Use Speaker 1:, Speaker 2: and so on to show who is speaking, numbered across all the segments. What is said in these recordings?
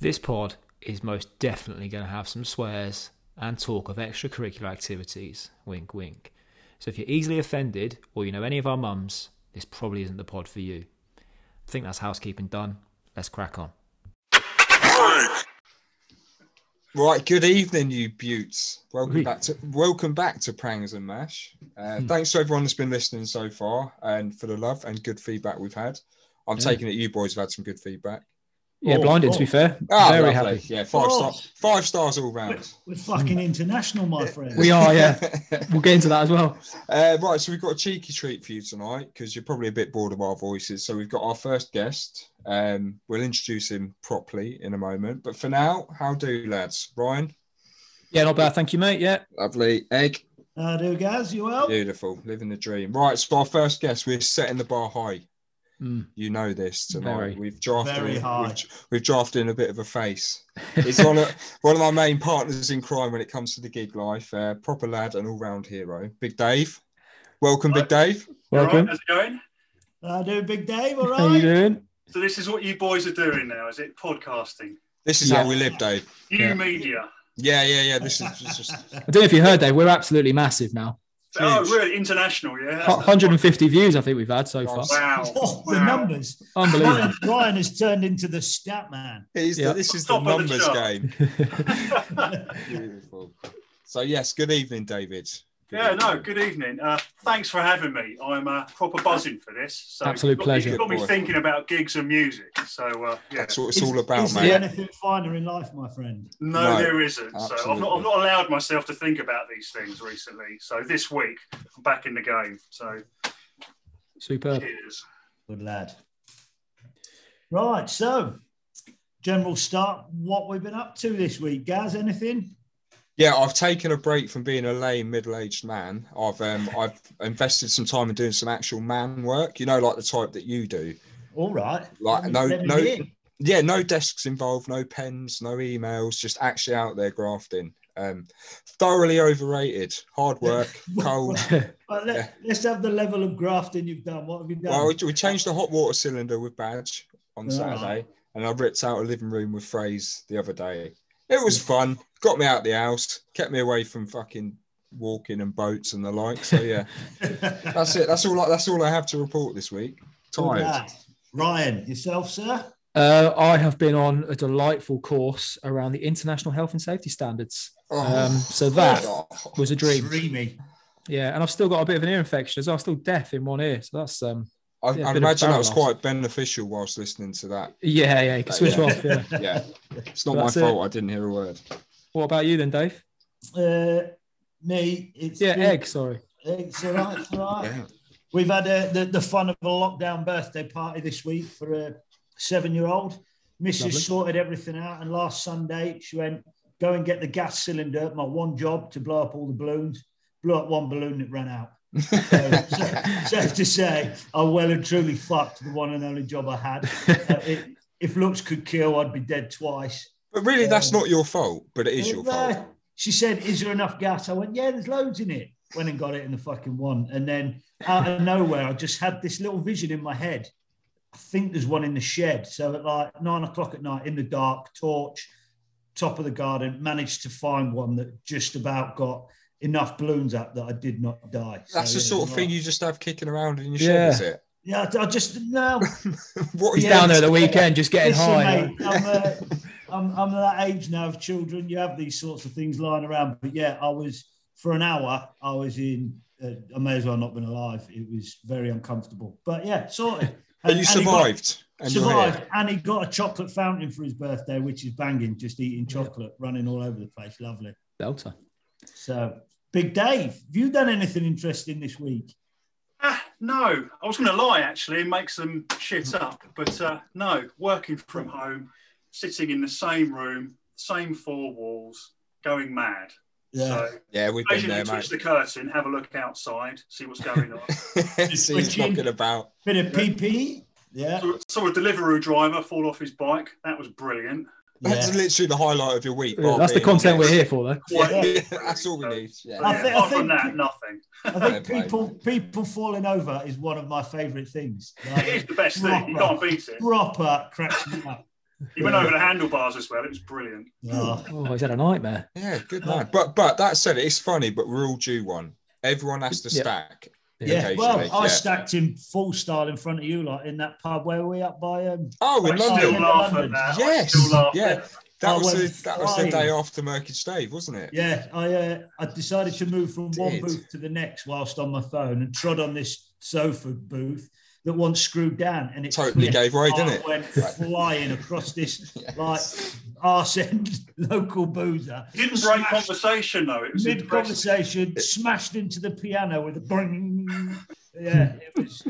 Speaker 1: This pod is most definitely going to have some swears and talk of extracurricular activities. Wink, wink. So if you're easily offended or you know any of our mums, this probably isn't the pod for you. I think that's housekeeping done. Let's crack on.
Speaker 2: Right, good evening, you buttes. Welcome
Speaker 1: Oui.
Speaker 2: back to welcome back to Prangs and Mash. Uh,
Speaker 1: Hmm.
Speaker 2: Thanks to everyone that's been listening so far, and for the love and good feedback we've had. I'm
Speaker 1: Yeah.
Speaker 2: taking it you boys have had some good feedback.
Speaker 1: Yeah,
Speaker 3: Oh,
Speaker 1: blinded to be
Speaker 3: oh.
Speaker 1: fair.
Speaker 2: Ah,
Speaker 1: Very
Speaker 2: lovely.
Speaker 1: happy.
Speaker 2: Yeah, five
Speaker 3: Oh.
Speaker 2: stars, five stars all round.
Speaker 3: We're fucking international, my friend.
Speaker 1: We are, Oh, yeah. We'll get into that as well.
Speaker 2: Uh, right, so we've got a cheeky treat for you tonight because you're probably a bit bored of our voices. So we've got our first guest. Um, we'll introduce him properly in a moment, but for now, how do lads? Ryan,
Speaker 1: Yeah, not bad. Thank you, mate. Yeah.
Speaker 2: lovely. Egg,
Speaker 3: How Uh, do, guys? You well?
Speaker 2: beautiful, living the dream. Right, so our first guest, we're setting the bar high.
Speaker 1: Mm.
Speaker 2: You know this tonight.
Speaker 1: Very.
Speaker 2: we've drafted
Speaker 3: Very
Speaker 2: we've-
Speaker 3: high.
Speaker 2: We've, drafted in a bit of a face. It's one of one of my main partners in crime when it comes to the gig life. Uh, proper lad and all round hero, Big Dave. Welcome, Big Dave.
Speaker 4: All right,
Speaker 1: Welcome.
Speaker 4: how's it going?
Speaker 3: How Uh, do, Big Dave? All
Speaker 1: How you
Speaker 3: right.
Speaker 1: doing?
Speaker 4: So this is what you boys are doing now, is it? Podcasting.
Speaker 2: This is
Speaker 1: Yeah.
Speaker 2: how we live, Dave.
Speaker 4: New
Speaker 1: Yeah.
Speaker 4: media.
Speaker 2: Yeah, yeah, yeah. This is just, just
Speaker 1: I don't know if you heard, Dave. We're absolutely massive now.
Speaker 4: Oh,
Speaker 2: Huge.
Speaker 4: really? International, yeah? That's the-
Speaker 1: 150 views, I think we've had so far.
Speaker 4: Wow.
Speaker 3: Oh, the
Speaker 4: wow.
Speaker 3: numbers.
Speaker 1: Unbelievable.
Speaker 3: Ryan, Ryan has turned into the stat man.
Speaker 2: it is the-
Speaker 1: Yeah.
Speaker 2: this is the
Speaker 4: Top of the
Speaker 2: numbers
Speaker 4: chart.
Speaker 2: game.
Speaker 3: That's
Speaker 2: Beautiful. So yes, good evening, David. Good
Speaker 4: yeah, no,
Speaker 2: evening.
Speaker 4: good evening. Uh, thanks for having me. I'm uh, proper buzzing for this. So
Speaker 1: Absolute
Speaker 4: you've got me-
Speaker 1: pleasure.
Speaker 4: You've got me
Speaker 2: Good boy.
Speaker 4: thinking about gigs and music. So, uh, yeah.
Speaker 2: That's what it's all about,
Speaker 3: is
Speaker 2: mate.
Speaker 3: There anything finer in life, my friend?
Speaker 4: No,
Speaker 2: No,
Speaker 4: there isn't. So I've not,
Speaker 2: absolutely.
Speaker 4: I've not allowed myself to think about these things recently. So this week, I'm back in the game. So
Speaker 1: Superb.
Speaker 4: cheers.
Speaker 3: Good lad. Right. So, general start. What we've been up to this week, guys? Anything?
Speaker 2: Yeah, I've taken a break from being a lame middle-aged man. I've um, I've invested some time in doing some actual man work. You know, like the type that you do.
Speaker 3: All right.
Speaker 2: Like,
Speaker 3: Let me-
Speaker 2: no-
Speaker 3: let me
Speaker 2: no-
Speaker 3: hear.
Speaker 2: Yeah, no desks involved, no pens, no emails, just actually out there grafting. Um, thoroughly overrated. Hard work, cold.
Speaker 3: Well, let,
Speaker 2: Yeah.
Speaker 3: Let's have the level of grafting you've done. What have you done?
Speaker 2: Well, we, we changed the hot water cylinder with Badge on
Speaker 3: Right.
Speaker 2: Saturday, and I ripped out a living room with Phrase the other day. It was fun. Got me out the house, kept me away from fucking walking and boats and the like. So yeah. That's it. That's all. I, that's all I have to report this week.
Speaker 3: Good
Speaker 2: Tired.
Speaker 3: lad. Ryan, yourself, sir?
Speaker 1: Uh, I have been on a delightful course around the international health and safety standards. Um, so that
Speaker 2: Oh.
Speaker 1: was a dream.
Speaker 3: Dreamy.
Speaker 1: Yeah, and I've still got a bit of an ear infection as well. I'm still deaf in one ear, so that's um. yeah,
Speaker 2: I, I
Speaker 1: bit of
Speaker 2: imagine that was
Speaker 1: paralysis.
Speaker 2: quite beneficial whilst listening to that.
Speaker 1: Yeah, yeah, you can switch
Speaker 2: Yeah.
Speaker 1: off. Yeah.
Speaker 2: Yeah, it's not
Speaker 1: That's
Speaker 2: my
Speaker 1: it.
Speaker 2: fault. I didn't hear a word.
Speaker 1: What about you then, Dave?
Speaker 3: Uh, me, it's
Speaker 1: Yeah,
Speaker 3: been-
Speaker 1: egg. Sorry.
Speaker 3: It's all right. It's all right.
Speaker 2: Yeah.
Speaker 3: We've had uh, the, the fun of a lockdown birthday party this week for a seven year old. Mrs.
Speaker 1: Lovely.
Speaker 3: sorted everything out, and last Sunday she went, Go and get the gas cylinder. My one job to blow up all the balloons. Blew up one balloon that ran out. So, safe to say, I well and truly fucked the one and only job I had. Uh, it, if looks could kill, I'd be dead twice.
Speaker 2: But really, that's not your fault. But it is your
Speaker 3: Uh,
Speaker 2: fault.
Speaker 3: She said, "Is there enough gas?" I went, "Yeah, there's loads in it." Went and got it in the fucking one, and then out of nowhere, I just had this little vision in my head. I think there's one in the shed. So at like nine o'clock at night, in the dark, torch, top of the garden, managed to find one that just about got enough balloons up that I did not die. So,
Speaker 2: That's the
Speaker 3: yeah,
Speaker 2: sort of
Speaker 3: right.
Speaker 2: thing you just have kicking around in your shed, is it?
Speaker 3: Yeah, I I just no.
Speaker 2: What are
Speaker 1: He's
Speaker 2: you
Speaker 1: down there the weekend, just getting
Speaker 3: Listen,
Speaker 1: high.
Speaker 3: mate, I'm, uh, I'm, I'm that age now of children. You have these sorts of things lying around. But yeah, I was for an hour. I was in. Uh, I may as well not been alive. It was very uncomfortable. But yeah, sorted.
Speaker 2: But you
Speaker 3: he got-
Speaker 2: survived. And you're
Speaker 3: survived,
Speaker 2: here.
Speaker 3: and he got a chocolate fountain for his birthday, which is banging. Just eating chocolate, running all over the place. Lovely.
Speaker 1: Delta.
Speaker 3: So, Big Dave, have you done anything interesting this week?
Speaker 4: Ah, no, I was going to lie actually and make some shit up, but uh, no, working from home, sitting in the same room, same four walls, going mad. So
Speaker 2: Yeah, we've been
Speaker 4: occasionally
Speaker 2: there,
Speaker 4: twitch
Speaker 2: mate.
Speaker 4: the curtain, have a look outside, see what's going on.
Speaker 2: See, he's
Speaker 3: Switching.
Speaker 2: knocking about.
Speaker 3: bit of PP. Yeah,
Speaker 4: saw, saw a delivery driver fall off his bike. That was brilliant.
Speaker 2: That's
Speaker 3: yeah.
Speaker 2: literally the highlight of your week.
Speaker 1: Yeah, that's the content we're here for, though.
Speaker 2: Yeah,
Speaker 3: Yeah.
Speaker 2: that's all we need. Yeah.
Speaker 3: I thi- I
Speaker 4: apart from
Speaker 3: think-
Speaker 4: that, nothing.
Speaker 3: I think
Speaker 2: Fair play.
Speaker 3: people people falling over is one of my favourite things. Like,
Speaker 4: It is the best thing. You can't beat it.
Speaker 3: proper cracks me up.
Speaker 4: He went over the handlebars as well. It was brilliant.
Speaker 3: Oh,
Speaker 1: Oh, he's had a nightmare.
Speaker 2: Yeah, good
Speaker 4: Uh,
Speaker 2: man. But but that said, it's funny, but we're all due one. Everyone has to
Speaker 1: Yeah.
Speaker 2: stack.
Speaker 3: yeah.
Speaker 2: Occasionally,
Speaker 3: Well, I
Speaker 2: yeah.
Speaker 3: stacked him full style in front of you, like in that pub where were we up by um
Speaker 2: Oh,
Speaker 4: I
Speaker 2: in
Speaker 3: London.
Speaker 4: still
Speaker 2: London.
Speaker 4: laugh at that. I
Speaker 2: Yes.
Speaker 4: still laugh
Speaker 2: Yeah.
Speaker 4: at that.
Speaker 2: That
Speaker 3: I
Speaker 2: was
Speaker 3: went
Speaker 2: the, that was the day
Speaker 3: flying.
Speaker 2: after Merkage Dave, wasn't it?
Speaker 3: Yeah, I uh, I decided to move from one
Speaker 2: Did.
Speaker 3: booth to the next whilst on my phone and trod on this sofa booth that once screwed down and it
Speaker 2: Totally
Speaker 3: flipped.
Speaker 2: gave way,
Speaker 3: I
Speaker 2: didn't
Speaker 4: Oh,
Speaker 2: it?
Speaker 3: went flying across this like arse end local boozer.
Speaker 4: He didn't break conversation though. It was
Speaker 3: Mid
Speaker 4: impressive.
Speaker 3: conversation, smashed into the piano with a bang. Yeah, it was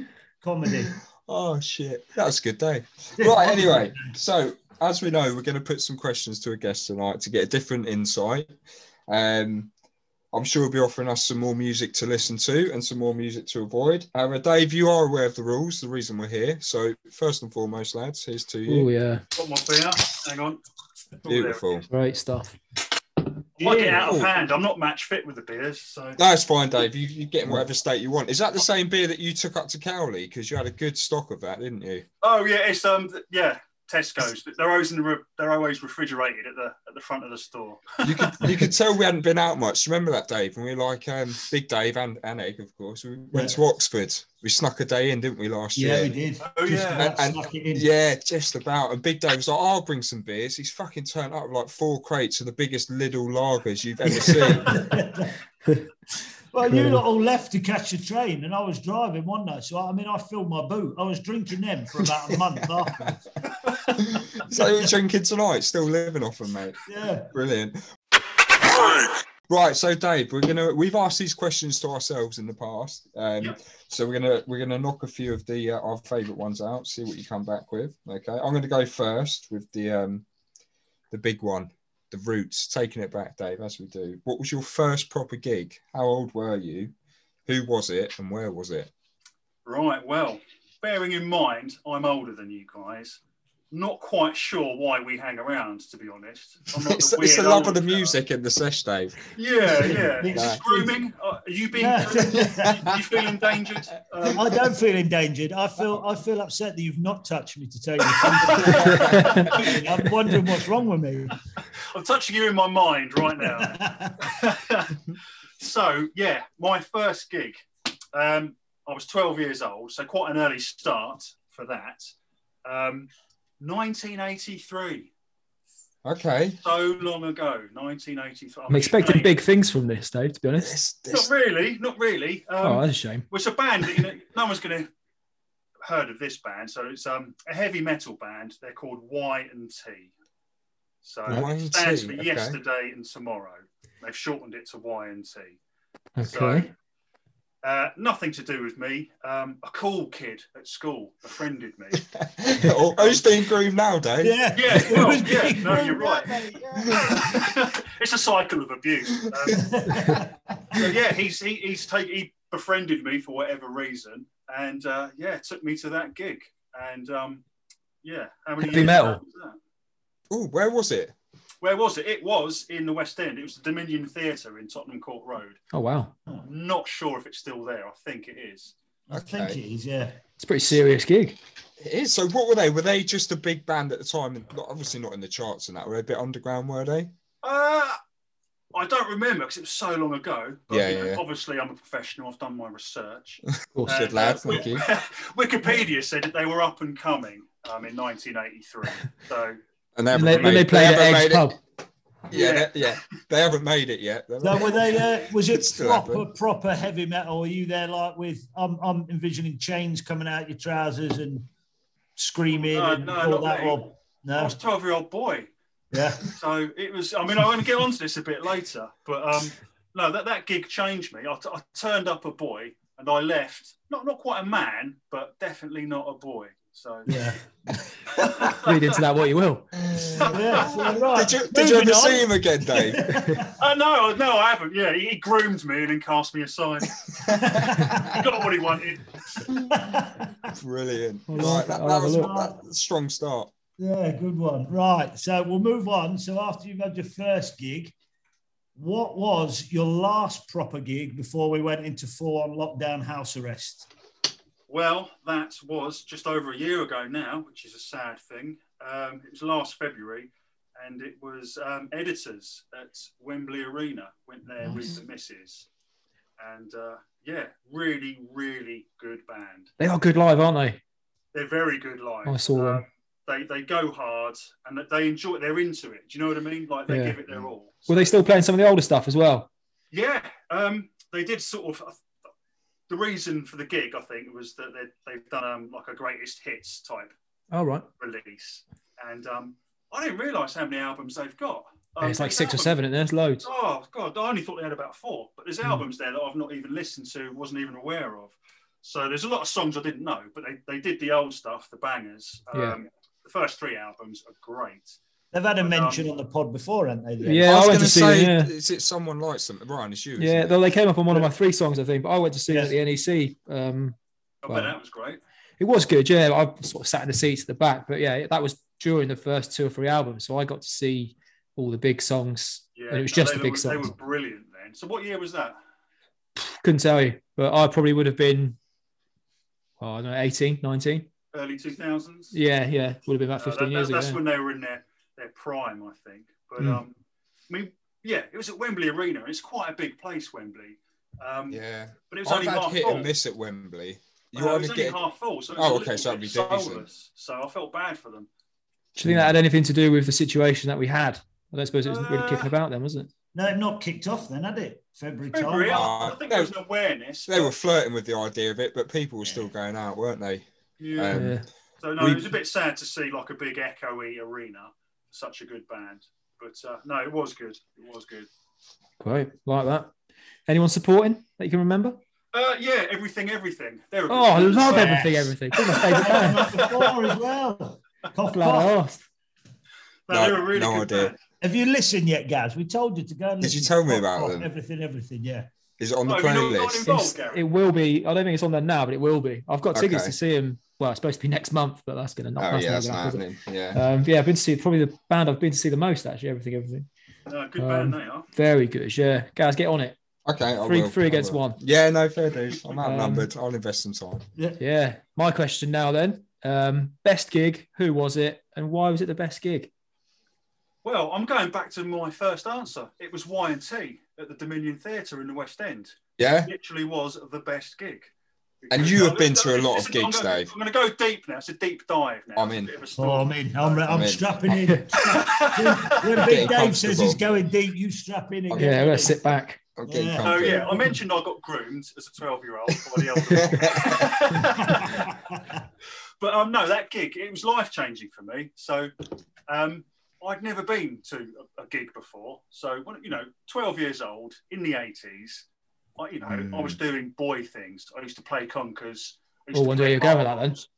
Speaker 3: comedy.
Speaker 2: Oh shit, that was a good day. Right, anyway, so as we know, we're going to put some questions to a guest tonight to get a different insight. Um, I'm sure he'll be offering us some more music to listen to and some more music to avoid. However, Dave, you are aware of the rules, the reason we're here. So first and foremost, lads, here's to
Speaker 1: Oh
Speaker 2: you.
Speaker 1: yeah,
Speaker 4: Got my beer. Hang on. Oh, there
Speaker 2: Beautiful.
Speaker 1: great stuff.
Speaker 4: I might get out of
Speaker 2: Ooh.
Speaker 4: hand. I'm not match fit with the beers, so
Speaker 2: That's fine, Dave. You, you get in whatever state you want. Is that the same beer that you took up to Cowley? Because you had a good stock of that, didn't you?
Speaker 4: Oh yeah, it's um th- yeah Tesco's. They're always in the re- they're always refrigerated at the at the front of the store.
Speaker 2: You could you could tell we hadn't been out much. Remember that, Dave? And we were like um, Big Dave and, and Egg, of course. We went
Speaker 3: Yeah.
Speaker 2: to Oxford. We snuck a day in, didn't we, last
Speaker 3: Yeah,
Speaker 2: year?
Speaker 3: we did.
Speaker 4: Oh,
Speaker 3: Just
Speaker 4: yeah.
Speaker 3: about
Speaker 2: And-
Speaker 3: snuck it in.
Speaker 2: Yeah, just about. And Big Dave was like, I'll bring some beers. He's fucking turned up with like four crates of the biggest Lidl lagers you've ever seen.
Speaker 3: well, you lot all left to catch a train, and I was driving one night. So I mean, I filled my boot. I was drinking them for about a month afterwards.
Speaker 2: so you're drinking tonight, still living off them, mate.
Speaker 3: Yeah,
Speaker 2: Brilliant. Right, so Dave, we're gonna we've asked these questions to ourselves in the past, um,
Speaker 4: Yep.
Speaker 2: so we're gonna we're gonna knock a few of the uh, our favourite ones out, see what you come back with. Okay, I'm gonna go first with the um, the big one, the roots, taking it back, Dave, as we do. What was your first proper gig? How old were you? Who was it, and where was it?
Speaker 4: Right. Well, bearing in mind I'm older than you guys, not quite sure why we hang around. To be honest, I'm not
Speaker 2: It's,
Speaker 4: the
Speaker 2: it's the
Speaker 4: weird
Speaker 2: love of
Speaker 4: old
Speaker 2: the
Speaker 4: fella.
Speaker 2: music in the sesh, Dave.
Speaker 4: Yeah, yeah.
Speaker 3: It's-
Speaker 4: Is this grooming? Uh, Are you being?
Speaker 3: Yeah.
Speaker 4: groomed? you feel endangered? Um,
Speaker 3: I don't feel endangered. I feel I feel upset that you've not touched me to tell you. the truth. I'm wondering what's wrong with me.
Speaker 4: I'm touching you in my mind right now. so yeah, my first gig. Um, I was 12 years old, so quite an early start for that. Um, 1983,
Speaker 2: Okay,
Speaker 4: so long ago. 1983.
Speaker 1: I'm expecting big things from this, Dave. To be honest.
Speaker 2: This-
Speaker 4: Not
Speaker 2: this-
Speaker 4: really, not really.
Speaker 1: Oh,
Speaker 4: Um,
Speaker 1: that's a shame.
Speaker 4: It's a band that you know, no one's going to heard of this band. So it's um, a heavy metal band. They're called Y and T. So
Speaker 2: Right.
Speaker 4: it stands for
Speaker 2: Y&T, okay.
Speaker 4: yesterday and tomorrow. They've shortened it to Y and T.
Speaker 1: Okay.
Speaker 4: Uh, nothing to do with me. Um, a cool kid at school befriended me.
Speaker 2: oh, who's being groomed now, Dave?
Speaker 3: yeah,
Speaker 4: Yeah, well,
Speaker 3: It was
Speaker 4: yeah,
Speaker 3: big.
Speaker 4: no, you're right. it's a cycle of abuse. Um, so yeah, he's he, he's take, he befriended me for whatever reason, and uh, yeah, took me to that gig. And um, yeah, how many
Speaker 1: Heavy
Speaker 4: years
Speaker 1: metal.
Speaker 4: ago was that?
Speaker 2: Oh, where was it?
Speaker 4: Where was it? It was in the West End. It was the Dominion Theatre in Tottenham Court Road.
Speaker 1: Oh wow,
Speaker 4: Not sure if it's still there. I think it is.
Speaker 3: I think it is. Yeah.
Speaker 1: it's a pretty serious gig.
Speaker 2: It is. So what were they? Were they just a big band at the time? And not, obviously not in the charts and that. Were they a bit underground, were they?
Speaker 4: Uh, I don't remember because it was so long ago. But,
Speaker 2: Yeah,
Speaker 4: you know,
Speaker 2: yeah, yeah.
Speaker 4: Obviously, I'm a professional. I've done my research.
Speaker 1: Of course.
Speaker 2: Good
Speaker 4: And,
Speaker 2: lad,
Speaker 4: uh,
Speaker 2: thank you.
Speaker 4: Wikipedia said that they were up and coming um, in 1983. So
Speaker 2: And they
Speaker 1: And
Speaker 2: haven't
Speaker 1: they,
Speaker 2: made,
Speaker 1: when they
Speaker 2: it-
Speaker 1: played at
Speaker 2: haven't
Speaker 1: Egg's
Speaker 2: made
Speaker 1: pub.
Speaker 2: It, yeah, yeah. They, yeah, they haven't made it yet. They
Speaker 3: So
Speaker 2: haven't-
Speaker 3: were they? Uh, was it
Speaker 2: Still
Speaker 3: proper,
Speaker 2: happening.
Speaker 3: proper heavy metal? Are you there like with? I'm, I'm envisioning chains coming out your trousers and screaming
Speaker 4: No,
Speaker 3: and
Speaker 4: no,
Speaker 3: all
Speaker 4: not
Speaker 3: that.
Speaker 4: me.
Speaker 3: Or,
Speaker 4: I
Speaker 3: no,
Speaker 4: was a 12 year old boy.
Speaker 3: yeah,
Speaker 4: So it was, I mean, I'm going to get onto this a bit later, but um, no, that, that gig changed me. I, t- I turned up a boy and I left, not, not quite a man, but definitely not a boy. So
Speaker 3: yeah,
Speaker 1: Read into that what you will.
Speaker 3: yeah. so, right.
Speaker 2: Did you, did you
Speaker 3: moving
Speaker 2: ever
Speaker 3: on.
Speaker 2: see him again, Dave?
Speaker 4: Uh, no, no, I haven't. Yeah, he, he groomed me and then cast me aside. he got what he wanted.
Speaker 2: Brilliant.
Speaker 1: I'll
Speaker 2: Right,
Speaker 1: have-
Speaker 2: that,
Speaker 1: I'll
Speaker 2: that
Speaker 1: have a
Speaker 2: was
Speaker 1: look.
Speaker 2: that, was a strong start.
Speaker 3: Yeah, good one. Right. So we'll move on. So after you've had your first gig, what was your last proper gig before we went into full on lockdown house arrest?
Speaker 4: Well, that was just over a year ago now, which is a sad thing. Um, it was last February, and it was um, editors at Wembley Arena went there
Speaker 1: Nice.
Speaker 4: with the missus, and uh, yeah, really, really good band.
Speaker 1: They are good live, aren't they?
Speaker 4: They're very good live.
Speaker 1: I saw them.
Speaker 4: Um, they they go hard and that they enjoy. it. They're into it. Do you know what I mean? Like they
Speaker 1: Yeah.
Speaker 4: give it their all.
Speaker 1: Were they still playing some of the older stuff as well?
Speaker 4: Yeah, um, they did sort of. uh, The reason for the gig, I think, was that they, they've done um, like a greatest hits type
Speaker 1: All right.
Speaker 4: release, and um, I didn't realise how many albums they've got. Um,
Speaker 1: it's like
Speaker 4: there's
Speaker 1: six or
Speaker 4: albums-
Speaker 1: seven, and there's loads.
Speaker 4: Oh god, I only thought they had about four, but there's
Speaker 1: Hmm.
Speaker 4: albums there that I've not even listened to, wasn't even aware of. So there's a lot of songs I didn't know, but they, they did the old stuff, the bangers. Um,
Speaker 1: Yeah.
Speaker 4: The first three albums are great.
Speaker 3: They've had a
Speaker 4: Um,
Speaker 3: mention on the pod before, haven't they?
Speaker 1: Yeah, I went
Speaker 2: was gonna
Speaker 1: to see
Speaker 2: say,
Speaker 1: them, yeah.
Speaker 2: is it someone likes them? Ryan, it's you. isn't
Speaker 1: Yeah,
Speaker 2: it?
Speaker 1: though they came up on one of my three songs, I think. But I went to see them at the NEC. Um,
Speaker 4: I
Speaker 1: Wow.
Speaker 4: bet Oh, that was great.
Speaker 1: it was good. Yeah, I sort of sat in the seats at the back, but yeah, that was during the first two or three albums, so I got to see all the big songs.
Speaker 4: Yeah,
Speaker 1: And it was
Speaker 4: no,
Speaker 1: just
Speaker 4: they,
Speaker 1: the big
Speaker 4: were, They
Speaker 1: songs.
Speaker 4: were brilliant then. So what year was that?
Speaker 1: Couldn't tell you, but I probably would have been, well, I don't know, 18, 19.
Speaker 4: Early two thousands.
Speaker 1: Yeah, yeah, would have been about
Speaker 4: Uh,
Speaker 1: 15
Speaker 4: that-
Speaker 1: years
Speaker 4: that-
Speaker 1: ago.
Speaker 4: That's
Speaker 1: yeah.
Speaker 4: when they were in their, their prime, I think. But
Speaker 1: Mm.
Speaker 4: um, I mean, yeah, it was at Wembley Arena. It's quite a big place, Wembley. Um,
Speaker 2: Yeah.
Speaker 4: But it was
Speaker 2: I've
Speaker 4: only
Speaker 2: had
Speaker 4: half
Speaker 2: hit
Speaker 4: full.
Speaker 2: and miss at Wembley.
Speaker 4: Uh,
Speaker 2: You
Speaker 4: it
Speaker 2: either
Speaker 4: was only
Speaker 2: get
Speaker 4: half full, so it
Speaker 2: Oh,
Speaker 4: was a
Speaker 2: okay,
Speaker 4: little
Speaker 2: so that'd
Speaker 4: bit
Speaker 2: be decent.
Speaker 4: soulless. So I felt bad for them.
Speaker 1: Do you think that had anything to do with the situation that we had? I don't suppose it was really
Speaker 4: Uh,
Speaker 1: kicking about then, was it?
Speaker 3: No, not kicked off then, had it? February time.
Speaker 4: February, I- I
Speaker 2: Ah,
Speaker 4: think
Speaker 2: they-
Speaker 4: there was an awareness.
Speaker 2: they were
Speaker 4: but-
Speaker 2: flirting with the idea of it, but people were still going out, weren't they?
Speaker 4: yeah.
Speaker 2: um,
Speaker 1: yeah.
Speaker 4: so no,
Speaker 2: we-
Speaker 4: it was a bit sad to see like a big echoey arena, such a good band. But uh, no, it was good. It was good.
Speaker 1: Great, like that. Anyone supporting that you can remember?
Speaker 4: Uh, yeah, everything, everything. They're a good
Speaker 1: Oh, I
Speaker 4: band as
Speaker 1: love
Speaker 4: well.
Speaker 3: Yes.
Speaker 1: everything, everything. They're my favourite band.
Speaker 3: Not before as well. Cough,
Speaker 1: Glad I
Speaker 3: cough.
Speaker 1: asked.
Speaker 4: No,
Speaker 2: No,
Speaker 4: they're a really
Speaker 2: no
Speaker 4: good
Speaker 2: idea.
Speaker 4: band.
Speaker 3: Have you listened yet, Gaz? We told you to go. And
Speaker 2: Did you
Speaker 3: listen
Speaker 2: tell me
Speaker 3: Cough,
Speaker 2: about
Speaker 3: cough,
Speaker 2: them?
Speaker 3: Everything, everything. Yeah.
Speaker 2: Is it on the
Speaker 4: No, Oh, you know, not
Speaker 2: playlist?
Speaker 4: in- Involved,
Speaker 1: It's-
Speaker 4: Gary.
Speaker 1: it will be. I don't think it's on there now, but it will be. I've got tickets
Speaker 2: Okay.
Speaker 1: to see him. Well, it's supposed to be next month, but that's going to not.
Speaker 2: Oh yeah, that's
Speaker 1: gonna
Speaker 2: not
Speaker 1: happen, is
Speaker 2: happening. Yeah.
Speaker 1: it? Um, yeah, I've been to see probably the band I've been to see the most actually. Everything, everything.
Speaker 4: No, good
Speaker 1: Um,
Speaker 4: band they are.
Speaker 1: Very good. Yeah, guys, get on it.
Speaker 2: Okay. I
Speaker 1: Three-
Speaker 2: will,
Speaker 1: three
Speaker 2: I
Speaker 1: against
Speaker 2: will.
Speaker 1: one.
Speaker 2: Yeah, no fair dues. I'm outnumbered. I'll invest some time.
Speaker 1: Yeah. My question now then: um, best gig. Who was it, and why was it the best gig?
Speaker 4: Well, I'm going back to my first answer. It was Y and T at the Dominion Theatre in the West End.
Speaker 2: Yeah.
Speaker 4: literally was the best gig.
Speaker 2: And you have been
Speaker 4: Now,
Speaker 2: to a lot of
Speaker 4: listen,
Speaker 2: gigs,
Speaker 4: I'm gonna,
Speaker 2: Dave.
Speaker 4: I'm going to go deep now. It's a deep dive now.
Speaker 2: I'm
Speaker 4: It's a
Speaker 2: in.
Speaker 4: bit of a story.
Speaker 3: Oh, I'm in. I'm, I'm,
Speaker 2: I'm in.
Speaker 3: strapping in. when when
Speaker 2: Getting
Speaker 3: Big Dave says he's
Speaker 2: comfortable.
Speaker 3: going deep, you strap in again.
Speaker 2: Okay.
Speaker 1: Yeah, I'm gonna sit back.
Speaker 2: I'm getting
Speaker 3: Yeah.
Speaker 4: Oh
Speaker 2: comfy.
Speaker 4: yeah, I mentioned I got groomed as a 12 year old by the elder. but um, no, that gig it was life changing for me. So um, I'd never been to a, a gig before. So when, you know, 12 years old in the 80s, I, you know, I
Speaker 2: Mm.
Speaker 4: was doing boy things. I used to play conkers. I used
Speaker 1: Hmm. Oh,
Speaker 4: to
Speaker 1: wonder
Speaker 4: play
Speaker 1: where you're going with that, then.
Speaker 4: marbles.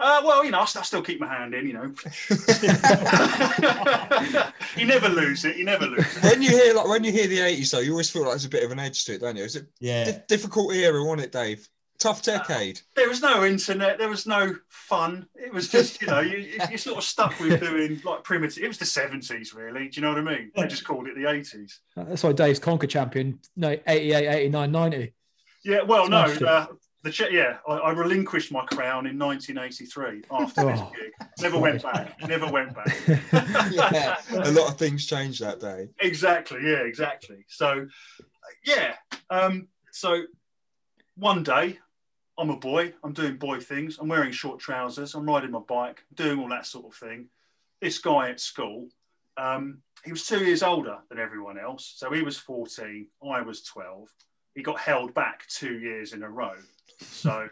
Speaker 4: Uh, well, you know, I st- I still keep my hand in. You know, you never lose it. You never lose. It.
Speaker 2: when you hear like when you hear the 80s though, you always feel like there's a bit of an edge to it, don't you? It's a
Speaker 3: yeah.
Speaker 2: di- difficult era, wasn't it, Dave? Tough decade.
Speaker 4: there was no internet, there was no fun. It was just, you know, you, you're sort of stuck with doing like primitive. It was the 70s, really. Do you know what I mean? They just called it the 80s.
Speaker 1: That's why Dave's Conquer champion. No, 88, 89, 90.
Speaker 4: Yeah, well, no,
Speaker 1: Smashed it.
Speaker 4: uh, the che- yeah, I, I relinquished my crown in 1983 after this
Speaker 1: Oh.
Speaker 4: gig. Never went back. Never went back.
Speaker 2: yeah. A lot of things changed that day.
Speaker 4: exactly yeah exactly so yeah um so one day i'm a boy i'm doing boy things i'm wearing short trousers i'm riding my bike doing all that sort of thing this guy at school um he was two years older than everyone else so he was 14 i was 12 he got held back two years in a row so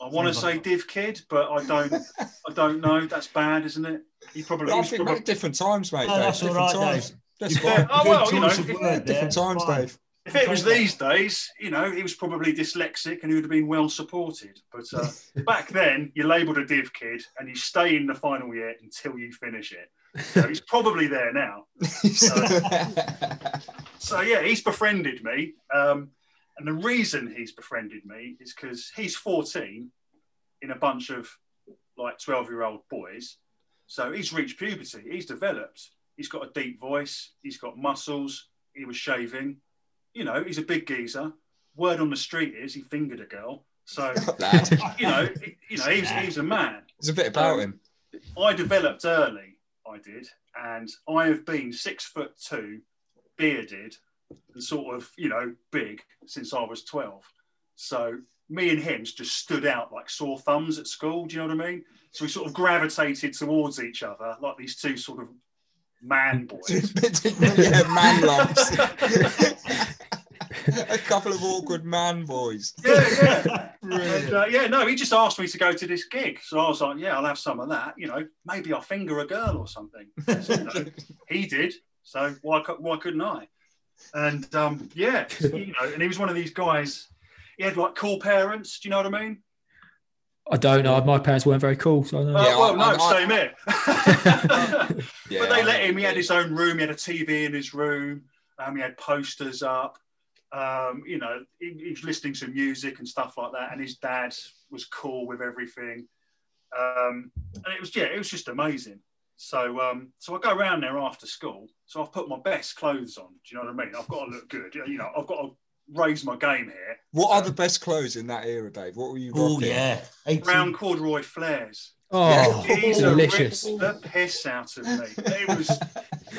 Speaker 4: i want to say div kid but i don't i don't know that's bad isn't it he probably,
Speaker 2: I
Speaker 4: he's
Speaker 2: think
Speaker 4: probably
Speaker 2: mate, different times, mate.
Speaker 3: No,
Speaker 2: Dave.
Speaker 3: that's all
Speaker 2: Different
Speaker 3: right,
Speaker 2: times.
Speaker 3: Dave.
Speaker 2: That's
Speaker 3: You've
Speaker 2: fine.
Speaker 3: got
Speaker 4: Oh,
Speaker 3: a good
Speaker 4: well, you know,
Speaker 3: choice of
Speaker 4: it-
Speaker 3: word there.
Speaker 2: different times,
Speaker 3: Fine.
Speaker 2: Dave.
Speaker 4: If it was these days, you know, he was probably dyslexic and he would have been well supported. But uh, back then, you labelled a div kid and you stay in the final year until you finish it. So he's probably there now. So yeah, he's befriended me, um, and the reason he's befriended me is because he's 14 in a bunch of like 12 year old boys. So he's reached puberty. He's developed. He's got a deep voice. He's got muscles. He was shaving. You know, he's a big geezer. Word on the street is he fingered a girl. So
Speaker 2: Not bad.
Speaker 4: you know, he- you know, he's, he's a man. Um,
Speaker 2: There's a bit about him.
Speaker 4: I developed early, I did, and I have been six foot two, bearded, and sort of, you know, big since I was 12. So me and him just stood out like sore thumbs at school. Do you know what I mean? So we sort of gravitated towards each other like these two sort of man boys.
Speaker 2: yeah, man lumps. a couple of awkward man boys.
Speaker 4: yeah, yeah. And,
Speaker 2: Brilliant.
Speaker 4: uh, yeah, no, he just asked me to go to this gig. So I was like, yeah, I'll have some of that. You know, maybe I'll finger a girl or something. So, you know, he did. So why, cou- why couldn't I? And um, yeah, you know, and he was one of these guys. He had like cool parents. Do you know what I mean?
Speaker 1: I don't know. My parents weren't very cool, so I don't know.
Speaker 4: Uh,
Speaker 2: Yeah,
Speaker 4: well,
Speaker 2: I-
Speaker 4: no,
Speaker 2: I-
Speaker 4: same here.
Speaker 2: Yeah,
Speaker 4: but they
Speaker 2: I
Speaker 4: let
Speaker 2: know.
Speaker 4: him. He had his own room. He had a TV in his room. Um, he had posters up. Um, you know, he, he was listening to music and stuff like that. And his dad was cool with everything. Um, and it was yeah, it was just amazing. So um, so I go around there after school. So I've put my best clothes on. Do you know what I mean? I've got to look good. You know, I've got to raise my game here.
Speaker 2: What are the best clothes in that era, Dave? What were you rocking?
Speaker 3: Oh yeah, 18.
Speaker 4: Brown corduroy flares.
Speaker 1: Oh,
Speaker 2: Yeah.
Speaker 4: He's
Speaker 1: delicious.
Speaker 4: ripped the piss out of me. It was,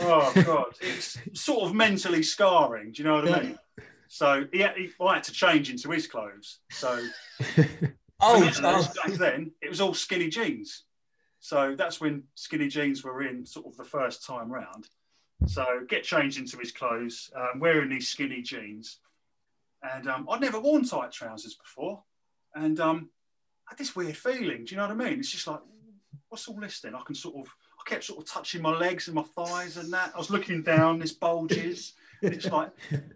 Speaker 4: oh god, it's sort of mentally scarring. Do you know what I mean? So yeah, he, I had to change into his clothes. So
Speaker 2: Oh,
Speaker 4: and
Speaker 2: oh,
Speaker 4: back then it was all skinny jeans. So that's when skinny jeans were in sort of the first time round. So get changed into his clothes, um, wearing these skinny jeans, and um, I'd never worn tight trousers before, and um, I had this weird feeling. Do you know what I mean? It's just like, what's all this then? I can sort of, I kept sort of touching my legs and my thighs and that. I was looking down, this bulges. and it's like,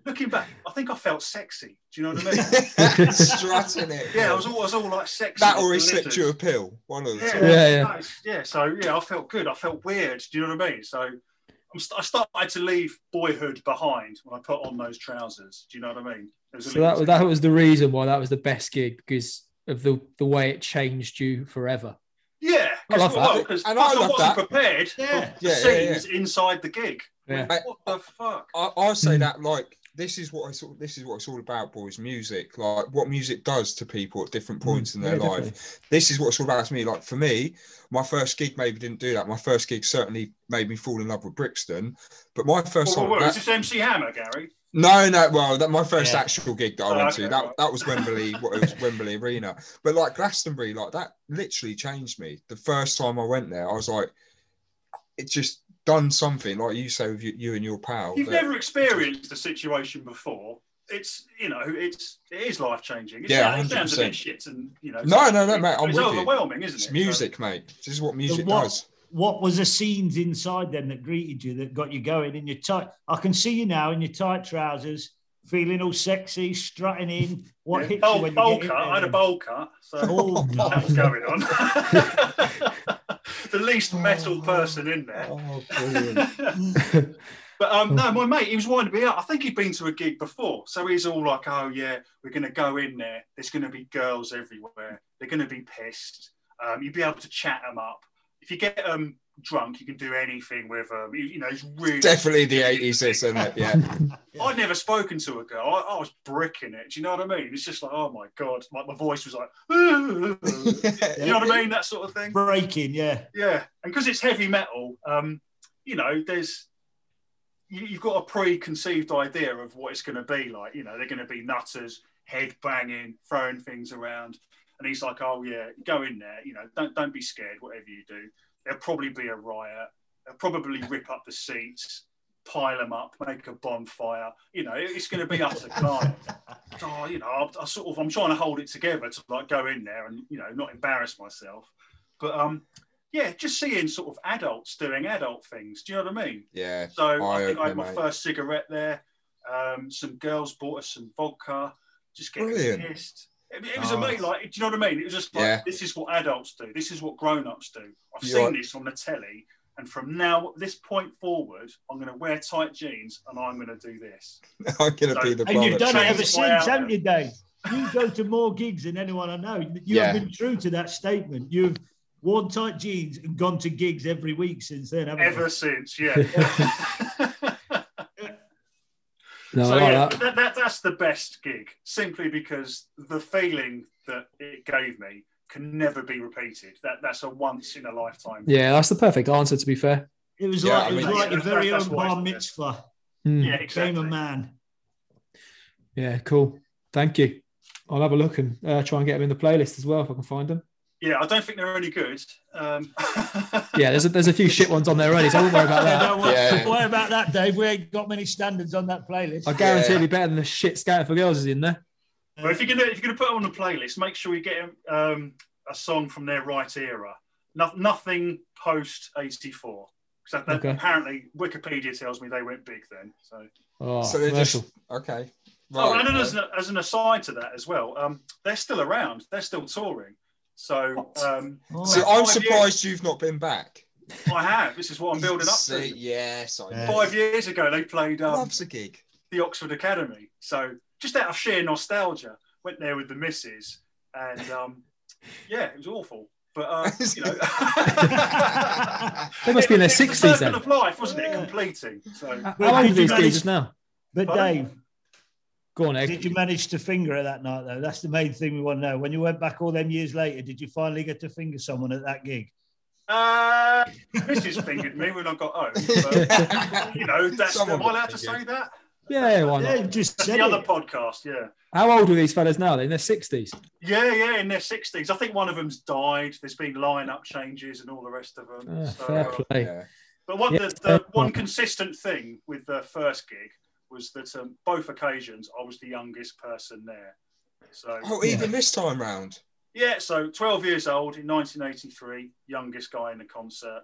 Speaker 4: looking back, I think I felt sexy. Do you know what I mean?
Speaker 2: strutting it.
Speaker 4: Yeah, I was all, I was all like sexy.
Speaker 2: that
Speaker 4: with
Speaker 2: or he
Speaker 4: the
Speaker 2: slipped
Speaker 4: lizards.
Speaker 2: you a pill. One of the
Speaker 4: Yeah,
Speaker 2: two.
Speaker 1: Yeah, yeah.
Speaker 4: nice. yeah. So yeah, I felt good. I felt weird. Do you know what I mean? So I'm st- I started to leave boyhood behind when I put on those trousers. Do you know what I mean? There was a
Speaker 1: So
Speaker 4: little
Speaker 1: that was
Speaker 4: thing.
Speaker 1: that was the reason why that was the best gig because of the the way it changed you forever.
Speaker 4: Yeah,
Speaker 1: I love
Speaker 4: well,
Speaker 2: that.
Speaker 4: 'cause
Speaker 2: And I
Speaker 4: I
Speaker 2: love
Speaker 4: wasn't
Speaker 2: that.
Speaker 4: prepared.
Speaker 3: Yeah.
Speaker 4: for
Speaker 2: Yeah,
Speaker 4: the
Speaker 2: yeah, yeah.
Speaker 4: scenes inside the gig.
Speaker 1: Yeah.
Speaker 2: Mate,
Speaker 4: What the fuck?
Speaker 2: I, I say
Speaker 1: Mm.
Speaker 2: that like this is what I sort this is what it's all about, boys. Music, like what music does to people at different points in their
Speaker 1: yeah,
Speaker 2: life. This is what it's all about to me. Like for me, my first gig maybe didn't do that. My first gig certainly made me fall in love with Brixton, but my first
Speaker 4: Whoa,
Speaker 2: time.
Speaker 4: whoa, whoa,
Speaker 2: that-
Speaker 4: Is this MC Hammer, Gary?
Speaker 2: No, no. Well, that my first
Speaker 3: Yeah.
Speaker 2: actual gig that I
Speaker 4: Oh,
Speaker 2: went
Speaker 4: okay,
Speaker 2: to that
Speaker 4: right.
Speaker 2: that was Wembley. what it was Wembley Arena. But like Glastonbury, like that literally changed me. The first time I went there, I was like, it just done something. Like you say with you, you and your pal.
Speaker 4: You've
Speaker 2: that-
Speaker 4: never experienced the situation before. It's you know, it's it is life changing.
Speaker 2: Yeah,
Speaker 4: it sounds a
Speaker 2: 100%.
Speaker 4: bit shit, and you know.
Speaker 2: No, no, no, mate, I'm
Speaker 4: it's
Speaker 2: with you.
Speaker 4: overwhelming, isn't it?
Speaker 2: It's
Speaker 4: So-
Speaker 2: music, mate. This is what music
Speaker 3: what-
Speaker 2: does.
Speaker 3: What was the scenes inside then that greeted you that got you going in your tight? I can see you now in your tight trousers, feeling all sexy, strutting in. What
Speaker 4: Yeah.
Speaker 3: hits
Speaker 4: bowl,
Speaker 3: you when you
Speaker 4: bowl
Speaker 3: get in
Speaker 4: cut.
Speaker 3: there
Speaker 4: I had a
Speaker 3: then?
Speaker 4: bowl cut, so
Speaker 3: Oh,
Speaker 4: that was
Speaker 3: no.
Speaker 4: going on. the least
Speaker 3: Oh.
Speaker 4: metal person in there.
Speaker 2: Oh, brilliant.
Speaker 4: but
Speaker 3: Oh.
Speaker 4: um, no, my mate, he was winding me up. I think he'd been to a gig before, so he's all like, "Oh yeah, we're going to go in there. There's going to be girls everywhere. They're going to be pissed. Um, you'll be able to chat them up. If you get them drunk, you can do anything with them. You, you know, it's really
Speaker 2: Definitely the 80s, this, isn't it? Yeah.
Speaker 4: I'd never spoken to a girl. I, I was bricking it. Do you know what I mean? It's just like, oh my god, like my voice was like, you know what I mean? That sort of thing.
Speaker 3: breaking, yeah.
Speaker 4: Yeah, and because it's heavy metal, um, you know, there's you, you've got a preconceived idea of what it's going to be like. You know, they're going to be nutters, head banging, throwing things around, and he's like, oh yeah, go in there. You know, don't don't be scared. Whatever you do, there'll probably be a riot. They'll probably rip up the seats, pile them up, make a bonfire. You know, it- it's going to be utter carnage. Oh, you know, I, I sort of I'm trying to hold it together to like go in there and you know not embarrass myself, but um, yeah, just seeing sort of adults doing adult things. Do you know what I mean?
Speaker 2: Yeah.
Speaker 4: So I think
Speaker 2: Eye-opener,
Speaker 4: I had my
Speaker 2: mate.
Speaker 4: first cigarette there. Um, some girls bought us some vodka. Just getting
Speaker 2: Brilliant.
Speaker 4: pissed. It, it was
Speaker 3: Oh.
Speaker 4: a mate like. Do you know what I mean? It was just like
Speaker 2: Yeah.
Speaker 4: this is what adults do. This is what grown-ups do. I've
Speaker 2: You're-
Speaker 4: seen this on the telly, and from now this point forward, I'm going to wear tight jeans and I'm going to do this.
Speaker 2: I'm going to be the
Speaker 3: And you've
Speaker 2: brother.
Speaker 3: done it
Speaker 4: change
Speaker 3: ever
Speaker 4: the
Speaker 3: since,
Speaker 4: way out.
Speaker 3: haven't you, Dave? You go to more gigs than anyone I know. You
Speaker 2: Yeah.
Speaker 3: have been true to that statement. You've worn tight jeans and gone to gigs every week since then, haven't
Speaker 4: Ever
Speaker 3: you?
Speaker 4: since, yeah.
Speaker 1: No, I
Speaker 4: so
Speaker 1: like
Speaker 4: yeah,
Speaker 1: that.
Speaker 4: that, that, that's the best gig, simply because the feeling that it gave me can never be repeated. That that's a once in a lifetime.
Speaker 5: Yeah, that's the perfect answer. To be fair.
Speaker 3: It was
Speaker 2: Yeah,
Speaker 3: like
Speaker 2: I
Speaker 3: it was
Speaker 2: mean-
Speaker 3: like your very
Speaker 4: That's
Speaker 3: own
Speaker 4: why
Speaker 3: bar
Speaker 4: it's there.
Speaker 3: mitzvah.
Speaker 5: Hmm.
Speaker 4: yeah,
Speaker 3: Became a
Speaker 4: exactly.
Speaker 3: man.
Speaker 5: Yeah, cool. Thank you. I'll have a look and uh, try and get them in the playlist as well if I can find them.
Speaker 4: Yeah, I don't think they're any good. Um,
Speaker 5: Yeah, there's a, there's a few shit ones on there already, so I won't worry about
Speaker 3: Yeah,
Speaker 5: that.
Speaker 3: don't worry,
Speaker 2: Yeah.
Speaker 3: don't worry about that, Dave. We ain't got many standards on that playlist. Uh,
Speaker 5: I guarantee
Speaker 2: Yeah.
Speaker 5: it'll be better than the shit Scouting for Girls is in there.
Speaker 4: But if you're gonna if you're gonna put it on the playlist, make sure you get um, a song from their right era. No, nothing post '84. Because
Speaker 5: Okay.
Speaker 4: apparently Wikipedia tells me they went big then. So,
Speaker 5: Oh,
Speaker 2: so they're
Speaker 5: commercial.
Speaker 2: just okay.
Speaker 4: oh,
Speaker 2: Right.
Speaker 4: and as an, as an aside to that as well, um, they're still around. They're still touring. So um,
Speaker 3: Oh,
Speaker 2: so
Speaker 4: Five
Speaker 2: I'm
Speaker 4: years.
Speaker 2: surprised you've not been back.
Speaker 4: I have. This is what I'm building up
Speaker 2: See,
Speaker 4: to.
Speaker 2: Yes, I
Speaker 3: Yeah.
Speaker 4: Five years ago, they played um,
Speaker 2: loves a gig.
Speaker 4: the Oxford Academy. So just out of sheer nostalgia, went there with the missus, and um, yeah, it was awful. But uh, you know,
Speaker 5: They must be in their
Speaker 4: It was the
Speaker 5: 60s
Speaker 4: circle
Speaker 5: then.
Speaker 4: of life, wasn't it?
Speaker 3: Yeah.
Speaker 4: Completing. So
Speaker 5: How old
Speaker 3: did
Speaker 5: are
Speaker 3: you
Speaker 5: these
Speaker 3: manage-
Speaker 5: gigs just now?
Speaker 3: but
Speaker 4: Pardon?
Speaker 3: Dave,
Speaker 5: Go on,
Speaker 3: did you
Speaker 5: Egg.
Speaker 3: manage to finger her that night though? That's the main thing we want to know. When you went back all them years later, did you finally get to finger someone at that gig?
Speaker 4: uh, Mrs. fingered me when I got home. But, you know, that's
Speaker 2: Someone
Speaker 4: am I
Speaker 2: got
Speaker 4: allowed to
Speaker 2: fingered.
Speaker 4: say that?
Speaker 5: Yeah, why
Speaker 3: Yeah,
Speaker 5: not?
Speaker 3: you just
Speaker 4: That's
Speaker 3: said
Speaker 4: the other
Speaker 3: it.
Speaker 4: podcast. Yeah,
Speaker 5: How old are these fellas now? They're in their 60s.
Speaker 4: yeah, yeah. In their sixties, I think one of them's died. There's been lineup changes and all the rest of them.
Speaker 5: Ah,
Speaker 4: so,
Speaker 5: fair
Speaker 4: uh,
Speaker 5: play.
Speaker 2: Yeah.
Speaker 4: But one,
Speaker 5: Yeah,
Speaker 4: the, the
Speaker 5: fair
Speaker 4: one
Speaker 5: point.
Speaker 4: consistent thing with the first gig was that um, both occasions I was the youngest person there. So
Speaker 2: Oh, even this time round.
Speaker 4: yeah, so 12 years old in 1983, youngest guy in the concert.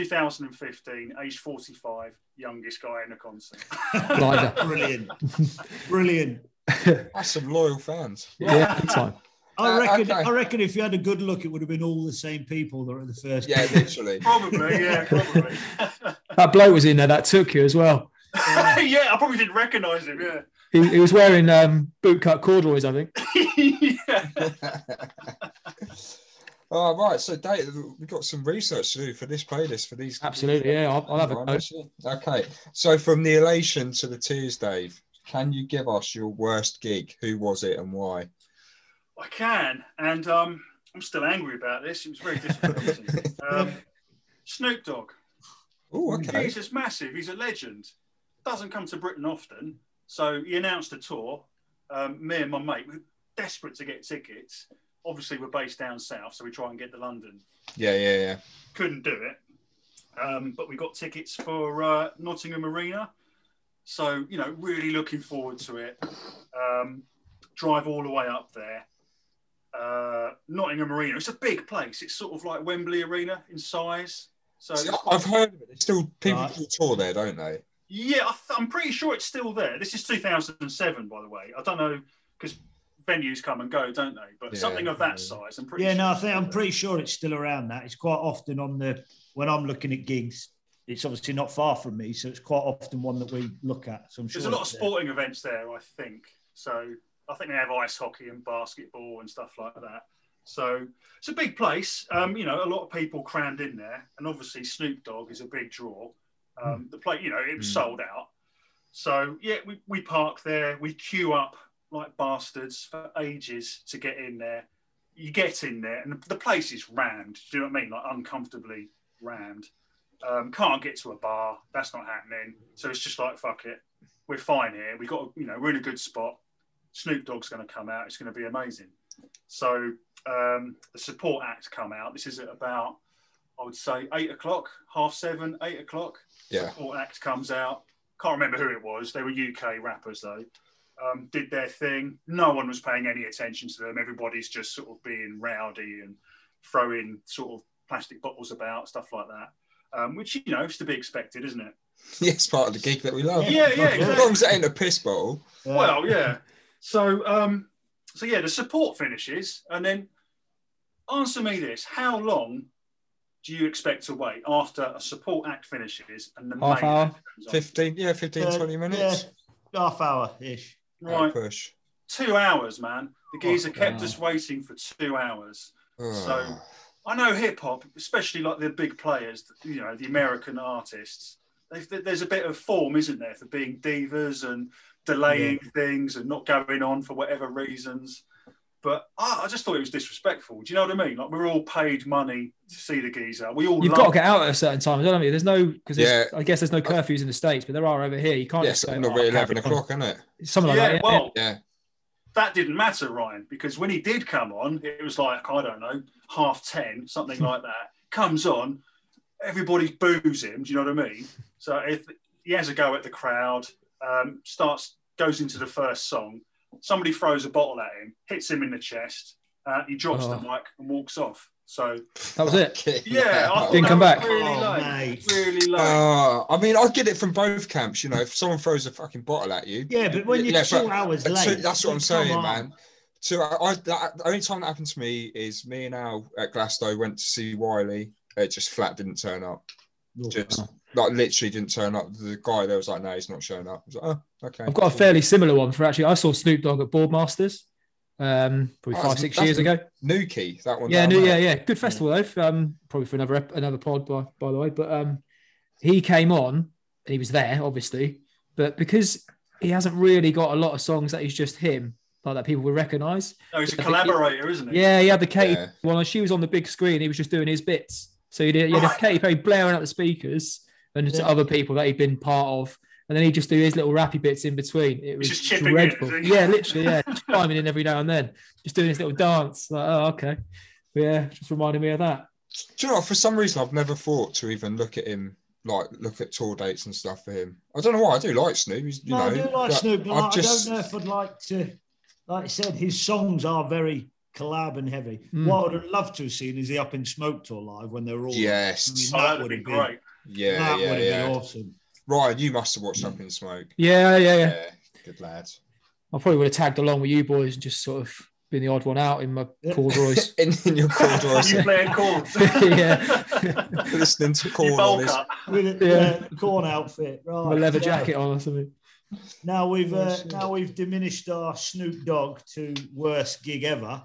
Speaker 4: 2015, age 45, youngest guy in the concert.
Speaker 5: Blinder.
Speaker 3: Brilliant. Brilliant.
Speaker 2: That's some loyal fans.
Speaker 5: Yeah, big time.
Speaker 3: I
Speaker 2: Uh,
Speaker 3: reckon
Speaker 2: okay.
Speaker 3: I reckon if you had a good look, it would have been all the same people that were at the first
Speaker 2: Yeah,
Speaker 3: gig.
Speaker 2: literally.
Speaker 4: probably, yeah, probably.
Speaker 5: That bloke was in there that took you as well.
Speaker 4: yeah, I probably didn't recognise him. Yeah.
Speaker 5: He, he was wearing um, bootcut corduroys, I think.
Speaker 4: yeah.
Speaker 2: All Oh, right, so Dave, we've got some research to do for this playlist for these.
Speaker 5: Absolutely, yeah. I'll, I'll have a go.
Speaker 2: Okay, so from the elation to the tears, Dave, can you give us your worst gig? Who was it and why?
Speaker 4: I can, and um, I'm still angry about this. It was very disappointing. um, Snoop Dogg,
Speaker 2: Oh, okay.
Speaker 4: he's just massive. He's a legend. Doesn't come to Britain often, so he announced a tour. Um, me and my mate were desperate to get tickets. Obviously, we're based down south, so we try and get to London.
Speaker 2: Yeah, yeah, yeah.
Speaker 4: Couldn't do it, um, but we got tickets for uh, Nottingham Arena. So you know, really looking forward to it. Um, drive all the way up there. Uh, Nottingham Arena. It's a big place. It's sort of like Wembley Arena in size. So
Speaker 2: See, I've heard of it. There's still people
Speaker 3: Right.
Speaker 2: who tour there, don't they?
Speaker 4: yeah, I th- I'm pretty sure it's still there. This is 2007, by the way. I don't know because venues come and go, don't they? But
Speaker 2: Yeah,
Speaker 4: something of that
Speaker 2: yeah.
Speaker 4: size, I'm pretty.
Speaker 3: Yeah,
Speaker 4: sure
Speaker 3: no, I
Speaker 4: it's
Speaker 3: think
Speaker 4: still
Speaker 3: I'm pretty sure it's still around that. It's quite often on the when I'm looking at gigs. It's obviously not far from me, so it's quite often one that we look at. So I'm
Speaker 4: there.
Speaker 3: sure
Speaker 4: There's a lot of
Speaker 3: it's
Speaker 4: sporting events there, I think. So I think they have ice hockey and basketball and stuff like that. So it's a big place. Um, you know, a lot of people crammed in there, and obviously Snoop Dogg is a big draw. Um, The play, you know, it was
Speaker 2: Mm.
Speaker 4: sold out. So yeah, we, we park there, we queue up like bastards for ages to get in there. You get in there, and the place is rammed. Do you know what I mean? Like uncomfortably rammed. Um, can't get to a bar. That's not happening. So it's just like fuck it. We're fine here. We got, you know, we're in a good spot. Snoop Dogg's going to come out. It's going to be amazing. So um, the support act come out. This is at about, I would say, eight o'clock, half seven, eight o'clock.
Speaker 2: Yeah.
Speaker 4: Support act comes out. Can't remember who it was. They were UK rappers though. Um, did their thing. No one was paying any attention to them. Everybody's just sort of being rowdy and throwing sort of plastic bottles about, stuff like that. Um, which you know is to be expected, isn't it?
Speaker 2: Yeah, it's part of the gig that we love.
Speaker 4: Yeah, yeah,
Speaker 2: As
Speaker 4: exactly.
Speaker 2: long as it ain't a piss bottle.
Speaker 3: Yeah.
Speaker 4: Well, yeah. So, um, so yeah, the support finishes, and then answer me this: How long do you expect to wait after a support act finishes and the
Speaker 5: Half
Speaker 4: main
Speaker 5: hour?
Speaker 4: act comes on?
Speaker 2: 15, yeah, 15,
Speaker 3: Uh,
Speaker 2: 20 minutes.
Speaker 3: yeah, half hour ish.
Speaker 2: Right.
Speaker 4: Right,
Speaker 2: Push.
Speaker 4: two hours, man. The geezer kept
Speaker 5: wow.
Speaker 4: us waiting for two hours.
Speaker 2: Oh.
Speaker 4: I know hip hop, especially like the big players, you know, the American artists. they've- There's a bit of form, isn't there, for being divas and delaying things and not going on for whatever reasons. But I, I just thought it was disrespectful. Do you know what I mean? Like we're all paid money to see the geezer. We all
Speaker 5: You've
Speaker 4: love
Speaker 5: got to get out at a certain time, don't you? There's no because
Speaker 2: Yeah.
Speaker 5: I guess there's no curfews in the states, but there are over here. You can't
Speaker 2: Yes,
Speaker 5: just go
Speaker 2: I'm not
Speaker 5: "Oh,
Speaker 2: really
Speaker 5: carry
Speaker 2: 11
Speaker 5: on."
Speaker 2: o'clock, isn't it?
Speaker 5: Something like
Speaker 4: yeah,
Speaker 5: that. Yeah.
Speaker 4: well,
Speaker 2: Yeah.
Speaker 4: that didn't matter, Ryan, because when he did come on, it was like, I don't know, half 10, something like that. Comes on, everybody boos him. Do you know what I mean? So if he has a go at the crowd, um, starts, goes into the first song, somebody throws a bottle at him, hits him in the chest, uh, he drops the
Speaker 5: Oh.
Speaker 4: mic and walks off. So,
Speaker 5: that was it.
Speaker 2: Fucking
Speaker 4: yeah, I
Speaker 2: hell.
Speaker 4: thought
Speaker 5: Didn't
Speaker 4: that
Speaker 5: come
Speaker 4: was
Speaker 5: back.
Speaker 4: Really
Speaker 3: Oh,
Speaker 4: late.
Speaker 3: mate.
Speaker 4: Really late.
Speaker 2: Uh, I mean, I get it from both camps. You know, if someone throws a fucking bottle at you,
Speaker 3: Yeah, but when you're
Speaker 2: Yeah,
Speaker 3: two
Speaker 2: but-
Speaker 3: hours
Speaker 2: That's,
Speaker 3: late,
Speaker 2: that's what I'm
Speaker 3: come
Speaker 2: saying,
Speaker 3: on.
Speaker 2: man. So I, I, that, the only time that happened to me is me and Al at Glasgow went to see Wiley. It just flat didn't turn up.
Speaker 3: Oh,
Speaker 2: Just like literally didn't turn up. The guy there was like, "No, he's not showing up." I was like, "Oh, okay."
Speaker 5: I've got a fairly similar one for actually. I saw Snoop Dogg at Boardmasters, um, probably
Speaker 2: Oh,
Speaker 5: five,
Speaker 2: that's-
Speaker 5: six
Speaker 2: that's
Speaker 5: years
Speaker 2: the-
Speaker 5: ago.
Speaker 2: Nuki, that one.
Speaker 5: Yeah,
Speaker 2: down
Speaker 5: no, yeah,
Speaker 2: there.
Speaker 5: yeah. Good festival though. Um, probably for another ep- another pod by by the way. But um, he came on and he was there obviously, but because he hasn't really got a lot of songs that he's just him like that people would recognise.
Speaker 4: no, oh, he's a
Speaker 5: I think-
Speaker 4: collaborator, isn't he?
Speaker 5: Yeah, he had the Katy
Speaker 2: Yeah.
Speaker 5: one on. She was on the big screen. He was just doing his bits. So he did. You had
Speaker 4: Right.
Speaker 5: Katy Perry blaring out the speakers and to
Speaker 3: Yeah.
Speaker 5: other people that he'd been part of. And then he'd just do his little rappy bits in between. It was
Speaker 4: just chipping in,
Speaker 5: dreadful.
Speaker 4: is he?
Speaker 5: yeah, literally, yeah, chiming in every now and then, just doing his little dance. Like, oh, okay, But yeah, just reminded me of that.
Speaker 2: Do you know? what, For some reason, I've never thought to even look at him, like look at tour dates and stuff for him. I don't know why. I do like Snoop. He's, you
Speaker 3: No,
Speaker 2: know,
Speaker 3: I do like
Speaker 2: but
Speaker 3: Snoop, but
Speaker 2: I've
Speaker 3: like,
Speaker 2: just-
Speaker 3: I don't know if I'd like to. Like I said, his songs are very collab and heavy.
Speaker 2: Hmm.
Speaker 5: Mm.
Speaker 3: What I'd have loved to have seen is the Up in Smoke tour live when they were all.
Speaker 2: Yes.
Speaker 4: Oh, that would
Speaker 3: would've
Speaker 4: be
Speaker 3: been-
Speaker 4: great.
Speaker 2: Yeah, yeah,
Speaker 3: that would have
Speaker 2: yeah.
Speaker 3: been awesome.
Speaker 2: Ryan, you must have watched Up in Smoke.
Speaker 5: Yeah, yeah, yeah.
Speaker 2: Yeah, good lad.
Speaker 5: I probably would have tagged along with you boys and just sort of been the odd one out in my
Speaker 3: Yeah.
Speaker 5: corduroys.
Speaker 2: In, in your corridors,
Speaker 4: You playing chords.
Speaker 5: Yeah.
Speaker 2: listening to
Speaker 4: You
Speaker 2: corn on
Speaker 4: bulk
Speaker 2: his
Speaker 4: up.
Speaker 3: With a
Speaker 5: Yeah.
Speaker 3: yeah, corn outfit, right?
Speaker 5: my leather
Speaker 3: yeah.
Speaker 5: jacket on or something.
Speaker 3: Now we've
Speaker 2: Oh,
Speaker 3: uh,
Speaker 2: shit.
Speaker 3: now we've diminished our Snoop Dogg to worst gig ever,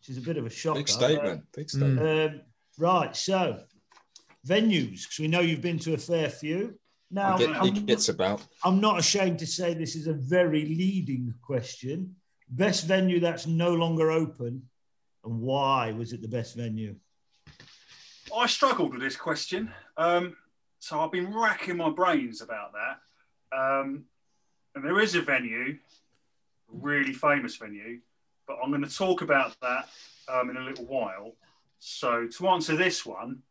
Speaker 3: which is a bit of a shocker.
Speaker 2: big statement.
Speaker 5: Mm.
Speaker 2: Big statement.
Speaker 3: Um, right, so venues, because we know you've been to a fair few. Now,
Speaker 2: He get- he
Speaker 3: I'm,
Speaker 2: gets about.
Speaker 3: I'm not ashamed to say this is a very leading question. Best venue that's no longer open, and why was it the best venue?
Speaker 4: I struggled with this question, um, so I've been racking my brains about that. Um, and there is a venue, really famous venue, but I'm going to talk about that um, in a little while. So to answer this one,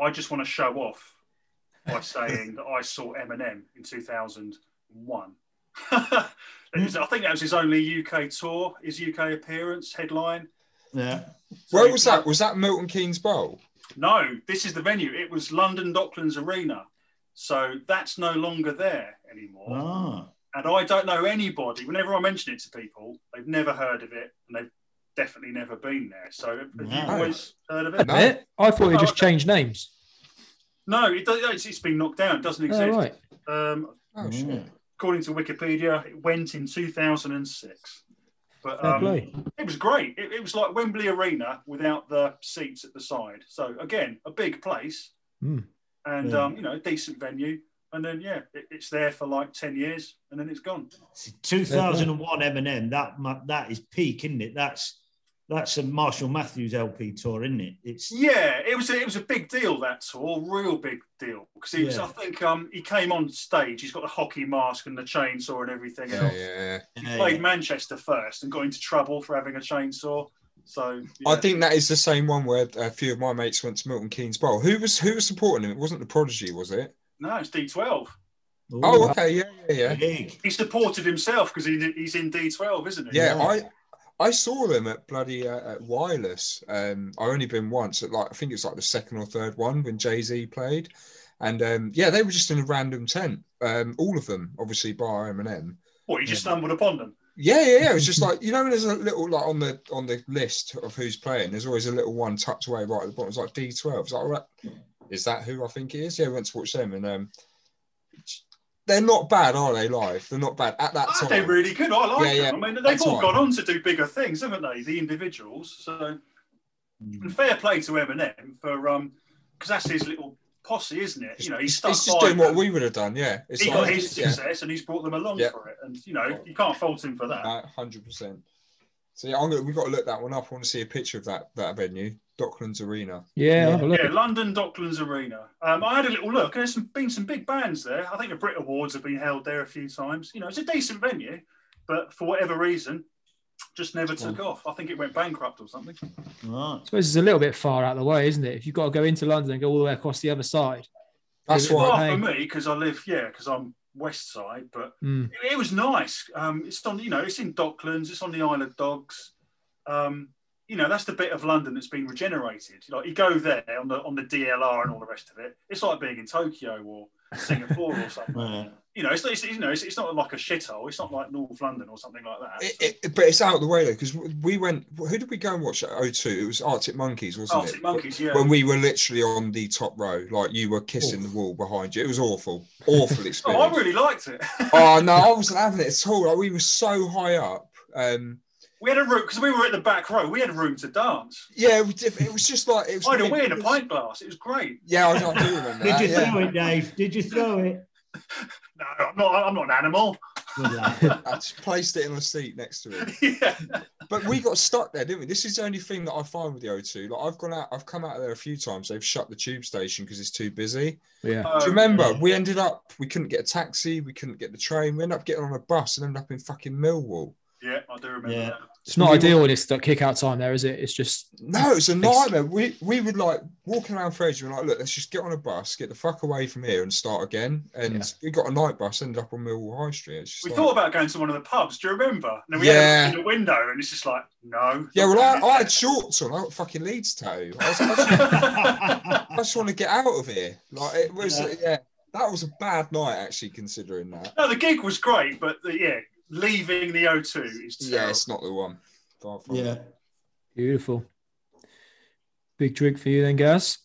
Speaker 4: I just want to show off by saying that I saw Eminem in 2001. That was- I think that was his only UK tour, his UK appearance headline.
Speaker 3: Yeah,
Speaker 4: So
Speaker 2: Where was that? Was that Milton Keynes Bowl?
Speaker 4: no, this is the venue. It was London Docklands Arena. So that's no longer there anymore.
Speaker 3: ah,
Speaker 4: And I don't know anybody, whenever I mention it to people, they've never heard of it and they've definitely never been there. So have you
Speaker 3: Wow.
Speaker 4: always heard of
Speaker 5: A
Speaker 4: it?
Speaker 2: No.
Speaker 5: bit. I thought he
Speaker 4: Oh,
Speaker 5: just
Speaker 4: okay.
Speaker 5: changed names.
Speaker 4: No, it, don't- it's, it's been knocked down. It doesn't
Speaker 5: Oh,
Speaker 4: exist.
Speaker 5: right.
Speaker 4: um,
Speaker 3: Mm.
Speaker 2: Oh shit!
Speaker 3: Yeah.
Speaker 4: according to Wikipedia, it went in 2006. But
Speaker 5: Fair
Speaker 4: um,
Speaker 5: play.
Speaker 4: it was great. It, it was like Wembley Arena without the seats at the side. So again, a big place,
Speaker 2: Hmm.
Speaker 5: Mm.
Speaker 4: and
Speaker 3: Yeah.
Speaker 4: um, you know, decent venue. And then yeah, it, it's there for like ten years, and then it's gone.
Speaker 3: 2001 Eminem. That mu- that is peak, isn't it? That's that's a Marshall Mathews LP tour, isn't it? It's
Speaker 4: Yeah, it was a, it was a big deal that tour, real big deal because he was.
Speaker 3: Yeah.
Speaker 4: I think um, he came on stage. He's got the hockey mask and the chainsaw and everything
Speaker 2: Yeah,
Speaker 4: else.
Speaker 2: yeah.
Speaker 4: Played Manchester first and got into trouble for having a chainsaw. So yeah.
Speaker 2: I think that is the same one where a few of my mates went to Milton Keynes Bowl. Who was who was supporting him? It wasn't the Prodigy, was it?
Speaker 4: no, it's D twelve.
Speaker 3: Ooh,
Speaker 2: Oh, okay, yeah, yeah, yeah.
Speaker 3: big.
Speaker 4: He supported himself because he, he's in D twelve, isn't he?
Speaker 2: Yeah, I I saw them at bloody uh, at Wireless. Um, I only been once at like I think it's like the second or third one when Jay Z played, and um, yeah, they were just in a random tent. Um, all of them, obviously, bar Eminem.
Speaker 4: What you just stumbled upon them.
Speaker 2: Yeah, yeah, yeah. It was just like you know, when there's a little like on the on the list of who's playing. There's always a little one tucked away right at the bottom. It's like D twelve. It's like, all right, is that who I think it is? Yeah, we went to watch them, and um, they're not bad, are they? Live, they're not bad at that
Speaker 4: Ah,
Speaker 2: time.
Speaker 4: they're really good. I like
Speaker 2: Yeah,
Speaker 4: them. I mean, they've
Speaker 2: That's
Speaker 4: all
Speaker 2: right.
Speaker 4: gone on to do bigger things, haven't they? The individuals. So,
Speaker 2: Mm.
Speaker 4: and fair play to Eminem for um, because that's his little posse, isn't it? You know, he's
Speaker 2: he's,
Speaker 4: stuck
Speaker 2: he's just
Speaker 4: by
Speaker 2: doing what
Speaker 4: them.
Speaker 2: we would have done. Yeah, it's
Speaker 4: He got
Speaker 2: like-
Speaker 4: his
Speaker 2: yeah,
Speaker 4: success and he's brought them along
Speaker 2: Yeah.
Speaker 4: for it, and you know, you can't fault him for that.
Speaker 2: hundred percent. So yeah, I'm gonna, we've got to look that one up. I want to see a picture of that that venue, Docklands Arena.
Speaker 5: Yeah,
Speaker 3: Yeah.
Speaker 5: I'll have a look.
Speaker 4: Yeah, London Docklands Arena. Um, I had a little look, and there's some, been some big bands there. I think the Brit Awards have been held there a few times. You know, it's a decent venue, but for whatever reason, just never took off. I think it went bankrupt or something.
Speaker 3: Right.
Speaker 5: I suppose it's a little bit far out of the way, isn't it? If you've got to go into London and go all the way across the other side.
Speaker 2: That's
Speaker 5: Yeah,
Speaker 2: why.
Speaker 4: Well,
Speaker 5: hey.
Speaker 4: for me, because I live, yeah, because I'm West Side, but
Speaker 5: Mm.
Speaker 4: it, it was nice. Um, it's on, you know, it's in Docklands. It's on the Isle of Dogs. Um, you know, that's the bit of London that's been regenerated. Like you go there on the on the DLR and all the rest of it. It's like being in Tokyo or Singapore or something.
Speaker 3: Right.
Speaker 4: You know, it's, it's you know, it's, it's not like a shithole. It's not like North London or something like that.
Speaker 2: It, it, but it's out of the way though, because we went. Who did we go and watch at O2? It was Arctic Monkeys, wasn't
Speaker 4: Arctic
Speaker 2: it?
Speaker 4: Monkeys, yeah.
Speaker 2: When we were literally on the top row, like you were kissing the wall behind you. It was awful, awful experience.
Speaker 4: oh, I really liked it.
Speaker 2: oh no, I wasn't having it at all. Like, we were so high up. Um,
Speaker 4: we had a room because we were at the back row. We had room to dance.
Speaker 2: yeah, it was, diff- it was just like it was.
Speaker 4: I had a win, a
Speaker 2: it was-
Speaker 4: pint glass. It was great.
Speaker 2: Yeah, I, I do remember
Speaker 3: Did
Speaker 2: that.
Speaker 3: you
Speaker 2: Yeah.
Speaker 3: throw it, Dave? Did you throw it?
Speaker 4: No, I'm not. I'm not an animal.
Speaker 3: Good lad.
Speaker 2: I just placed it in the seat next to it.
Speaker 4: yeah.
Speaker 2: But we got stuck there, didn't we? This is the only thing that I find with the O2. Like I've gone out, I've come out of there a few times. They've shut the tube station because it's too busy.
Speaker 5: Yeah.
Speaker 2: Do
Speaker 4: Um,
Speaker 2: you remember? We ended up, we couldn't get a taxi, we couldn't get the train. We ended up getting on a bus and ended up in fucking Millwall.
Speaker 4: Yeah, I do remember
Speaker 3: Yeah.
Speaker 4: that.
Speaker 5: It's not ideal when it's like kick out time there, is it? It's just
Speaker 2: No, it's a nightmare. We we would like walking around Fraser. We're like, look, let's just get on a bus, get the fuck away from here, and start again. And
Speaker 5: Yeah.
Speaker 2: we got a night bus, ended up on Millwall High Street. It's just
Speaker 4: We
Speaker 2: like-
Speaker 4: thought about going to one of the pubs. Do you remember? And then we
Speaker 2: Yeah.
Speaker 4: had a look in the window, and it's just like, no.
Speaker 2: yeah, well, I, I had shorts on. I got fucking Leeds tattoo. I, was, I, just, I just want to get out of here. Like it was,
Speaker 3: Yeah.
Speaker 2: yeah. that was a bad night actually, considering that.
Speaker 4: no, the gig was great, but the, yeah, leaving the O2 is
Speaker 2: Yeah,
Speaker 4: terrible.
Speaker 2: it's not the one. Far from it.
Speaker 3: yeah.
Speaker 5: beautiful. Big drink for you then, Gaz.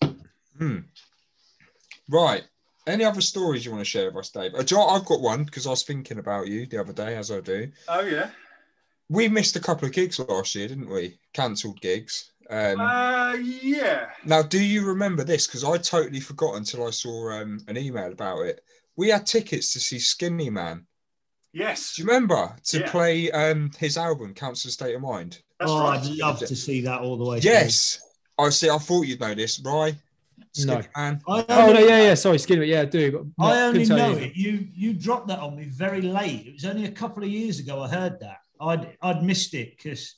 Speaker 2: Hmm. Right. Any other stories you want to share with us, Dave? Uh, do you know what? I've got one because I was thinking about you the other day, as I do.
Speaker 4: Oh yeah.
Speaker 2: we missed a couple of gigs last year, didn't we? Cancelled gigs. Um,
Speaker 4: Uh, yeah.
Speaker 2: now, do you remember this? Because I totally forgot until I saw um, an email about it. We had tickets to see Skinny Man.
Speaker 4: Yes.
Speaker 2: Do you remember to
Speaker 4: Yeah.
Speaker 2: play um, his album, Council State of Mind?
Speaker 4: That's
Speaker 3: oh,
Speaker 4: right.
Speaker 3: I'd love to see that all the way. through.
Speaker 2: Yes. I see. I thought you'd know this, right? Skinny
Speaker 5: No.
Speaker 2: Man.
Speaker 3: I
Speaker 5: Oh no,
Speaker 3: only-
Speaker 5: yeah, yeah. Sorry, skinny. Yeah, I do. But no,
Speaker 3: I only
Speaker 5: couldn't tell
Speaker 3: know
Speaker 5: you.
Speaker 3: it. You you dropped that on me very late. It was only a couple of years ago I heard that. I'd I'd missed it because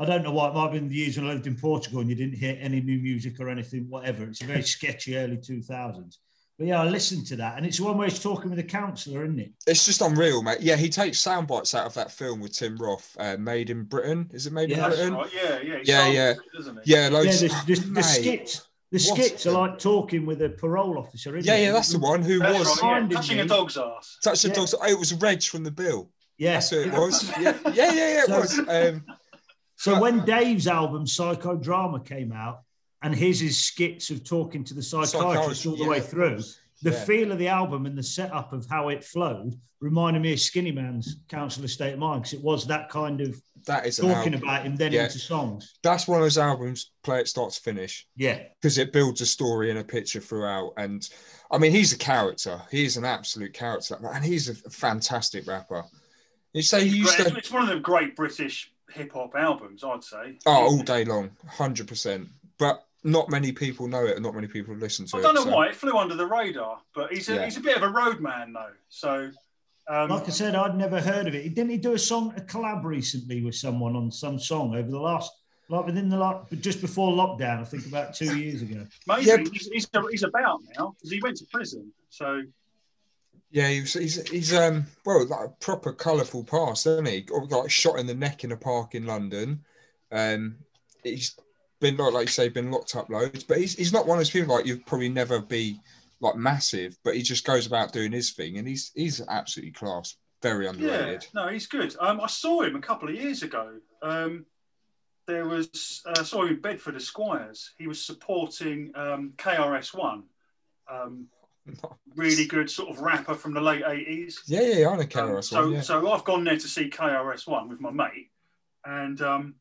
Speaker 3: I don't know why. It might have been the years when I lived in Portugal and you didn't hear any new music or anything, whatever. It's a very sketchy early 2000s. But yeah, I listened to that. And it's the one where he's talking with a counsellor, isn't it?
Speaker 2: It's just unreal, mate. Yeah, he takes sound bites out of that film with Tim Roth, uh, Made in Britain. Is it Made
Speaker 3: Yeah.
Speaker 2: in
Speaker 4: That's
Speaker 2: Britain?
Speaker 4: right. Yeah, yeah. He
Speaker 2: Yeah,
Speaker 4: sold
Speaker 2: yeah.
Speaker 4: it, Doesn't it?
Speaker 2: Yeah,
Speaker 3: Yeah,
Speaker 2: loads.
Speaker 3: the, the, the
Speaker 2: Oh, Mate.
Speaker 3: skits. The
Speaker 2: what
Speaker 3: skits
Speaker 2: a-
Speaker 3: are like talking with a parole officer, isn't
Speaker 2: Yeah,
Speaker 3: it?
Speaker 2: yeah, that's the one. Who
Speaker 4: That's
Speaker 2: was?
Speaker 4: right,
Speaker 3: Reminded
Speaker 4: yeah. Touching
Speaker 3: me.
Speaker 4: a dog's ass.
Speaker 2: Touch the
Speaker 3: Yeah.
Speaker 2: dogs. Oh, it was Reg from the Bill.
Speaker 3: Yeah.
Speaker 2: That's who it was. Yeah, yeah, yeah, yeah it
Speaker 3: So-
Speaker 2: was. Um,
Speaker 3: So
Speaker 2: But-
Speaker 3: when Dave's album Psychodrama came out, and his is skits of talking to the psychiatrist
Speaker 2: Psychiatrist,
Speaker 3: all the
Speaker 2: yeah,
Speaker 3: way
Speaker 2: of
Speaker 3: through,
Speaker 2: course.
Speaker 3: the
Speaker 2: Yeah.
Speaker 3: feel of the album and the setup of how it flowed reminded me of Skinny Man's Council of State of Mind because it was that kind of
Speaker 2: that is an
Speaker 3: talking
Speaker 2: album.
Speaker 3: about him then
Speaker 2: Yeah.
Speaker 3: into songs.
Speaker 2: That's one of those albums. Play it start to finish
Speaker 3: Yeah,
Speaker 2: because it builds a story and a picture throughout. And I mean, he's a character. He's an absolute character, and he's a fantastic rapper. You say he used
Speaker 4: Great-
Speaker 2: to.
Speaker 4: It's one of the great British hip hop albums, I'd say.
Speaker 2: Oh, all day long, hundred percent. But not many people know it, and not many people listen to
Speaker 4: I
Speaker 2: it.
Speaker 4: don't know
Speaker 2: so-
Speaker 4: why it flew under the radar, but he's a
Speaker 2: Yeah.
Speaker 4: he's a bit of a roadman though. So, um,
Speaker 3: like I said, I'd never heard of it. Didn't he do a song, a collab recently with someone on some song over the last, like within the last, but just before lockdown, I think about two years ago.
Speaker 4: maybe
Speaker 2: Yeah,
Speaker 4: he's, he's, he's about now because he went to prison. So
Speaker 2: Yeah, he was, he's he's um well like a proper colourful pass, isn't he? Got, got shot in the neck in a park in London. Um, he's been like like you say, been locked up loads, but he's he's not one of those people like you'd probably never be like massive, but he just goes about doing his thing, and he's he's absolutely class, very
Speaker 4: yeah,
Speaker 2: underrated.
Speaker 4: no, he's good. Um, I saw him a couple of years ago. Um, there was uh, I saw him in Bedford Esquires. He was supporting um, KRS One, um, really good sort of rapper from the late eighties.
Speaker 2: Yeah, yeah, yeah I know
Speaker 4: Um,
Speaker 2: Kenneth
Speaker 4: so,
Speaker 2: yeah.
Speaker 4: so I've gone there to see KRS One with my mate, and um,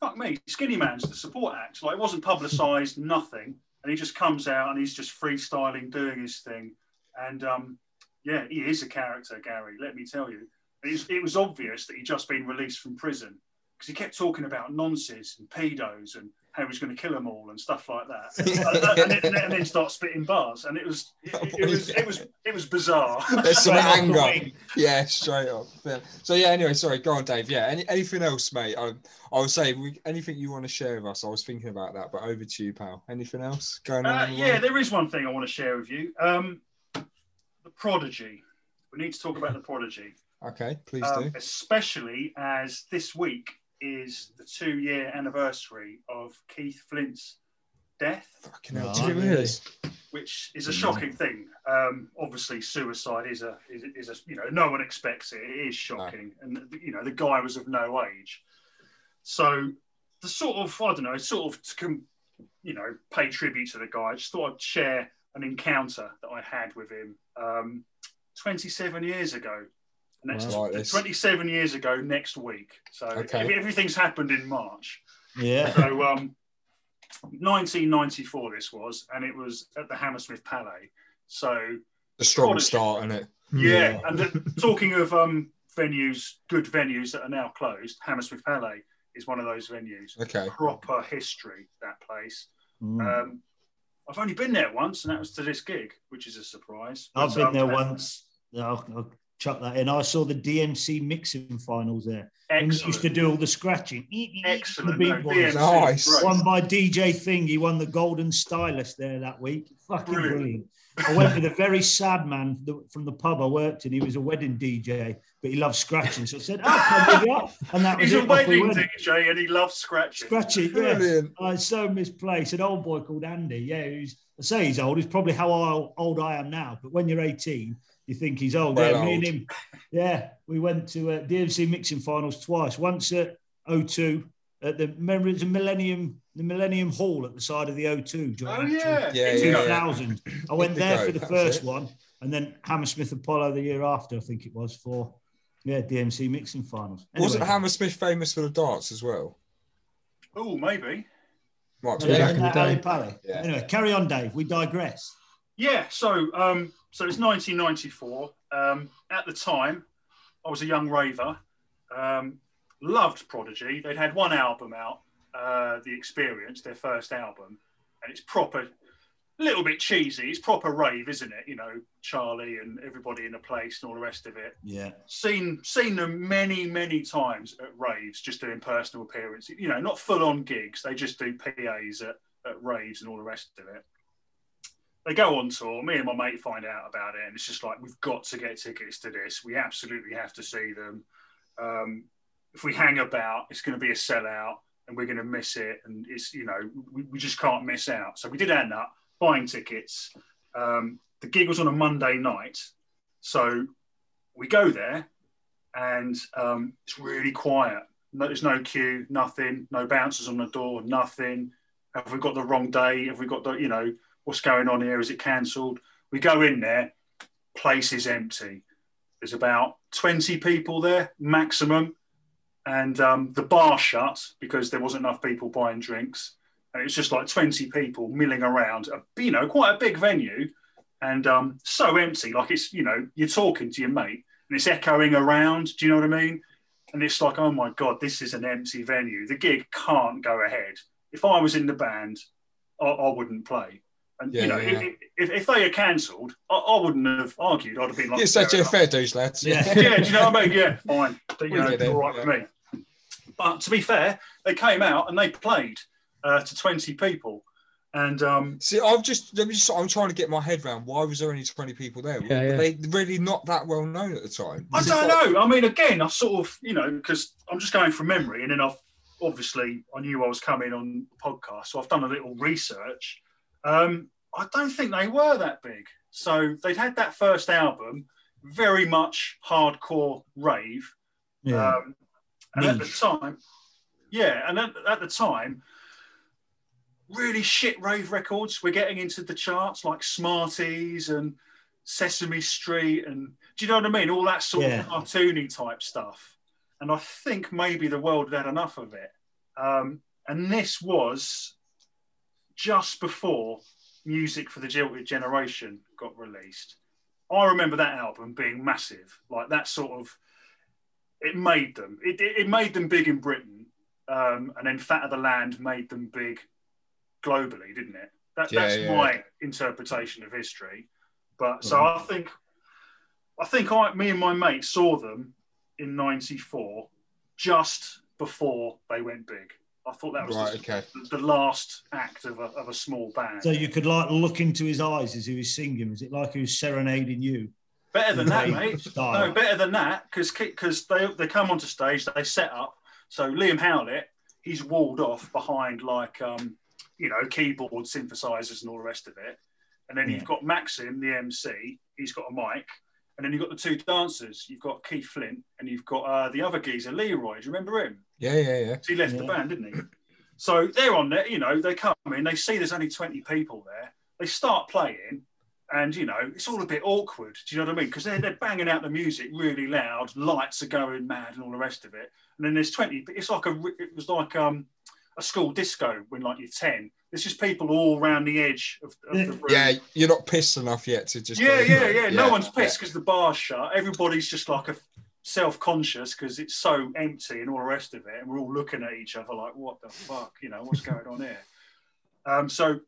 Speaker 4: fuck me, Skinny Man's the support act. Like it wasn't publicised, nothing, and he just comes out and he's just freestyling, doing his thing, and um, yeah, he is a character, Gary. Let me tell you, it, it was obvious that he'd just been released from prison, because he kept talking about nonces and pedos and how he's going to kill them all and stuff like that, and, and, and then start spitting bars, and it was it, it was it was it was bizarre.
Speaker 2: There's some
Speaker 4: Straight off the
Speaker 2: anger.
Speaker 4: wing.
Speaker 2: Yeah, straight up. Yeah. So yeah. Anyway, sorry. Go on, Dave. Yeah. Any, anything else, mate? I, I was saying we, anything you want to share with us. I was thinking about that, but over to you, pal. Anything else going on?
Speaker 4: Uh,
Speaker 2: in the
Speaker 4: yeah,
Speaker 2: world?
Speaker 4: there is one thing I want to share with you. Um, the prodigy. We need to talk about the prodigy,
Speaker 2: Okay. Please
Speaker 4: um,
Speaker 2: do.
Speaker 4: especially as this week is the two-year anniversary of Keith Flint's death,
Speaker 2: Fucking hell.
Speaker 1: Right.
Speaker 2: two
Speaker 5: Really?
Speaker 2: years.
Speaker 4: which is a
Speaker 2: Mm.
Speaker 4: shocking thing. Um, obviously, suicide is a is, is a you know no one expects it. It is shocking, and you know the guy was of no age. So the sort of I don't know, sort of to com- you know pay tribute to the guy. I just thought I'd share an encounter that I had with him um, 27 years ago. And that's
Speaker 2: Wow. Like this.
Speaker 4: 27 years ago next week. So
Speaker 2: Okay.
Speaker 4: ev- everything's happened in March.
Speaker 3: Yeah.
Speaker 4: So um, 1994 this was, and it was at the Hammersmith Palais. So
Speaker 2: The strong
Speaker 4: Prodigy.
Speaker 2: start, isn't it?
Speaker 4: yeah, and the, talking of um, venues, good venues that are now closed, Hammersmith Palais is one of those venues.
Speaker 2: Okay.
Speaker 4: Proper history, that place.
Speaker 3: Mm.
Speaker 4: Um, I've only been there once, and that was to this gig, which is a surprise.
Speaker 3: I've
Speaker 4: But,
Speaker 3: been
Speaker 4: um,
Speaker 3: there once. I'll, I'll chuck that in. I saw the DMC mixing finals there. And he used to
Speaker 4: Excellent.
Speaker 3: do all the scratching.
Speaker 4: Excellent.
Speaker 3: The
Speaker 4: No,
Speaker 3: big ones.
Speaker 4: DMC,
Speaker 2: Nice.
Speaker 4: great.
Speaker 3: Won by DJ Thing. He won the Golden Stylist there that week. Fucking
Speaker 4: Brilliant.
Speaker 3: brilliant. I went with a very sad man th- from the pub I worked in. He was a wedding DJ, but he loved scratching. So I said, "I'll come with you." And that was
Speaker 4: He's
Speaker 3: it.
Speaker 4: a
Speaker 3: Off we
Speaker 4: wedding
Speaker 3: went.
Speaker 4: DJ, and he loves scratching.
Speaker 3: Scratching, yeah.
Speaker 2: Brilliant.
Speaker 3: I was Uh, so misplaced. An old boy called Andy. Yeah, who's I say he's old. He's probably how old, old I am now. But when you're 18, you think he's old.
Speaker 2: Well
Speaker 3: yeah, me
Speaker 2: old.
Speaker 3: and him. Yeah, we went to uh, DMC mixing finals twice. Once at O2 at the remember it's the Millennium the Millennium Hall at the side of the O2. during
Speaker 4: Oh
Speaker 3: the
Speaker 4: yeah.
Speaker 2: Yeah,
Speaker 4: Bingo.
Speaker 2: yeah, yeah.
Speaker 3: 2000. I went
Speaker 2: the
Speaker 3: there
Speaker 2: go,
Speaker 3: for the
Speaker 2: that's
Speaker 3: first
Speaker 2: it.
Speaker 3: one, and then Hammersmith Apollo the year after. I think it was for yeah DMC mixing finals.
Speaker 2: Wasn't
Speaker 3: Anyway.
Speaker 2: Hammersmith famous for the darts as well?
Speaker 4: Oh, maybe.
Speaker 2: Might be
Speaker 5: Yeah.
Speaker 2: back
Speaker 5: in the
Speaker 3: Alley
Speaker 5: day.
Speaker 3: Pally.
Speaker 2: Yeah.
Speaker 3: Anyway, carry on, Dave. We digress.
Speaker 4: Yeah, so um, so it's 1994. Um, at the time, I was a young raver, um, loved Prodigy. They'd had one album out, uh, The Experience, their first album, and it's proper, little bit cheesy. It's proper rave, isn't it? You know, Charlie and everybody in the place and all the rest of it
Speaker 3: Yeah.
Speaker 4: seen seen them many many times at raves just doing personal appearances you know not full on gigs they just do pas at, at raves and all the rest of it they go on tour me and my mate find out about it and it's just like we've got to get tickets to this we absolutely have to see them um, if we hang about it's going to be a sellout and we're going to miss it and it's you know we, we just can't miss out so we did end up buying tickets um, the gig was on a monday night so we go there and um, it's really quiet. No, there's no queue, nothing, no bouncers on the door, nothing. Have we got the wrong day? Have we got the, you know, what's going on here? Is it cancelled? We go in there, place is empty. There's about 20 people there maximum. And um, the bar shut because there wasn't enough people buying drinks. And it was just like 20 people milling around, a, you know, quite a big venue and um, so empty. Like it's you know you're talking to your mate and it's echoing around. Do you know what I mean? And it's like oh my god, this is an empty venue. The gig can't go ahead. If I was in the band, I, I wouldn't play. And
Speaker 2: Yeah,
Speaker 4: you know
Speaker 2: yeah, yeah.
Speaker 4: i- i- If, if they are cancelled, I, I wouldn't have argued. I'd have been like
Speaker 2: You're such a
Speaker 4: "Fair enough."
Speaker 2: fair dues, lads.
Speaker 3: Yeah.
Speaker 4: yeah, do you know what I mean? Yeah, fine. But, you
Speaker 2: We
Speaker 4: know,
Speaker 2: get
Speaker 4: it's
Speaker 2: it,
Speaker 4: all right
Speaker 2: yeah.
Speaker 4: with me. But to be fair, they came out and they played uh, to 20 people. And um,
Speaker 2: See, I've just, let me just, I'm trying to get my head round. Why was there only 20 people there?
Speaker 5: Yeah, yeah.
Speaker 2: Were they really not that well known at the time?
Speaker 4: I don't know. I mean, again, I sort of, you know, because I'm just going from memory, and then I've obviously I knew I was coming on the podcast, so I've done a little research. Um, I don't think they were that big. So they'd had that first album, very much hardcore rave.
Speaker 2: Uh,
Speaker 4: Um, and at the
Speaker 3: Niche.
Speaker 4: time, yeah, and at, at the time, really shit rave records were getting into the charts like Smarties and Sesame Street, and do you know what I mean? All that sort
Speaker 3: Yeah.
Speaker 4: of cartoony type stuff. And I think maybe the world had had enough of it. Um, and this was just before Music for the Jilted Generation got released. I remember that album being massive, like that sort of. It made them. It, it, it made them big in Britain, um, and then Fat of the Land made them big globally, didn't it? That,
Speaker 2: Yeah,
Speaker 4: that's
Speaker 2: yeah.
Speaker 4: my interpretation of history. But so
Speaker 2: Mm-hmm.
Speaker 4: I think, I think I, me and my mate saw them in '94, just before they went big. I thought that was
Speaker 2: Right,
Speaker 4: the,
Speaker 2: okay.
Speaker 4: the last act of a, of a small band.
Speaker 3: So you could like look into his eyes as he was singing. Is it like he was serenading you?
Speaker 4: Better than that,
Speaker 3: Like,
Speaker 4: mate.
Speaker 3: Style.
Speaker 4: No, better than that because because they they come onto stage, they set up. So Liam Howlett, he's walled off behind like um, you know keyboard synthesizers and all the rest of it, and then
Speaker 3: Yeah.
Speaker 4: you've got Maxim, the MC, he's got a mic, and then you've got the two dancers. You've got Keith Flint and you've got uh, the other geezer, Leroy. Do you remember him?
Speaker 2: Yeah, yeah, yeah.
Speaker 4: 'Cause He left the
Speaker 3: Yeah.
Speaker 4: band, didn't he? So they're on there, you know, they come in, they see there's only 20 people there, they start playing, and, you know, it's all a bit awkward. Do you know what I mean? Because they're, they're banging out the music really loud, lights are going mad, and all the rest of it. And then there's 20, but it's like a, re- it was like um, a school disco when like you're 10. There's just people all round the edge of, of the room.
Speaker 2: Yeah, you're not pissed enough yet to just.
Speaker 4: Yeah,
Speaker 2: go
Speaker 4: yeah,
Speaker 2: for it.
Speaker 4: yeah. No one's pissed because the bar's shut. Everybody's just like a self-conscious because it's so empty and all the rest of it, and we're all looking at each other like, "What the fuck? You know, what's going on here?" Um, so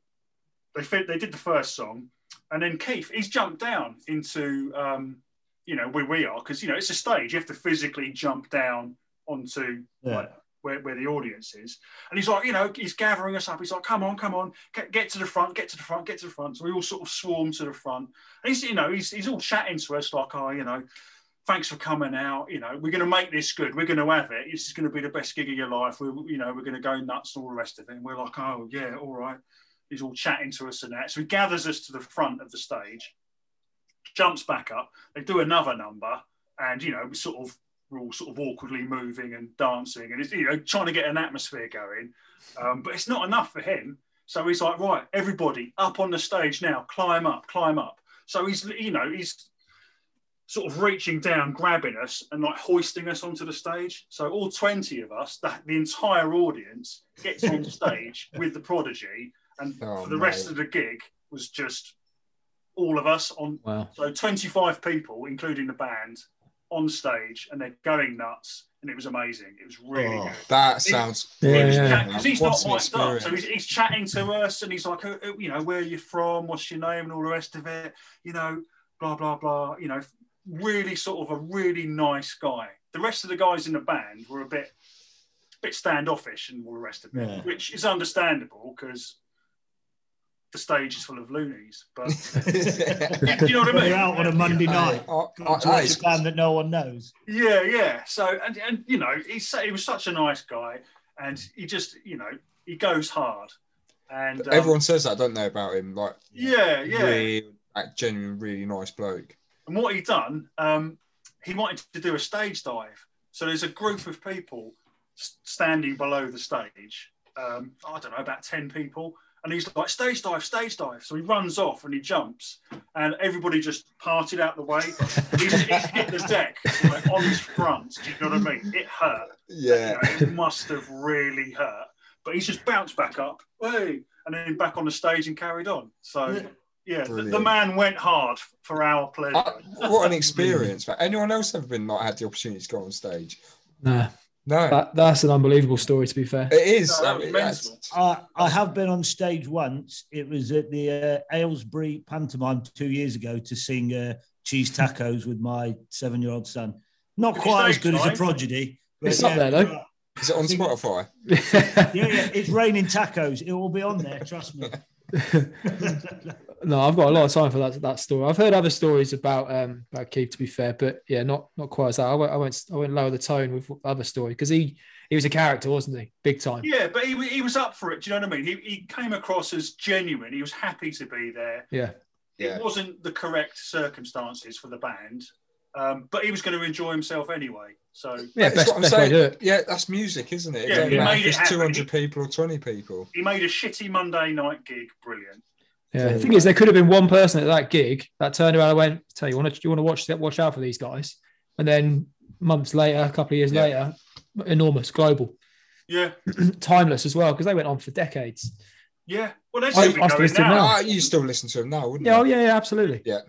Speaker 4: they fit, they did the first song, and then Keith he's jumped down into um, you know where we are because you know it's a stage. You have to physically jump down onto
Speaker 3: Yeah.
Speaker 4: like, where, where the audience is. And he's like, you know, he's gathering us up. He's like, come on, come on, get, get to the front, get to the front, get to the front. So we all sort of swarm to the front. And he's, you know, he's, he's all chatting to us like, oh, you know, thanks for coming out. You know, we're going to make this good. We're going to have it. This is going to be the best gig of your life. We're, you know, we're going to go nuts and all the rest of it. And we're like, oh, yeah, all right. He's all chatting to us and that. So he gathers us to the front of the stage, jumps back up. They do another number. And, you know, we sort of we're all sort of awkwardly moving and dancing and it's you know trying to get an atmosphere going um, but it's not enough for him so he's like right everybody up on the stage now climb up climb up so he's you know he's sort of reaching down grabbing us and like hoisting us onto the stage so all 20 of us the, the entire audience gets on stage with the prodigy and
Speaker 2: Oh,
Speaker 4: for the rest
Speaker 2: mate.
Speaker 4: of the gig was just all of us on
Speaker 5: Wow.
Speaker 4: so 25 people, including the band, on stage, and they're going nuts, and it was amazing. It was really
Speaker 2: Oh,
Speaker 4: good.
Speaker 2: that sounds.
Speaker 5: Yeah,
Speaker 4: Because
Speaker 5: yeah.
Speaker 4: he's
Speaker 2: What
Speaker 4: not
Speaker 2: an
Speaker 4: wiped up, so
Speaker 2: experience.
Speaker 4: he's, he's chatting to us, and he's like, "Oh, oh, you know, where are you from? What's your name, and all the rest of it. You know, blah blah blah. You know, really sort of a really nice guy. The rest of the guys in the band were a bit, bit standoffish, and all the rest of it,
Speaker 3: Yeah.
Speaker 4: which is understandable because the stage is full of loonies. But
Speaker 2: Hey,
Speaker 4: you know what I
Speaker 3: But
Speaker 4: mean?
Speaker 3: they're out on a Monday night.
Speaker 2: I- I-
Speaker 3: Can't
Speaker 2: that
Speaker 3: watch
Speaker 2: is-
Speaker 3: a band that no one knows.
Speaker 4: Yeah, yeah. So and and you know he's so- he was such a nice guy, and he just you know he goes hard, and um,
Speaker 2: Everyone says that, don't they, about him? Like,
Speaker 4: Yeah, yeah.
Speaker 2: really- that genuine, really nice bloke.
Speaker 4: And what he done, um, he wanted to do a stage dive. So there's a group of people s- standing below the stage. Um, I don't know, about ten people, and he's like stage dive, stage dive. So he runs off and he jumps, and everybody just parted out the way. he's, he's hit the deck like, on his front. Do you know what I mean? It hurt.
Speaker 2: Yeah,
Speaker 4: You know, it must have really hurt. But he's just bounced back up, hey, and then back on the stage and carried on. So yeah, the, the
Speaker 2: Brilliant. Uh,
Speaker 4: man went hard for our pleasure.
Speaker 2: I- what an experience! But anyone else ever been like had the opportunity to go on stage?
Speaker 5: Nah,
Speaker 2: No,
Speaker 5: that, that's an unbelievable story. To be fair,
Speaker 2: it is.
Speaker 4: No,
Speaker 2: I mean,
Speaker 4: it's
Speaker 2: that's-
Speaker 4: mental.
Speaker 3: I, I have been on stage once. It was at the uh, Aylesbury pantomime two years ago to sing uh, cheese tacos with my seven-year-old son. Not
Speaker 4: Did you
Speaker 3: quite as
Speaker 4: stage
Speaker 3: good as a
Speaker 4: dive?
Speaker 3: prodigy.
Speaker 5: It's up there, though.
Speaker 2: is it on Spotify?
Speaker 3: Yeah, yeah, it's raining tacos. It will be on there, trust me.
Speaker 5: no, I've got a lot of time for that that story. I've heard other stories about um about Keith, to be fair, but yeah, not not quite as that. I won't I won't, I won't lower the tone with other story because he he was a character, wasn't he? Big time.
Speaker 4: Yeah, but he, wa- he was up for it. Do you know what I mean? He, he came across as genuine. He was happy to be there.
Speaker 5: Yeah.
Speaker 2: Yeah.
Speaker 4: It wasn't the correct circumstances for the band, um, but he was going to enjoy himself anyway. So
Speaker 5: Yeah,
Speaker 2: That's
Speaker 5: best,
Speaker 2: what I'm
Speaker 5: best way to do
Speaker 2: saying.
Speaker 5: it.
Speaker 2: Yeah, that's music, isn't it? It
Speaker 4: Yeah,
Speaker 2: doesn't
Speaker 5: he
Speaker 2: matter
Speaker 4: made
Speaker 2: if
Speaker 4: it
Speaker 2: it's
Speaker 4: happen.
Speaker 2: 200 people or 20 people.
Speaker 4: he made a shitty Monday night gig brilliant.
Speaker 5: Yeah. The thing is, there could have been one person at that gig that turned around and went, "Tell you, want to you want to watch that? Watch out for these guys." And then months later, a couple of years
Speaker 2: Yeah.
Speaker 5: later, enormous, global,
Speaker 4: Yeah,
Speaker 5: timeless as well because they went on for decades.
Speaker 4: yeah. Well, that's
Speaker 5: I-
Speaker 4: even
Speaker 5: I still
Speaker 4: going
Speaker 5: listen
Speaker 4: now.
Speaker 5: now.
Speaker 2: Ah, you still listen to him now, wouldn't
Speaker 5: Oh. Yeah, oh,
Speaker 2: you?
Speaker 5: yeah, yeah, absolutely.
Speaker 2: There,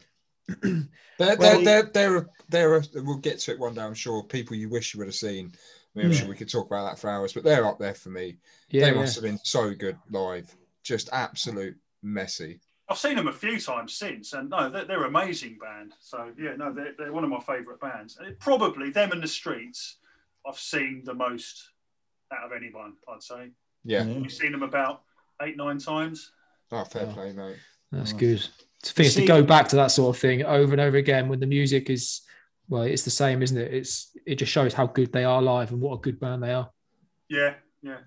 Speaker 5: Well-
Speaker 2: there, there, there, are, there are. We'll get to it one day, I'm sure. People you wish you would have seen, I mean, I'm sure we could talk about that for hours, but they're up there for me.
Speaker 5: Yeah,
Speaker 2: they
Speaker 5: yeah.
Speaker 2: must have been so good live, just absolute messy.
Speaker 4: I've seen them a few times since, and no, they're, they're an amazing band. So yeah, no, they're, they're one of my favourite bands. And it- probably them and the Streets, I've seen the most out of anyone. I'd say
Speaker 2: Yeah,
Speaker 3: Mm.
Speaker 4: we've seen them about eight, nine times.
Speaker 3: Mm-hmm.
Speaker 2: oh, fair
Speaker 5: Yeah.
Speaker 2: play, mate.
Speaker 5: That's
Speaker 3: Nice.
Speaker 5: good. It's things to
Speaker 3: see-
Speaker 5: go back to that sort of thing over and over again when the music is well, it's the same, isn't it? It's it just shows how good they are live and what a good band they are.
Speaker 4: Yeah, yeah.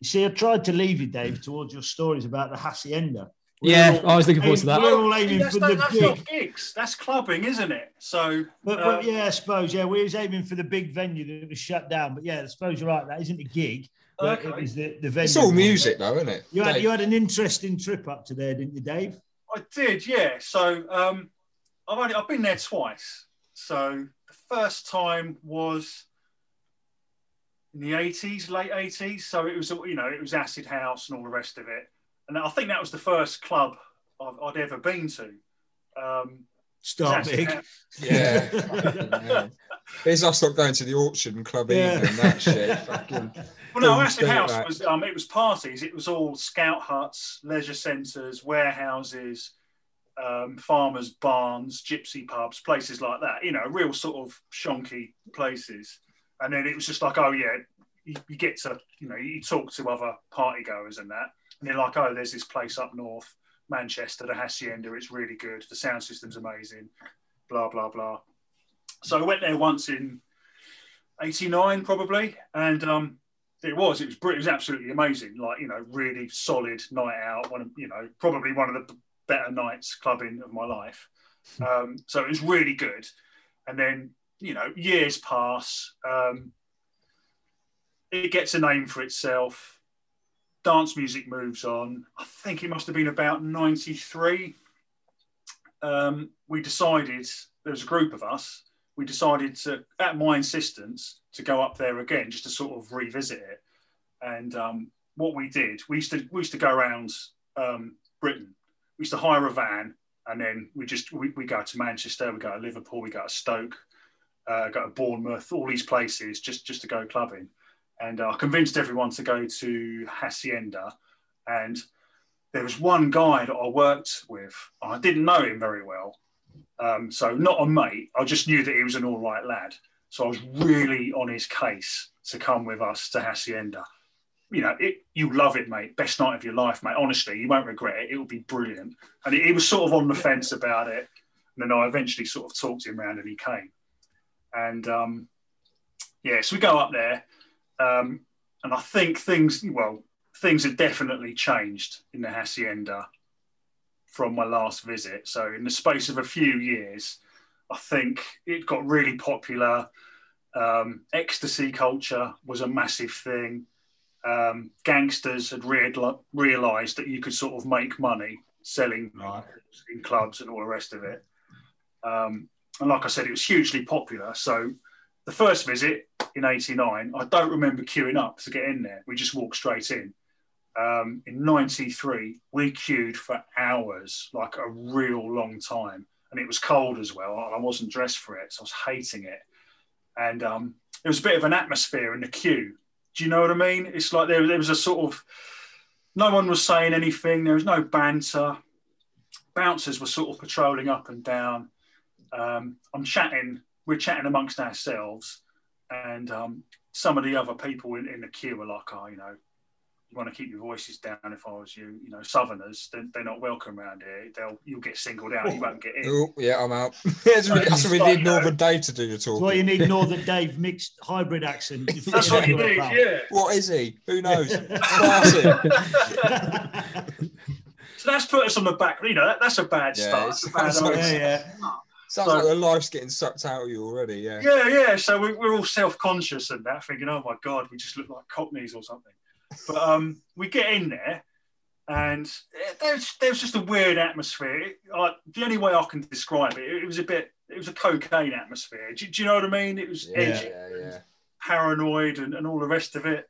Speaker 3: You see, I tried to leave you, Dave, towards your stories about the hacienda. We're
Speaker 5: yeah,
Speaker 3: all
Speaker 5: I was looking forward to
Speaker 3: aiming-
Speaker 5: that.
Speaker 3: We're all aiming
Speaker 4: That's,
Speaker 3: for
Speaker 4: not,
Speaker 3: the
Speaker 4: that's
Speaker 3: big.
Speaker 4: not gigs. That's clubbing, isn't it? So
Speaker 3: But,
Speaker 4: uh,
Speaker 3: but yeah, I suppose yeah, we was aiming for the big venue that was shut down. But yeah, I suppose you're right. That isn't a gig. But It
Speaker 4: Okay.
Speaker 3: was the, the venue.
Speaker 2: It's all music, though, isn't it?
Speaker 3: You had
Speaker 2: Dave?
Speaker 3: you had an interesting trip up to there, didn't you, Dave?
Speaker 4: I did, yeah. So um, I've only I've been there twice. So the first time was in the eighties, late eighties. So it was all- you know it was acid house and all the rest of it. And I think that was the first club I've, I'd ever been to. Um,
Speaker 3: Start
Speaker 4: Acid
Speaker 3: big.
Speaker 4: House.
Speaker 2: Yeah. Fucking hell. Here's us not going to the auction club
Speaker 3: Yeah.
Speaker 2: either and that shit. Fucking
Speaker 4: Well, no,
Speaker 2: Boom,
Speaker 4: acid
Speaker 2: straight
Speaker 4: house
Speaker 2: back.
Speaker 4: was um, it was parties. It was all scout huts, leisure centres, warehouses, um, farmers' barns, gypsy pubs, places like that. You know, real sort of shonky places. And then it was just like, oh yeah, you, you get to you know you talk to other party goers and that, and they're like, oh, there's this place up north, Manchester, the Hacienda. It's really good. The sound system's amazing. Blah blah blah. So I went there once in '89 probably, and um, it was. It was. br- It was absolutely amazing. Like you know, really solid night out. One of you know, probably one of the b- better nights clubbing of my life. Um, so it was really good. And then you know, years pass. Um, it gets a name for itself. Dance music moves on. I think it must have been about '93. Um, we decided there was a group of us. We decided to, at my insistence, to go up there again just to sort of revisit it. And um, what we did, we used to we used to go around um, Britain. We used to hire a van, and then we just we, we go to Manchester, we go to Liverpool, we go to Stoke, uh, go to Bournemouth, all these places just just to go clubbing. And uh, I convinced everyone to go to Hacienda, and there was one guy that I worked with. I didn't know him very well, um, so not a mate. I just knew that he was an all right lad. So I was really on his case to come with us to Hacienda. You know, it, you love it, mate. Best night of your life, mate. Honestly, you won't regret it. It will be brilliant. And he, he was sort of on the fence about it. And then I eventually sort of talked him round and he came. And um, yeah, so we go up there. Um, and I think things, well, things have definitely changed in the Hacienda from my last visit. So in the space of a few years, I think it got really popular um, ecstasy culture was a massive thing. Um, gangsters had real, realized that you could sort of make money selling
Speaker 3: Right.
Speaker 4: in clubs and all the rest of it. Um, and like I said, it was hugely popular. So the first visit in '89, I don't remember queuing up to get in there. We just walked straight in. Um, in '93, we queued for hours, like a real long time. And it was cold as well. and I wasn't dressed for it, so I was hating it and um, there was a bit of an atmosphere in the queue. Do you know what I mean? It's like there, there was a sort of no one was saying anything. There was no banter. Bouncers were sort of patrolling up and down. Um, I'm chatting. We're chatting amongst ourselves, and um, some of the other people in, in the queue are like, "Oh, you know, you want to keep your voices down. If I was you, you know, Southerners, they're, they're not welcome around here. They'll you'll get singled out. You won't get in."
Speaker 2: Oh, yeah, I'm out. That's what we- that's what we need Northern Dave to do the
Speaker 3: That's why you
Speaker 2: talking.
Speaker 3: need Northern Dave mixed hybrid accent.
Speaker 4: That's what you need, yeah.
Speaker 2: What is he? Who knows? Pass him.
Speaker 3: yeah.
Speaker 4: So that's put us on the back. You know, that, that's a bad
Speaker 2: Yeah,
Speaker 4: start.
Speaker 2: it's-
Speaker 4: That's a bad
Speaker 2: that's
Speaker 4: opening.
Speaker 2: nice.
Speaker 3: yeah.
Speaker 2: Sounds like the life's getting sucked out of you already. Yeah.
Speaker 4: yeah, yeah. So we, we're all self-conscious and that, thinking, "Oh my god, we just look like cockneys or something." But um, we get in there, and eh, it- there's there's just a weird atmosphere. It, like, the only way I can describe it, it, was a bit, it was a cocaine atmosphere. Do, do you know what I mean? It was
Speaker 2: Yeah,
Speaker 4: edgy
Speaker 2: yeah, yeah.
Speaker 4: paranoid and, and all the rest of it.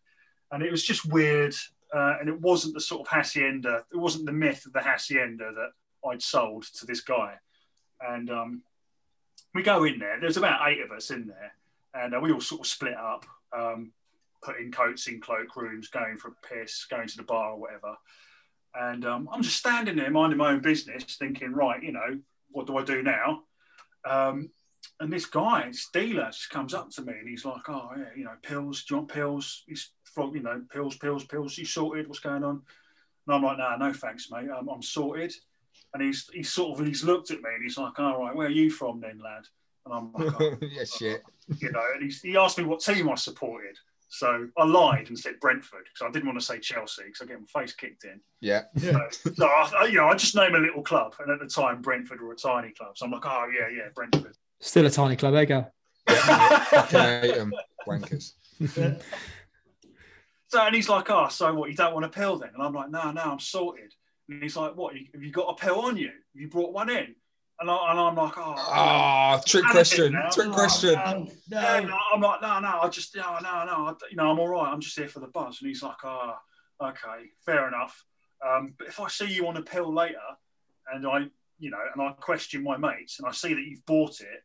Speaker 4: And it was just weird. Uh, and it wasn't the sort of hacienda, it wasn't the myth of the hacienda that I'd sold to this guy. And um, we go in there, there's about eight of us in there, and uh, we all sort of split up. um, putting coats in cloakrooms, going for a piss, going to the bar or whatever. And um, I'm just standing there minding my own business, thinking, right, you know, what do I do now? Um, and this guy, this dealer, just comes up to me and he's like, oh, yeah, you know, pills, do you want pills? He's from, you know, pills, pills, pills. You sorted? What's going on? And I'm like, nah, no thanks, mate. Um, I'm sorted. And he's he's sort of he's looked at me and he's like, all right, where are you from then, lad? And I'm like, "Oh,
Speaker 2: yeah, shit.
Speaker 4: you know, and he's, he asked me what team I supported. So I lied and said Brentford because I didn't want to say Chelsea because I get my face kicked in.
Speaker 2: Yeah.
Speaker 4: So, so I, I- you know, I just named a little club, and at the time Brentford were a tiny club. So I'm like, oh yeah, yeah, Brentford.
Speaker 5: Still a tiny club, there you go.
Speaker 2: Fucking hate 'em, um, wankers.
Speaker 4: So and he's like, oh, so what? You don't want a pill then? And I'm like, no, no, I'm sorted. And he's like, what? you- Have you got a pill on you? Have you brought one in? And, I, and I'm like, oh.
Speaker 2: Ah, trick question. Trick
Speaker 4: Oh,
Speaker 2: question.
Speaker 3: No,
Speaker 4: Yeah,
Speaker 3: no.
Speaker 4: no, I'm like, no, no, I just, no, no, no, I, you know, I'm all right. I'm just here for the buzz. And he's like, ah, okay, fair enough. Um, but if I see you on a pill later, and I, you know, and I question my mates, and I see that you've bought it,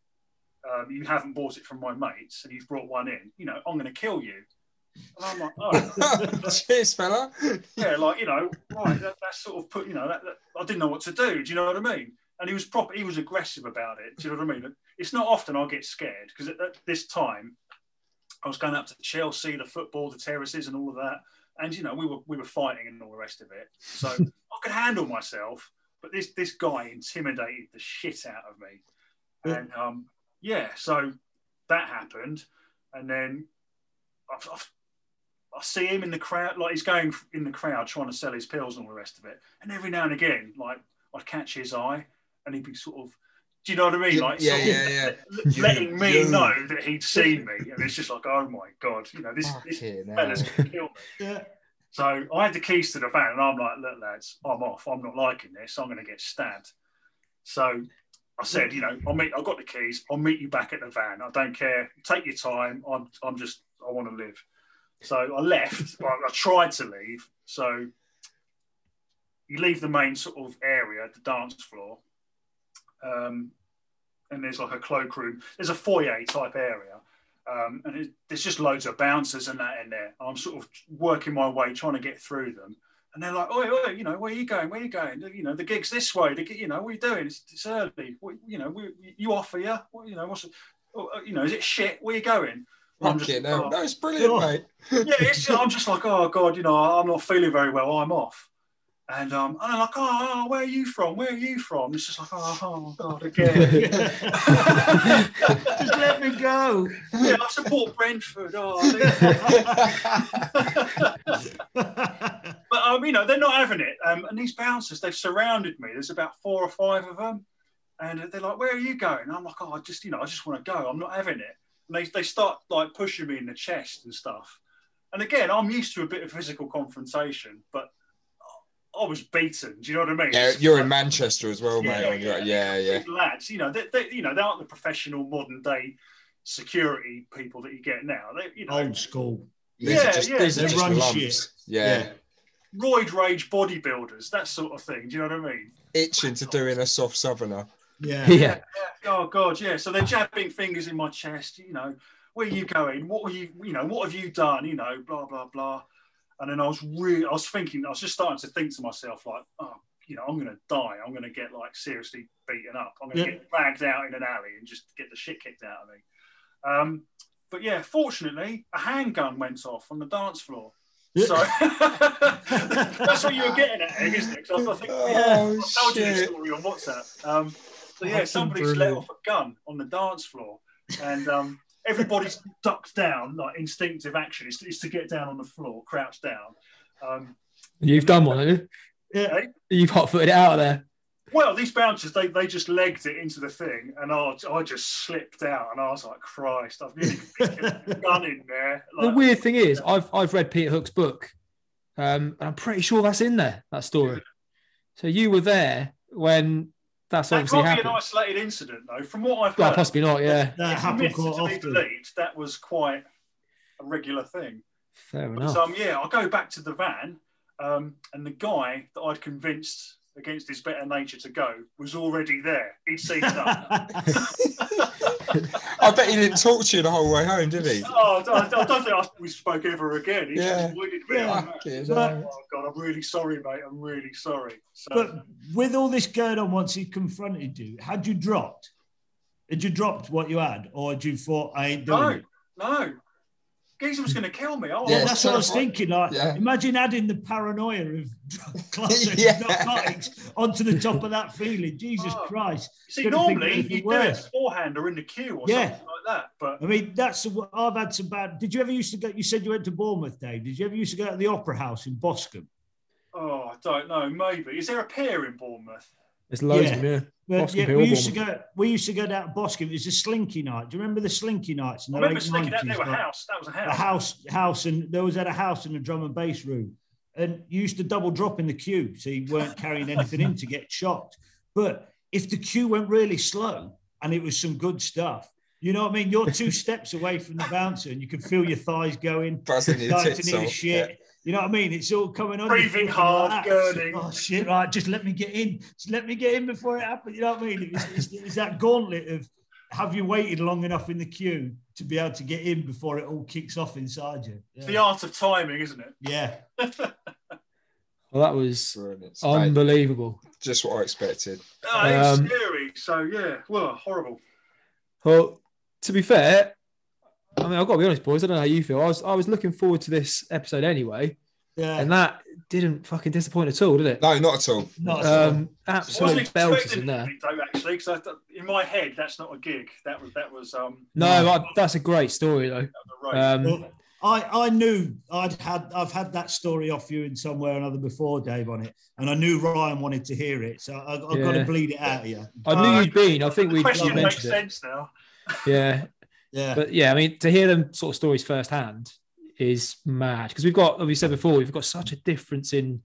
Speaker 4: um, you haven't bought it from my mates, and you've brought one in, you know, I'm going to kill you. And I'm like, oh,
Speaker 2: Cheers, fella.
Speaker 4: yeah, like you know, right? That, that's sort of put, you know, that, that, I didn't know what to do. Do you know what I mean? And he was proper. He was aggressive about it. Do you know what I mean? It's not often I get scared because at, at this time, I was going up to Chelsea, the football, the terraces, and all of that. And you know, we were we were fighting and all the rest of it. So I could handle myself, but this this guy intimidated the shit out of me. And um, yeah, so that happened, and then I've, I've I see him in the crowd, like he's going in the crowd trying to sell his pills and all the rest of it. And every now and again, like I'd catch his eye and he'd be sort of, do you know what I mean? Like,
Speaker 2: yeah,
Speaker 4: sort of
Speaker 2: yeah, yeah.
Speaker 4: let- letting me
Speaker 2: Yeah.
Speaker 4: know that he'd seen me. And it's just like, oh my God, you know, this, this
Speaker 2: Fucking
Speaker 4: fella's
Speaker 2: hell.
Speaker 4: going to kill me.
Speaker 3: Yeah.
Speaker 4: So I had the keys to the van, and I'm like, look, lads, I'm off. I'm not liking this. I'm going to get stabbed. So I said, you know, I'll meet. I've got the keys. I'll meet you back at the van. I don't care. Take your time. I'm. I'm just. I want to live. So I left. Well, I tried to leave. So you leave the main sort of area, the dance floor, um, and there's like a cloakroom. There's a foyer type area um, and it, there's just loads of bouncers and that in there. I'm sort of working my way, trying to get through them, and they're like, "Oi, oi, you know, where are you going? Where are you going? You know, the gig's this way. The gig, you know, what are you doing? It's, it's early. What, you know, we, you offer you? What, you know, what's? oh, uh, You know, is it shit? Where you going?" And I'm just-
Speaker 2: Fucking hell.
Speaker 4: oh,
Speaker 2: That was brilliant,
Speaker 3: God.
Speaker 2: mate.
Speaker 4: yeah, it's, I'm just like, oh god, you know, I'm not feeling very well. I'm off, and um, and I'm like, oh, oh, where are you from? Where are you from? It's just like, oh, oh god, again.
Speaker 3: Just let me go.
Speaker 4: yeah, I support Brentford. Oh, I But um, you know, they're not having it. Um, and these bouncers, they've surrounded me. There's about four or five of them, and they're like, "Where are you going?" And I'm like, "Oh, I just, you know, I just want to go. I'm not having it." And they they start like pushing me in the chest and stuff. And again, I'm used to a bit of physical confrontation, but I was beaten. Do you know what I mean?
Speaker 2: yeah,
Speaker 4: It's
Speaker 2: you're
Speaker 4: like-
Speaker 2: in Manchester as well, mate. aren't you? Yeah, yeah.
Speaker 4: big lads. You know, they, they, you know, they aren't the professional modern day security people that you get now. They, you know,
Speaker 3: Old school.
Speaker 2: These are
Speaker 4: Yeah,
Speaker 2: just,
Speaker 4: yeah,
Speaker 2: These
Speaker 3: they
Speaker 2: are just
Speaker 3: run
Speaker 2: lumps.
Speaker 3: shit.
Speaker 2: Yeah.
Speaker 4: roid rage bodybuilders, that sort of thing. Do you know what I mean?
Speaker 2: Itching to doing a soft southerner.
Speaker 3: Yeah.
Speaker 5: Yeah.
Speaker 4: Yeah. Oh God, yeah. So they're jabbing fingers in my chest. You know, where are you going? What are you? You know, what have you done? You know, blah blah blah. And then I was really, I was thinking, I was just starting to think to myself like, oh, you know, I'm going to die. I'm going to get like seriously beaten up. I'm going to
Speaker 3: Yeah.
Speaker 4: get dragged out in an alley and just get the shit kicked out of me. Um, but yeah, fortunately, a handgun went off on the dance floor. So that's what you were getting at, Egg, isn't it? 'Cause I think,
Speaker 2: Oh,
Speaker 4: I told you this
Speaker 2: shit.
Speaker 4: story on WhatsApp. Um, so yeah,
Speaker 2: Fucking
Speaker 4: somebody's let
Speaker 2: brilliant.
Speaker 4: off a gun on the dance floor, and um, everybody's ducked down. Like instinctive action is, is to get down on the floor, crouch down. Um,
Speaker 5: You've done one, haven't
Speaker 3: Yeah.
Speaker 5: you? You've hot footed it out of there.
Speaker 4: well, these bouncers they, they just legged it into the thing, and I, I just slipped out, and I was like, Christ, I've really got a gun in there.
Speaker 5: The
Speaker 4: Like,
Speaker 5: weird thing is, I've I've read Peter Hook's book, um, and I'm pretty sure that's in there. That story. So you were there when that's
Speaker 4: that
Speaker 5: obviously
Speaker 4: can't be an
Speaker 5: happened.
Speaker 4: isolated incident, though. From what I've
Speaker 5: Well,
Speaker 4: heard,
Speaker 5: possibly not. Yeah.
Speaker 3: That
Speaker 4: it's a
Speaker 3: happened
Speaker 4: myth
Speaker 3: quite
Speaker 4: to be
Speaker 3: often.
Speaker 4: believed that was quite a regular thing.
Speaker 5: Fair
Speaker 4: But, um,
Speaker 5: enough.
Speaker 4: yeah, I go back to the van, um, and the guy that I'd convinced against his better nature to go was already there. He'd seen it up.
Speaker 2: I bet he didn't talk to you the whole way home, did he?
Speaker 4: Oh, I, I don't think I, we spoke ever again. He
Speaker 2: Yeah.
Speaker 4: just avoided me.
Speaker 3: Yeah.
Speaker 4: I'm like,
Speaker 2: Fucking
Speaker 3: But-
Speaker 2: hell.
Speaker 4: Oh God, I'm really sorry, mate. I'm really sorry. So,
Speaker 3: But with all this going on, once he confronted you, had you dropped? Had you dropped what you had, or had you thought I ain't doing
Speaker 4: No.
Speaker 3: it?
Speaker 4: no, Geezer was going to kill me. Oh,
Speaker 2: Yeah,
Speaker 3: well, that's what I was
Speaker 2: so-
Speaker 3: thinking. Like,
Speaker 2: yeah.
Speaker 3: imagine adding the paranoia of drug clusters,
Speaker 2: Yeah.
Speaker 3: narcotics onto the top of that feeling. Jesus
Speaker 4: Oh.
Speaker 3: Christ!
Speaker 4: See,
Speaker 3: Couldn't think of
Speaker 4: normally
Speaker 3: anything
Speaker 4: you do it
Speaker 3: worse.
Speaker 4: beforehand or in the queue or
Speaker 3: Yeah.
Speaker 4: something like that. But
Speaker 3: I mean, that's what I've had some bad. Did you ever used to go? You said you went to Bournemouth, Dave. Did you ever used to go to the Opera House in Boscombe?
Speaker 4: oh, I don't know. Maybe is there a pier in Bournemouth?
Speaker 5: There's loads
Speaker 3: Yeah.
Speaker 5: of them,
Speaker 3: Well,
Speaker 5: Boscombe
Speaker 3: yeah,
Speaker 5: Hill,
Speaker 3: we used to go. We used to go down to Boscombe. It was a slinky night. Do you remember the slinky nights in
Speaker 4: I
Speaker 3: the
Speaker 4: remember
Speaker 3: late
Speaker 4: sneaking out
Speaker 3: nineties?
Speaker 4: there a house. That was a
Speaker 3: a
Speaker 4: house.
Speaker 3: house, house, and there was at a house in a drum and bass room, and you used to double drop in the queue, so you weren't carrying anything in to get shocked. But if the queue went really slow and it was some good stuff, you know what I mean. You're two steps away from the bouncer, and you can feel your thighs going,
Speaker 2: Buzzing your
Speaker 3: starting to
Speaker 2: tits
Speaker 3: need a
Speaker 2: off. Yeah.
Speaker 3: shit. You know what I mean? It's all coming on. you.
Speaker 4: Breathing hard,
Speaker 3: Like,
Speaker 4: gurning.
Speaker 3: Oh shit! Right, just let me get in. Just let me get in before it happens. You know what I mean? It was, it's, it's that gauntlet of have you waited long enough in the queue to be able to get in before it all kicks off inside you?
Speaker 4: It's
Speaker 3: Yeah.
Speaker 4: the art of timing, isn't it?
Speaker 3: yeah.
Speaker 5: Well, that was
Speaker 2: Brilliant.
Speaker 5: Um,
Speaker 2: Mate,
Speaker 5: unbelievable.
Speaker 2: Just what I expected.
Speaker 4: Oh, it's
Speaker 5: Um,
Speaker 4: scary. So yeah, well, horrible.
Speaker 5: Well, to be fair, I mean, I've got to be honest, boys. I don't know how you feel. I was, I was looking forward to this episode anyway,
Speaker 3: Yeah.
Speaker 5: and that didn't fucking disappoint at all, did it?
Speaker 2: No, not at all.
Speaker 3: Not at all.
Speaker 5: Um, absolute
Speaker 4: I wasn't
Speaker 5: belters
Speaker 4: expecting
Speaker 5: in there.
Speaker 4: anything, Though, actually, because in my head, that's not a gig. That was that was um.
Speaker 5: No, I, that's a great story though.
Speaker 4: the road.
Speaker 5: Um,
Speaker 3: Well, I, I knew I'd had I've had that story off you in somewhere or another before, Dave, on it, and I knew Ryan wanted to hear it, so I, I've got
Speaker 5: Yeah.
Speaker 3: to bleed it out of you. Uh,
Speaker 5: I knew you'd been. I
Speaker 4: Uh,
Speaker 5: think
Speaker 4: the
Speaker 5: we
Speaker 4: question
Speaker 5: mentioned
Speaker 4: makes
Speaker 5: it.
Speaker 4: sense now.
Speaker 5: Yeah,
Speaker 3: Yeah,
Speaker 5: but yeah, I mean, to hear them sort of stories firsthand is mad because we've got, like we said before, we've got such a difference in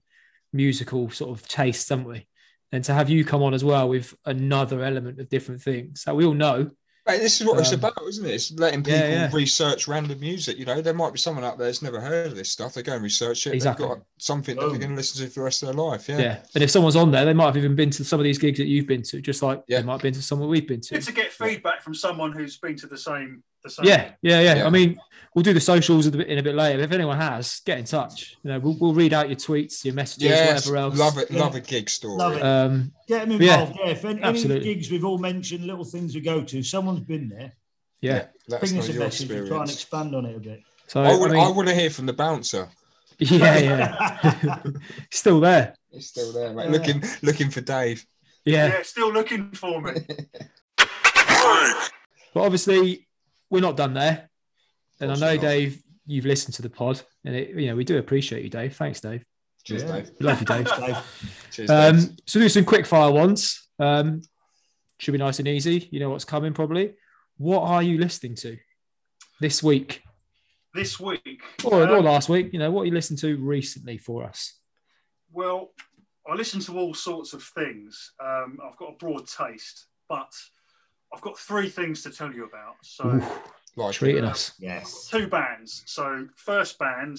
Speaker 5: musical sort of taste, haven't we? And to have you come on as well with another element of different things that we all know.
Speaker 2: Mate, this is what it's
Speaker 5: Um,
Speaker 2: about, isn't it? It's letting people
Speaker 5: Yeah, yeah.
Speaker 2: research random music. You know, there might be someone out there that's never heard of this stuff. They go and research it.
Speaker 5: Exactly.
Speaker 2: They've got something that they're
Speaker 3: Boom.
Speaker 2: going to listen to for the rest of their life. Yeah.
Speaker 5: Yeah. And if someone's on there, they might have even been to some of these gigs that you've been to, just like
Speaker 2: Yeah.
Speaker 5: they might have been to someone we've been
Speaker 4: Good to get feedback from someone who's been to the same the same.
Speaker 5: Yeah, yeah, yeah,
Speaker 2: Yeah.
Speaker 5: I mean, we'll do the socials a bit- in a bit later. But if anyone has, get in touch. You know, we'll, we'll read out your tweets, your messages,
Speaker 2: Yes,
Speaker 5: whatever else.
Speaker 2: love it.
Speaker 3: Yeah.
Speaker 2: Love a gig story.
Speaker 3: Love it.
Speaker 5: Um,
Speaker 3: get them
Speaker 5: yeah,
Speaker 3: involved. Yeah, if any, any
Speaker 5: absolutely.
Speaker 3: gigs we've all mentioned, little things we go to, someone's been there.
Speaker 5: yeah.
Speaker 2: Let us
Speaker 3: Bring
Speaker 2: know
Speaker 3: us a
Speaker 2: your
Speaker 3: message and try and
Speaker 2: experience.
Speaker 3: expand on it a bit.
Speaker 5: So
Speaker 2: I want,
Speaker 5: I
Speaker 2: I,
Speaker 5: mean,
Speaker 2: want to hear from the bouncer.
Speaker 5: yeah, yeah, still there.
Speaker 2: He's still there, mate.
Speaker 3: Yeah.
Speaker 2: Looking, looking for Dave.
Speaker 5: Yeah.
Speaker 4: Yeah, still looking for me.
Speaker 5: but obviously we're not done there. And I
Speaker 2: Course
Speaker 5: know,
Speaker 2: not.
Speaker 5: Dave, you've listened to the pod, and it, you know we do appreciate you, Dave. Thanks, Dave.
Speaker 2: Cheers,
Speaker 3: Yeah.
Speaker 2: Dave.
Speaker 5: We love you, Dave.
Speaker 3: Dave.
Speaker 2: Cheers, Dave.
Speaker 5: um, so do some quick fire ones. Um, should be nice and easy. You know what's coming, probably. What are you listening to this week
Speaker 4: this week.
Speaker 5: or,
Speaker 4: Um,
Speaker 5: or last week? You know what you listened to recently for us.
Speaker 4: Well, I listen to all sorts of things. Um, I've got a broad taste, but I've got three things to tell you about. So,
Speaker 5: Oof,
Speaker 2: Like it.
Speaker 5: treating us.
Speaker 3: Yes.
Speaker 4: two bands. So, first band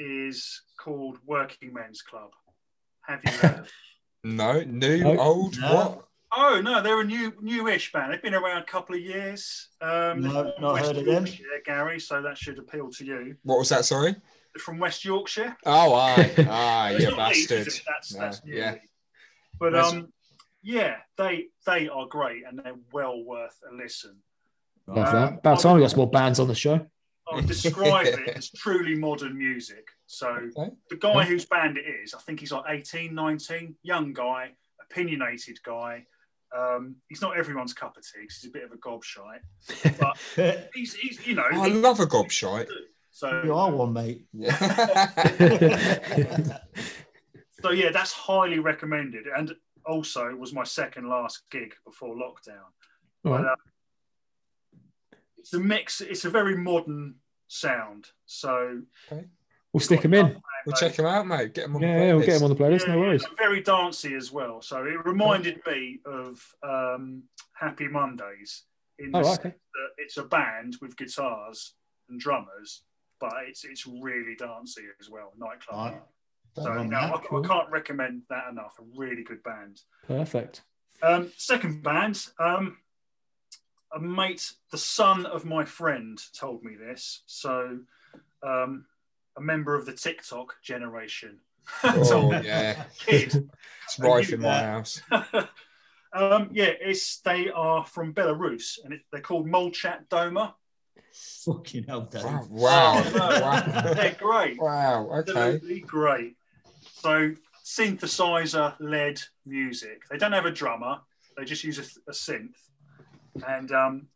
Speaker 4: is called Working Men's Club. Have you heard? of them?
Speaker 2: No, new,
Speaker 5: No.
Speaker 2: old,
Speaker 3: No.
Speaker 2: what?
Speaker 4: oh no, they're a new newish band. They've been around a couple of years. Um, they're
Speaker 3: No,
Speaker 4: from
Speaker 3: not
Speaker 4: West
Speaker 3: heard of them.
Speaker 4: Yorkshire, Gary. So that should appeal to you.
Speaker 2: What was that? Sorry.
Speaker 4: They're from West Yorkshire.
Speaker 2: Oh, aye, aye,
Speaker 4: It's
Speaker 2: you
Speaker 4: not league,
Speaker 2: bastard.
Speaker 4: is it? That's,
Speaker 2: No,
Speaker 4: that's new.
Speaker 2: yeah.
Speaker 4: league. But
Speaker 2: That's-
Speaker 4: um, yeah, they they are great and they're well worth a listen.
Speaker 5: Love
Speaker 4: Uh,
Speaker 5: that.
Speaker 2: um,
Speaker 5: About time we got some more bands on the show.
Speaker 4: I would Oh, describe it as truly modern music. So
Speaker 2: Okay.
Speaker 4: the guy whose band it is, I think he's like 18, 19, young guy, opinionated guy. Um, he's not everyone's cup of tea 'cause he's a bit of a gobshite. He's, he's you know,
Speaker 2: I
Speaker 4: he-
Speaker 2: love a gobshite.
Speaker 3: you
Speaker 4: so
Speaker 3: are one, mate.
Speaker 2: Yeah.
Speaker 4: so yeah, that's highly recommended. And also was my second last gig before lockdown.
Speaker 5: All
Speaker 2: uh,
Speaker 5: right.
Speaker 4: It's a mix. It's a very modern sound. So
Speaker 5: We'll stick them in.
Speaker 2: we'll check him out, mate. Get him on the
Speaker 5: Yeah, yeah, we'll get them on the playlist.
Speaker 4: Yeah,
Speaker 5: No worries.
Speaker 4: yeah, Very dancey as well. So it reminded me of um, Happy Mondays in the
Speaker 5: Oh,
Speaker 4: sense
Speaker 5: okay.
Speaker 4: that it's a band with guitars and drummers, but it's it's really dancey as well, nightclub.
Speaker 3: Right.
Speaker 4: So
Speaker 3: on
Speaker 4: no, I,
Speaker 3: that,
Speaker 4: I
Speaker 5: cool.
Speaker 4: can't recommend that enough. A really good band.
Speaker 5: Perfect.
Speaker 4: Um, second band, um, a mate, the son of my friend, told me this. So, um, a member of the TikTok generation.
Speaker 2: Oh, yeah.
Speaker 4: Kid.
Speaker 2: It's rife in my house.
Speaker 4: um, yeah, it's they are from Belarus and it, they're called Molchat Doma.
Speaker 3: Fucking hell, Dave.
Speaker 2: Wow. Wow.
Speaker 4: they're
Speaker 2: Wow.
Speaker 4: great.
Speaker 5: Oh,
Speaker 2: wow. Okay.
Speaker 4: Absolutely great. So synthesizer led music. They don't have a drummer. They just use a, th- a synth, and um,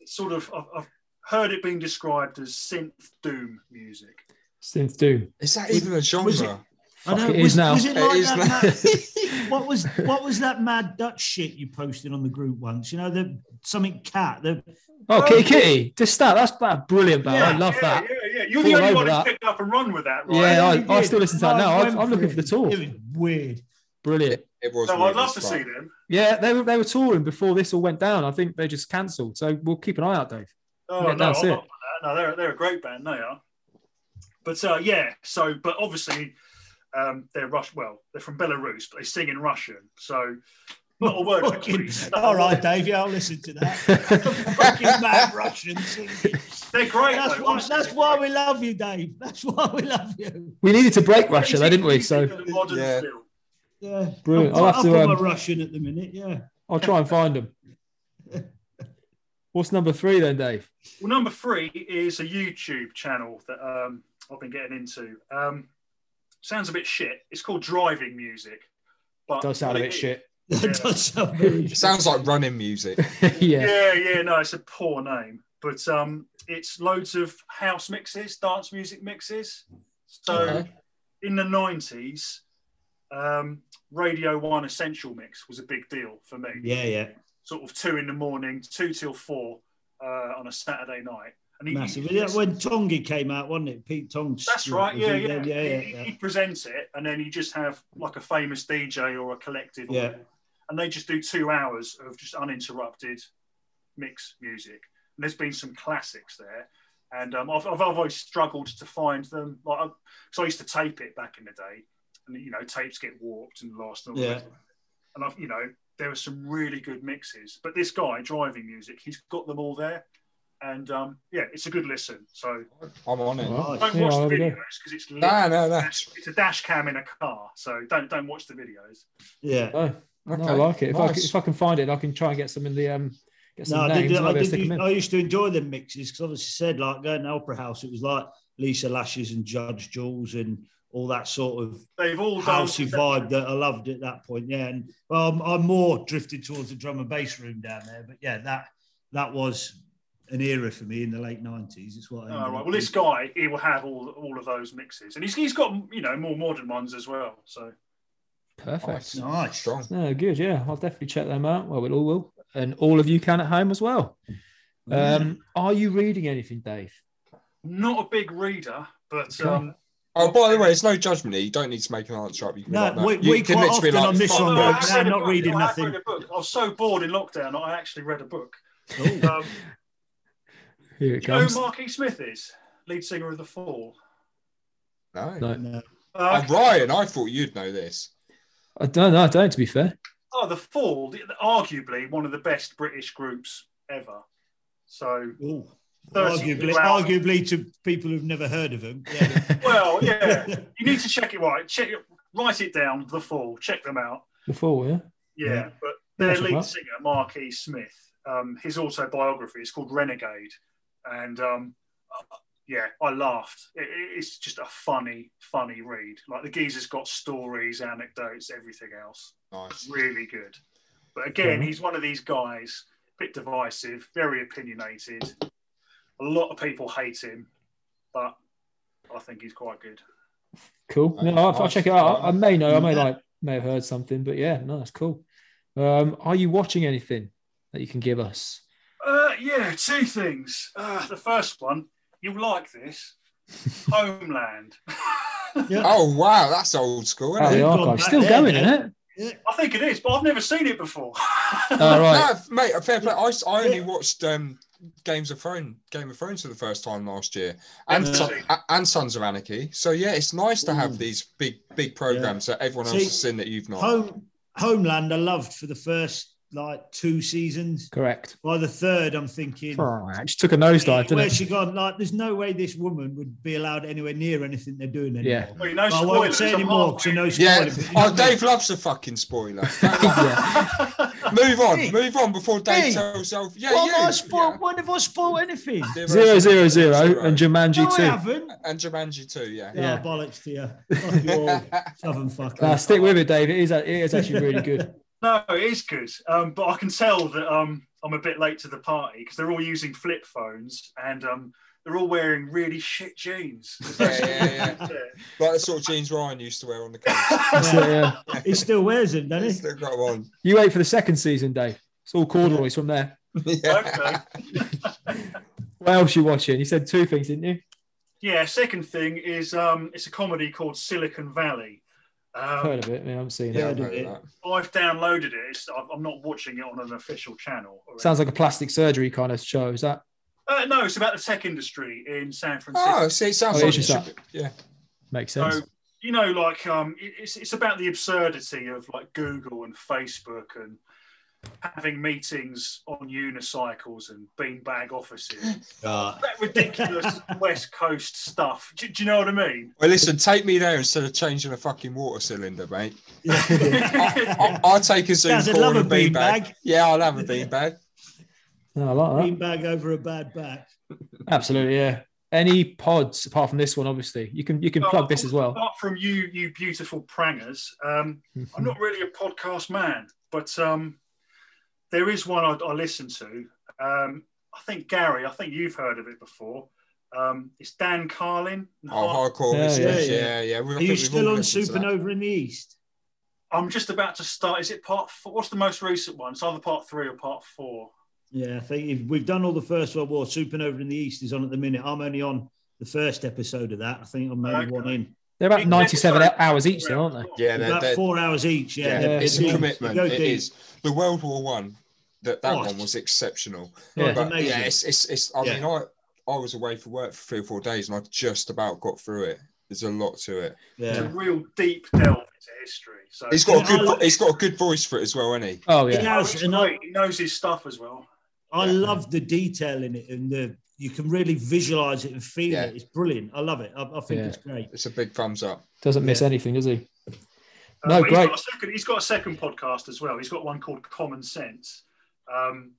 Speaker 4: it's sort of I've, I've heard it being described as synth doom music.
Speaker 5: Synth Doom.
Speaker 2: Is that even a
Speaker 3: was
Speaker 2: genre?
Speaker 5: Fuck, it is now.
Speaker 3: Was it
Speaker 2: It
Speaker 3: like
Speaker 2: is
Speaker 3: that
Speaker 2: now.
Speaker 3: mad- what was what was that mad Dutch shit you posted on the group once? You know the something cat. The
Speaker 5: Oh, Kitty Kitty. Just that. That's that's brilliant, man. I
Speaker 3: Yeah,
Speaker 5: love
Speaker 4: yeah,
Speaker 5: that.
Speaker 4: Yeah, yeah. You're
Speaker 5: All
Speaker 4: the only
Speaker 5: over
Speaker 4: one who's
Speaker 5: that.
Speaker 4: picked up and run with that, right?
Speaker 5: Yeah, I-
Speaker 3: you
Speaker 5: I
Speaker 3: did.
Speaker 5: still listen to that now.
Speaker 3: Live
Speaker 5: I'm- I'm
Speaker 3: went
Speaker 5: looking
Speaker 3: for
Speaker 5: for the
Speaker 3: it.
Speaker 5: tour.
Speaker 3: It was weird.
Speaker 5: Brilliant.
Speaker 2: It was.
Speaker 4: So
Speaker 2: weird
Speaker 4: I'd love
Speaker 2: as
Speaker 4: to
Speaker 2: fuck.
Speaker 4: see them.
Speaker 5: Yeah, they were they were touring before this all went down. I think they just cancelled. So we'll keep an eye out, Dave.
Speaker 4: Oh
Speaker 5: Yeah,
Speaker 4: no,
Speaker 5: that's
Speaker 4: I'm
Speaker 5: it.
Speaker 4: not for that. no, they're they're a great band. They are. But uh, yeah, so but obviously um, they're Rush. Well, they're from Belarus, but they sing in Russian. So not a word. of
Speaker 3: Fucking,
Speaker 4: Greek.
Speaker 3: all right, Dave. Yeah, I'll listen to that. fucking mad Russian singing.
Speaker 4: They're great.
Speaker 3: That's
Speaker 4: though,
Speaker 3: why,
Speaker 4: honestly,
Speaker 3: that's
Speaker 4: they're
Speaker 3: why
Speaker 4: great.
Speaker 3: we love you, Dave. That's why we love you.
Speaker 5: We needed to break Russia, though, didn't we?
Speaker 4: Music
Speaker 5: So
Speaker 4: of the modern
Speaker 2: Yeah.
Speaker 4: feel.
Speaker 3: Yeah.
Speaker 5: Brilliant.
Speaker 3: I'm,
Speaker 5: I'll have
Speaker 3: I'm
Speaker 5: to,
Speaker 3: from
Speaker 5: um,
Speaker 3: a Russian at the minute. Yeah.
Speaker 5: I'll try and find them. What's number three then, Dave?
Speaker 4: Well, number three is a YouTube channel that um, I've been getting into. Um, sounds a bit shit. It's called Driving Music. But
Speaker 5: Does sound a
Speaker 4: what
Speaker 5: bit
Speaker 4: it is-
Speaker 5: shit.
Speaker 4: Yeah.
Speaker 3: That does sound very.
Speaker 2: It sounds like running music.
Speaker 5: yeah.
Speaker 4: Yeah, yeah, no, it's a poor name, but um, it's loads of house mixes, dance music mixes. So
Speaker 2: Okay.
Speaker 4: in the nineties, um, Radio One Essential Mix was a big deal for me.
Speaker 3: Yeah, yeah.
Speaker 4: Sort of two in the morning, two till four uh, on a Saturday night. And he-
Speaker 3: Massive.
Speaker 4: he-
Speaker 3: Yeah, when Tongi came out, wasn't it? Pete Tong.
Speaker 4: that's right,
Speaker 3: was
Speaker 4: yeah,
Speaker 3: he
Speaker 4: yeah.
Speaker 3: then? yeah, yeah,
Speaker 4: He-
Speaker 3: yeah.
Speaker 4: He'd present it, and then you just have like a famous DJ or a collective, or-
Speaker 3: Yeah.
Speaker 4: and they just do two hours of just uninterrupted mix music. And there's been some classics there, and um, I've, I've always struggled to find them. Like, I- so I used to tape it back in the day, and you know, tapes get warped and lost, and all
Speaker 3: Yeah.
Speaker 4: that. And I've, you know, there were some really good mixes, but this guy driving music, he's got them all there. And um, yeah, it's a good listen. So
Speaker 2: I'm on it.
Speaker 5: Alright.
Speaker 4: don't
Speaker 5: Yeah,
Speaker 4: watch
Speaker 5: I'll
Speaker 4: the
Speaker 5: have a
Speaker 4: videos
Speaker 5: go.
Speaker 4: because it's lit
Speaker 2: No, no, no.
Speaker 4: dash- it's a dash cam in a car, so don't don't watch the videos.
Speaker 3: yeah.
Speaker 5: No, no, I
Speaker 2: Okay.
Speaker 5: like it. If, I,
Speaker 2: Nice.
Speaker 5: c- if I can find it, I can try and get some in the um get
Speaker 3: No,
Speaker 5: some
Speaker 3: I,
Speaker 5: names.
Speaker 3: did,
Speaker 5: and
Speaker 3: I,
Speaker 5: I'll go
Speaker 3: did,
Speaker 5: stick 'em in.
Speaker 3: I used to enjoy them mixes because obviously said like going to Opera House, it was like Lisa Lashes and Judge Jules and all that sort of
Speaker 4: They've all done
Speaker 3: housey vibe that I loved at that point. Yeah, and well, I'm, I'm more drifted towards the drum and bass room down there, but yeah, that that was an era for me in the late nineties. It's what. I
Speaker 4: All right.
Speaker 3: ended
Speaker 4: Well,
Speaker 3: up
Speaker 4: this guy he will have all all of those mixes, and he's he's got you know more modern ones as well. So
Speaker 5: Perfect.
Speaker 2: Nice.
Speaker 3: doing. nice.
Speaker 2: Strong.
Speaker 5: No, good. Yeah, I'll definitely check them out. Well, we all will, and all of you can at home as well. Um, are you reading anything, Dave?
Speaker 4: not a big reader, but
Speaker 5: Okay.
Speaker 4: um,
Speaker 2: Oh, by the way, it's no judgment here. You don't need to make an answer up. You can
Speaker 3: No,
Speaker 2: like that.
Speaker 3: we-
Speaker 2: You
Speaker 3: we
Speaker 2: can
Speaker 3: quite
Speaker 2: literally
Speaker 3: often
Speaker 2: like,
Speaker 3: on this
Speaker 2: fuck
Speaker 3: one,
Speaker 2: that.
Speaker 4: I
Speaker 3: books. I'm
Speaker 4: have read a
Speaker 3: not
Speaker 4: book.
Speaker 3: reading
Speaker 4: I have
Speaker 3: nothing.
Speaker 4: read a book. I was so bored in lockdown. I actually read a book.
Speaker 3: Cool.
Speaker 4: Um,
Speaker 5: Here
Speaker 4: do
Speaker 5: it
Speaker 4: you know
Speaker 5: comes.
Speaker 4: who Mark E. Smith is, lead singer of the Fall.
Speaker 2: No.
Speaker 5: No.
Speaker 3: No.
Speaker 4: Uh,
Speaker 2: Oh, Ryan, I thought you'd know this.
Speaker 5: I don't know. I don't. To be fair,
Speaker 4: Oh, the Fall, the- arguably one of the best British groups ever. So
Speaker 3: Ooh.
Speaker 4: 30
Speaker 3: Arguably,
Speaker 4: hours.
Speaker 3: arguably to people who've never heard of them. Yeah.
Speaker 4: Well, yeah, you need to check it right. Check it, write it down. The Fall. Check them out.
Speaker 5: the fall. Yeah.
Speaker 4: Yeah,
Speaker 3: Yeah.
Speaker 4: but their
Speaker 5: That's all
Speaker 4: lead
Speaker 5: right.
Speaker 4: singer, Mark E. Smith, um, his autobiography is called Renegade, and um, uh, yeah, I laughed. It, it- it's just a funny, funny read. Like the geezer's got stories, anecdotes, everything else.
Speaker 2: Nice.
Speaker 4: Really good. But again,
Speaker 5: Mhm.
Speaker 4: he's one of these guys, a bit divisive, very opinionated. A lot of people hate him, but I think he's quite good.
Speaker 5: Cool. No,
Speaker 2: Nice,
Speaker 5: I'll, I'll
Speaker 2: nice.
Speaker 5: check it out. I I may know. I may
Speaker 3: Yeah.
Speaker 5: like may have heard something, but yeah, no, that's cool. Um, are you watching anything that you can give us?
Speaker 4: Uh, yeah, two things. Uh, the first one, you'll like this Homeland. I
Speaker 3: Yeah.
Speaker 2: Oh, wow. That's old school,
Speaker 5: Oh,
Speaker 2: isn't
Speaker 5: the
Speaker 2: it?
Speaker 3: gone
Speaker 5: archive's
Speaker 3: back
Speaker 5: still
Speaker 3: there,
Speaker 5: going,
Speaker 3: yeah.
Speaker 5: isn't it?
Speaker 4: think it is, but I've never seen it before.
Speaker 5: All Oh, right.
Speaker 2: No, mate, a fair play. I, I only
Speaker 3: Yeah.
Speaker 2: watched um, Games of Thrones, Game of Thrones for the first time last year, and
Speaker 3: Yeah.
Speaker 2: Son- a- and Sons of Anarchy. So yeah, it's nice to have
Speaker 3: Ooh.
Speaker 2: these big big programs that everyone else
Speaker 3: See,
Speaker 2: has seen that you've not.
Speaker 3: Home Homeland I loved for the first like two seasons.
Speaker 5: Correct.
Speaker 3: By the third, I'm thinking,
Speaker 5: Just took a nosedive, didn't
Speaker 3: where's
Speaker 5: it?
Speaker 3: she gone? Like, there's no way this woman would be allowed anywhere near anything they're doing anymore.
Speaker 5: Yeah.
Speaker 4: Well, you know,
Speaker 3: Well, I won't
Speaker 4: spoilers,
Speaker 3: say
Speaker 4: I'm
Speaker 3: anymore because I know
Speaker 2: Yeah.
Speaker 3: spoilers.
Speaker 2: Oh, Dave loves a fucking spoiler.
Speaker 5: yeah.
Speaker 2: move on, move on before Dave
Speaker 3: Hey.
Speaker 2: tells off. Yeah,
Speaker 3: What
Speaker 2: you.
Speaker 3: have I spoiled? When have I spoiled anything?
Speaker 2: Yeah.
Speaker 5: Zero zero zero and Jumanji
Speaker 3: No, I
Speaker 5: two.
Speaker 3: haven't.
Speaker 2: and Jumanji too. Yeah.
Speaker 5: Yeah.
Speaker 3: Yeah, bollocks to you. Fuck you all. Southern fuckers.
Speaker 5: Nah, stick with it, Dave. It is, it is actually really good.
Speaker 4: No, it is good, um, but I can tell that um, I'm a bit late to the party because they're all using flip phones and um, they're all wearing really shit jeans.
Speaker 2: Yeah, yeah, Like the sort of jeans Ryan used to wear on the coast.
Speaker 5: So, yeah.
Speaker 3: He still wears them,
Speaker 2: He's
Speaker 3: doesn't he?
Speaker 2: Still got them on.
Speaker 5: You wait for the second season, Dave. It's all corduroys from there.
Speaker 2: Yeah.
Speaker 4: okay.
Speaker 5: What else you watching? You said two things, didn't you?
Speaker 4: Yeah. Second thing is um, it's a comedy called Silicon Valley. Um,
Speaker 5: Heard of it? I mean, I haven't seen
Speaker 2: Yeah,
Speaker 5: it.
Speaker 2: I've heard of
Speaker 3: Yeah.
Speaker 2: that.
Speaker 4: I've downloaded it. It's, I'm I'm not watching it on an official channel. or
Speaker 5: Sounds like a plastic surgery kind of show. Is that
Speaker 4: anything. uh, no, it's about the tech industry in San Francisco.
Speaker 2: Oh, see, it sounds
Speaker 5: Oh,
Speaker 2: like
Speaker 5: it's
Speaker 2: it
Speaker 5: just
Speaker 2: should be, yeah.
Speaker 5: makes sense?
Speaker 4: So you know, like um, it- it's it's about the absurdity of like Google and Facebook and having meetings on unicycles and beanbag offices. that ridiculous West Coast stuff. Do, do you know what I mean?
Speaker 2: Well, listen, take me there instead of changing a fucking water cylinder, mate.
Speaker 4: yeah,
Speaker 2: I, I'll take a Zoom
Speaker 3: Guys, I'd
Speaker 2: call
Speaker 3: love
Speaker 2: and a
Speaker 3: a
Speaker 2: beanbag.
Speaker 3: beanbag.
Speaker 2: Yeah, I'll have a beanbag.
Speaker 5: No, I like that.
Speaker 3: Green bag over a bad back.
Speaker 5: Absolutely, yeah. Any pods apart from this one, obviously, you can you can plug this as well.
Speaker 4: Apart from you, you beautiful prangers, um,
Speaker 5: Mm-hmm.
Speaker 4: I'm not really a podcast man, but um, there is one I, I listen to. Um, I think Gary, I think you've heard of it before. Um, it's Dan Carlin.
Speaker 2: Oh, hardcore.
Speaker 5: Yeah,
Speaker 2: Yeah,
Speaker 3: yeah,
Speaker 2: yeah,
Speaker 3: yeah.
Speaker 2: yeah. We- I
Speaker 3: Are
Speaker 2: think
Speaker 3: you
Speaker 2: we've
Speaker 3: still
Speaker 2: all
Speaker 3: on
Speaker 2: listened to that.
Speaker 3: Supernova in the East?
Speaker 4: I'm just about to start. Is it part four? What's the most recent one? It's either part three or part four.
Speaker 3: Yeah, I think if we've done all the First World War. Supernova in the East is on at the minute. I'm only on the first episode of that. I think I'm only
Speaker 4: Okay.
Speaker 3: one in.
Speaker 5: They're about ninety-seven hours each, though, aren't
Speaker 2: Yeah, they're,
Speaker 3: About
Speaker 2: they're,
Speaker 3: four hours each. Yeah,
Speaker 2: yeah,
Speaker 3: They're-
Speaker 2: it's
Speaker 3: they're
Speaker 2: a
Speaker 3: deep.
Speaker 2: commitment.
Speaker 3: They go
Speaker 2: It
Speaker 3: deep.
Speaker 2: is. The World War One. That that
Speaker 3: Oh,
Speaker 2: one was exceptional.
Speaker 5: they? Yeah.
Speaker 2: But
Speaker 3: amazing.
Speaker 2: yeah, it's it's, it's I
Speaker 3: Yeah.
Speaker 2: mean, I I was away for work for three or four days, and I just about got through it. There's a lot to it.
Speaker 4: It's a
Speaker 3: Yeah.
Speaker 4: real deep delve into history. So
Speaker 2: He's got
Speaker 3: Yeah,
Speaker 2: a
Speaker 3: I
Speaker 2: good
Speaker 3: like-
Speaker 2: he's got a good voice for it as well, isn't he?
Speaker 5: Oh
Speaker 3: It
Speaker 5: yeah.
Speaker 4: Oh,
Speaker 3: has,
Speaker 4: it's
Speaker 3: and I-
Speaker 4: great. He knows his stuff as well.
Speaker 3: I
Speaker 2: Yeah.
Speaker 3: love the detail in it, and the you can really visualize it and feel
Speaker 2: Yeah.
Speaker 3: it. It's brilliant. I love it. I, I think
Speaker 5: Yeah.
Speaker 3: it's great.
Speaker 2: It's a big thumbs up.
Speaker 5: Doesn't miss anything, does he?
Speaker 4: Uh,
Speaker 5: No,
Speaker 4: but he's
Speaker 5: great.
Speaker 4: got, a second, he's got a second podcast as well. He's got one called Common Sense, um,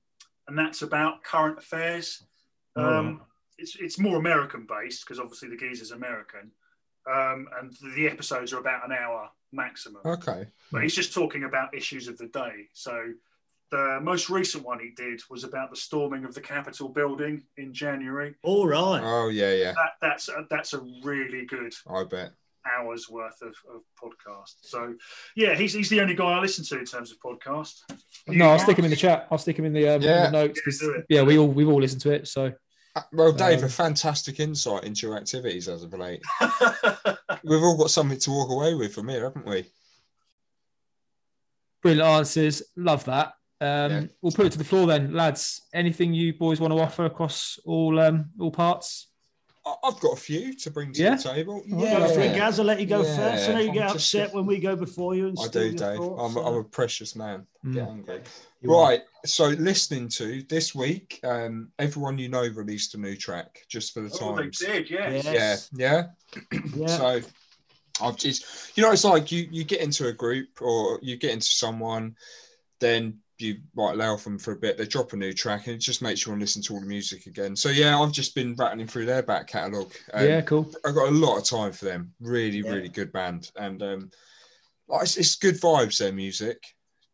Speaker 4: and that's about current affairs.
Speaker 3: Oh,
Speaker 2: Oh.
Speaker 4: Um, It's it's more American based because obviously the geezer's American, um, and the episodes are about an hour maximum.
Speaker 2: Okay.
Speaker 4: but he's just talking about issues of the day. So the most recent one he did was about the storming of the Capitol building in January.
Speaker 3: All right.
Speaker 2: Oh yeah, yeah.
Speaker 4: That, that's a, that's a really good
Speaker 2: I bet.
Speaker 4: hours worth of, of podcast. So yeah, he's, he's the only guy I listen to in terms of podcast.
Speaker 5: No, I'll stick him in the chat. I'll stick him in the, um,
Speaker 2: Yeah.
Speaker 5: in the notes 'cause-
Speaker 4: Yeah, do it.
Speaker 5: yeah, we all we've all listened to it. So
Speaker 2: Uh, Well, Dave,
Speaker 5: Um,
Speaker 2: a fantastic insight into your activities as of late.
Speaker 4: chat.
Speaker 2: We've all got something to walk away with from here, haven't we?
Speaker 5: brilliant answers. Love that. Um,
Speaker 2: Yeah.
Speaker 5: We'll put it to the floor then, lads. Anything you boys want to offer across all um, all parts?
Speaker 2: I- I've got a few to bring to
Speaker 5: Yeah?
Speaker 2: the table.
Speaker 3: Yeah, I think Gaz, I'll let you go
Speaker 2: Yeah.
Speaker 3: first. I know you get
Speaker 2: I'm just-
Speaker 3: upset when we go before you. And
Speaker 2: I
Speaker 3: steal
Speaker 2: do,
Speaker 3: your
Speaker 2: Dave.
Speaker 3: thoughts,
Speaker 2: I'm, a- I'm
Speaker 3: so- Hmm.
Speaker 2: a precious man.
Speaker 5: Mm.
Speaker 2: Get angry.
Speaker 5: You want-
Speaker 2: Right. So, listening to this week, um, everyone you know released a new track just for the
Speaker 4: oh, they
Speaker 2: times.
Speaker 4: did, yes.
Speaker 3: Yeah.
Speaker 2: Yeah, yeah.
Speaker 3: yeah.
Speaker 2: So I've just, you know, it's like you you get into a group or you get into someone, then you might lay off them for a bit. They drop a new track, and it just makes you want to listen to all the music again. So yeah, I've just been rattling through their back catalogue. Um,
Speaker 5: yeah, cool.
Speaker 2: I got a lot of time for them. Really, really good band, and um, like, it's, it's good vibes. Their music,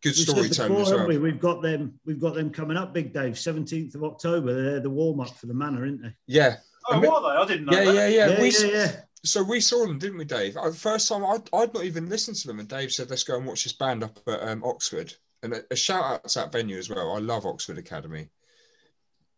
Speaker 2: good
Speaker 3: We said
Speaker 2: storytelling
Speaker 3: before,
Speaker 2: as well.
Speaker 3: haven't we? We've got them. We've got them coming up, Big Dave. Seventeenth of October. They're the warm up for the Manor, aren't they?
Speaker 2: Yeah,
Speaker 4: Oh, were they? I didn't know
Speaker 2: yeah,
Speaker 4: that.
Speaker 2: yeah, yeah.
Speaker 3: yeah,
Speaker 2: we,
Speaker 3: yeah, yeah.
Speaker 2: So we saw them, didn't we, Dave? Uh, The first time I'd, I'd not even listened to them, and Dave said, "Let's go and watch this band up at um, Oxford." And a, a shout out to that venue as well. I love Oxford Academy.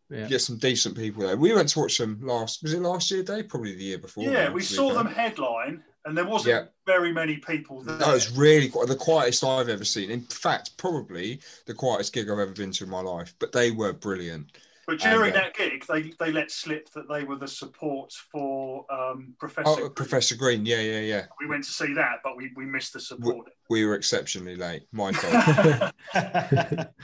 Speaker 5: Yeah.
Speaker 2: Get some decent people there. We went to watch them last. Was it last year, Dave? Probably the year before.
Speaker 4: Yeah,
Speaker 2: now,
Speaker 4: we
Speaker 2: to be
Speaker 4: saw
Speaker 2: fair.
Speaker 4: them headline, and there wasn't
Speaker 2: Yeah.
Speaker 4: very many people there.
Speaker 2: That was really qui- the quietest I've ever seen. In fact, probably the quietest gig I've ever been to in my life. But they were brilliant.
Speaker 4: But during
Speaker 2: And, uh,
Speaker 4: that gig, they, they let slip that they were the supports for um, Professor.
Speaker 2: Oh,
Speaker 4: Green.
Speaker 2: Professor Green. Yeah, yeah, yeah.
Speaker 4: We went to see that, but we, we missed the support.
Speaker 2: We were exceptionally late. My fault.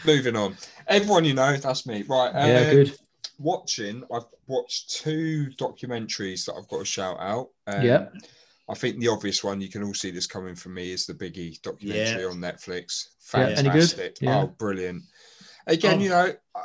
Speaker 2: Moving on. Everyone you know, that's me. Right. Uh,
Speaker 5: yeah, good.
Speaker 2: Watching, I've watched two documentaries that I've got to shout out.
Speaker 5: Yeah.
Speaker 2: I think the obvious one, you can all see this coming from me, is the Biggie documentary
Speaker 3: Yeah.
Speaker 2: on Netflix.
Speaker 5: Yeah. Any good?
Speaker 2: Fantastic.
Speaker 5: Yeah. Oh.
Speaker 2: Oh, brilliant. Again,
Speaker 3: Um,
Speaker 2: you know, I,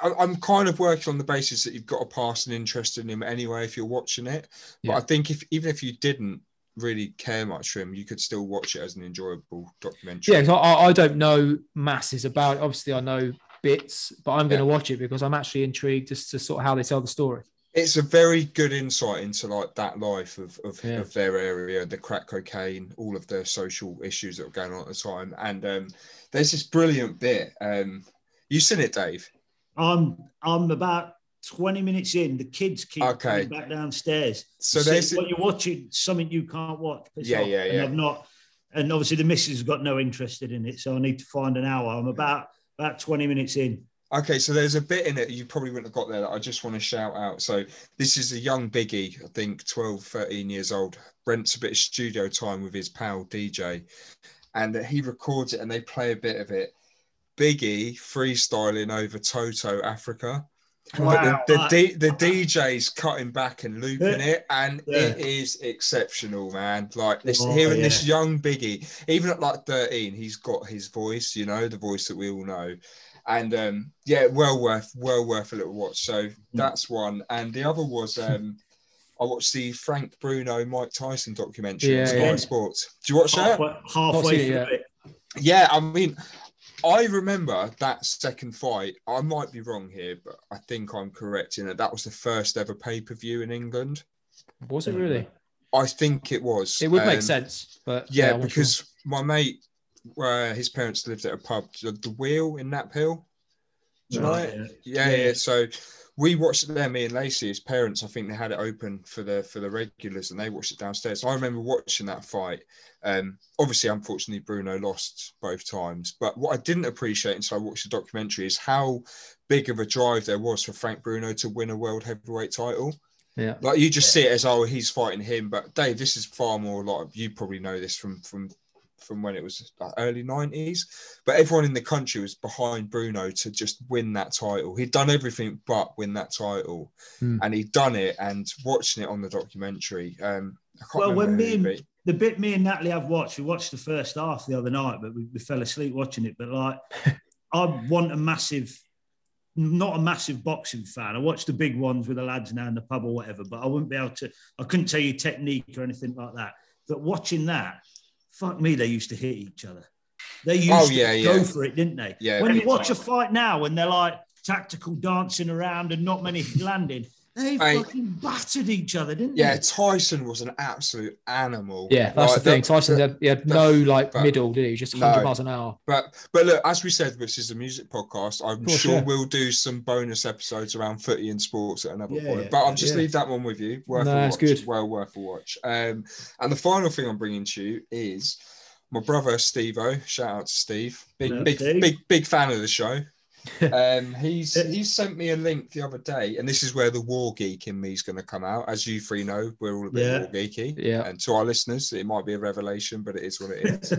Speaker 2: I, I'm kind of working on the basis that you've got to pass an interest in him anyway if you're watching it. But
Speaker 1: Yeah.
Speaker 2: I think if even if you didn't really care much for him, you could still watch it as an enjoyable documentary.
Speaker 5: Yeah, 'cause I, I don't know masses about it. Obviously, I know bits, but I'm going to watch it because I'm actually intrigued as to sort of how they tell the story.
Speaker 2: it's a very good insight into like that life of of,
Speaker 5: Yeah.
Speaker 2: of their area, the crack cocaine, all of the social issues that were going on at the time. And um, there's this brilliant bit. Um, you've seen it, Dave.
Speaker 3: I'm I'm about 20 minutes in. The kids keep
Speaker 2: Okay.
Speaker 3: coming back downstairs.
Speaker 2: So
Speaker 3: So
Speaker 2: there's
Speaker 3: what you're watching, something you can't watch. Piss
Speaker 2: Yeah,
Speaker 3: off.
Speaker 2: yeah,
Speaker 3: And
Speaker 2: yeah.
Speaker 3: I've not, and obviously the missus has got no interest in it, so I need to find an hour. I'm about about 20 minutes in.
Speaker 2: okay. So there's a bit in it you probably wouldn't have got there that I just want to shout out. So this is a young biggie, I think 12, 13 years old. Rents a bit of studio time with his pal DJ, and he records it and they play a bit of it. Biggie freestyling over Toto Africa.
Speaker 4: Wow.
Speaker 2: But the, the, D, the DJ's cutting back and looping it, and
Speaker 3: Yeah.
Speaker 2: it is exceptional, man. Like this,
Speaker 3: Oh,
Speaker 2: hearing
Speaker 3: yeah.
Speaker 2: this young Biggie, even at like 13, he's got his voice, you know, the voice that we all know. And um, yeah, well worth, well worth a little watch. So that's one. And the other was um, I watched the Frank Bruno Mike Tyson documentary
Speaker 5: Yeah,
Speaker 2: on Sky
Speaker 3: yeah.
Speaker 2: Sports. Do you watch that?
Speaker 3: Halfway,
Speaker 5: Not
Speaker 3: halfway
Speaker 5: seen it
Speaker 3: through
Speaker 5: yet.
Speaker 3: it.
Speaker 2: Yeah, I mean, I remember that second fight. I might be wrong here, but I think I'm correct in that that was the first ever pay per view in England.
Speaker 5: Was it really?
Speaker 2: I think it was.
Speaker 5: It would
Speaker 2: Mm. Um,
Speaker 5: make sense, but
Speaker 2: Yeah,
Speaker 5: I wasn't
Speaker 2: because my mate, uh, his parents lived at a pub, the the Wheel in Nap Hill. Do you know it?
Speaker 3: Right, yeah.
Speaker 2: yeah,
Speaker 3: Yeah.
Speaker 2: yeah. So we watched it there. Me and Lacey, his parents, I think they had it open for the for the regulars, and they watched it downstairs. I remember watching that fight. Um, obviously, unfortunately, Bruno lost both times. But what I didn't appreciate until I watched the documentary is how big of a drive there was for Frank Bruno to win a world heavyweight title.
Speaker 5: Yeah.
Speaker 2: like you just see it as oh he's fighting him, but Dave, this is far more like you probably know this from from from when it was like early 90s but everyone in the country was behind Bruno to just win that title. He'd done everything but win that title,
Speaker 5: Hmm.
Speaker 2: and he'd done it. And watching it on the documentary, um, I can't
Speaker 3: Well,
Speaker 2: remember
Speaker 3: when
Speaker 2: who
Speaker 3: me and-
Speaker 2: it-
Speaker 3: The bit me and Natalie have watched, we watched the first half the other night, but we, we fell asleep watching it. But like, I want a massive, not a massive boxing fan. I watch the big ones with the lads now in the pub or whatever, but I wouldn't be able to, I couldn't tell you technique or anything like that. But watching that, fuck me, they used to hit each other. They used
Speaker 2: Oh,
Speaker 3: to
Speaker 2: yeah,
Speaker 3: go
Speaker 2: yeah.
Speaker 3: for it, didn't they?
Speaker 2: Yeah,
Speaker 3: When you
Speaker 4: big
Speaker 3: watch a
Speaker 4: time.
Speaker 3: fight now and they're like tactical dancing around and not many landing, they
Speaker 2: Mate.
Speaker 3: fucking battered each other, didn't
Speaker 2: yeah,
Speaker 3: they?
Speaker 2: Tyson was an absolute animal.
Speaker 5: Yeah, that's
Speaker 2: Like,
Speaker 5: the thing.
Speaker 2: that-
Speaker 5: Tyson,
Speaker 2: that-
Speaker 5: had- he had no like
Speaker 2: but-
Speaker 5: middle, did he? Just
Speaker 2: No.
Speaker 5: 100 miles an hour.
Speaker 2: but but look, as we said, this is a music podcast. I'm
Speaker 5: course,
Speaker 2: sure
Speaker 5: yeah.
Speaker 2: we'll do some bonus episodes around footy and sports at another
Speaker 3: Yeah,
Speaker 2: point.
Speaker 3: yeah.
Speaker 2: But I'll just
Speaker 5: Yeah.
Speaker 2: leave that one with you. Worth
Speaker 5: No,
Speaker 2: a
Speaker 5: it's
Speaker 2: watch.
Speaker 5: good.
Speaker 2: Well worth a watch. Um, and the final thing I'm bringing to you is my brother Steve O. Shout out to Steve. Big
Speaker 3: Yeah,
Speaker 2: big
Speaker 3: Steve.
Speaker 2: big big fan of the show. um, he's he sent me a link the other day, and this is where the war geek in me is going to come out. As you three know, we're all a bit
Speaker 3: Yeah.
Speaker 2: war geeky.
Speaker 5: Yeah.
Speaker 2: And to our listeners, it might be a revelation, but it is what it is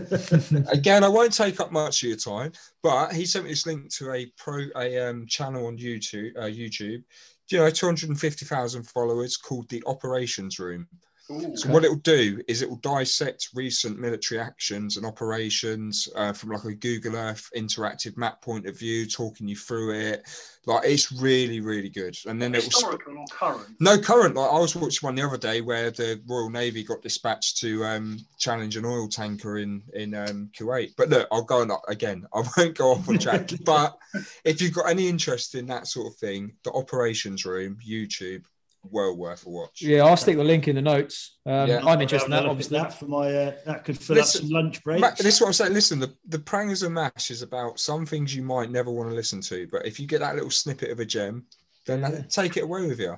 Speaker 2: again, I won't take up much of your time, but he sent me this link to a pro a um, channel on YouTube. Uh, YouTube, you know, two hundred and fifty thousand followers called the Operations Room.
Speaker 4: Ooh.
Speaker 2: So what it will do is it will dissect recent military actions and operations uh, from like a Google Earth interactive map point of view, talking you through it. Like it's really really good, and then it will. sp-
Speaker 4: Historical or current?
Speaker 2: no current. Like I was watching one the other day where the Royal Navy got dispatched to um, challenge an oil tanker in in um, Kuwait. But look, I'll go on again. I won't go off on track. but if you've got any interest in that sort of thing, the operations room, YouTube, well worth a watch.
Speaker 5: Yeah, I'll stick the link in the notes. Um,
Speaker 2: Yeah.
Speaker 5: I'm interested in
Speaker 3: I'll have a look at
Speaker 5: that, obviously.
Speaker 3: That, for my, uh, that could fill
Speaker 2: Listen,
Speaker 3: up some lunch breaks.
Speaker 2: Ma- this is what I'm saying. Listen, the, the prangers and mash is about some things you might never want to listen to, but if you get that little snippet of a gem, then that- take it away with you.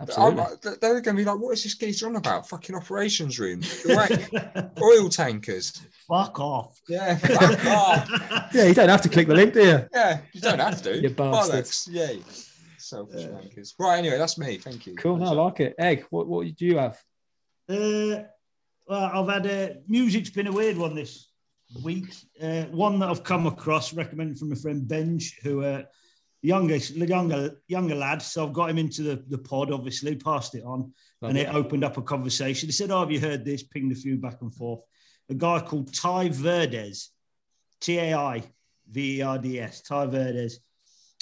Speaker 2: I'm,
Speaker 5: Absolutely.
Speaker 2: uh, they're going to be like, "What is this geezer on about? Fucking operations room, Kuwait, oil tankers."
Speaker 3: Fuck off.
Speaker 2: Yeah, fuck off.
Speaker 5: Yeah, you don't have to click the link, do you?
Speaker 2: yeah, you don't have to.
Speaker 5: You bastard.
Speaker 2: Bollocks. Yeah. Selfish
Speaker 3: Yeah.
Speaker 2: wankers. Right, anyway, that's me. Thank you.
Speaker 5: Cool. No, I like it. Egg. What what do you have?
Speaker 3: Uh, well, I've had uh, music's been a weird one this week. Uh, one that I've come across, recommended from a friend Benj, who uh, younger younger younger lad. So I've got him into the, the pod, obviously, passed it on, and it opened up a conversation. He said, "Oh, have you heard this?" Pinged a few back and forth. A guy called Ty Verdes, T A I V E R D S, Ty Verdes.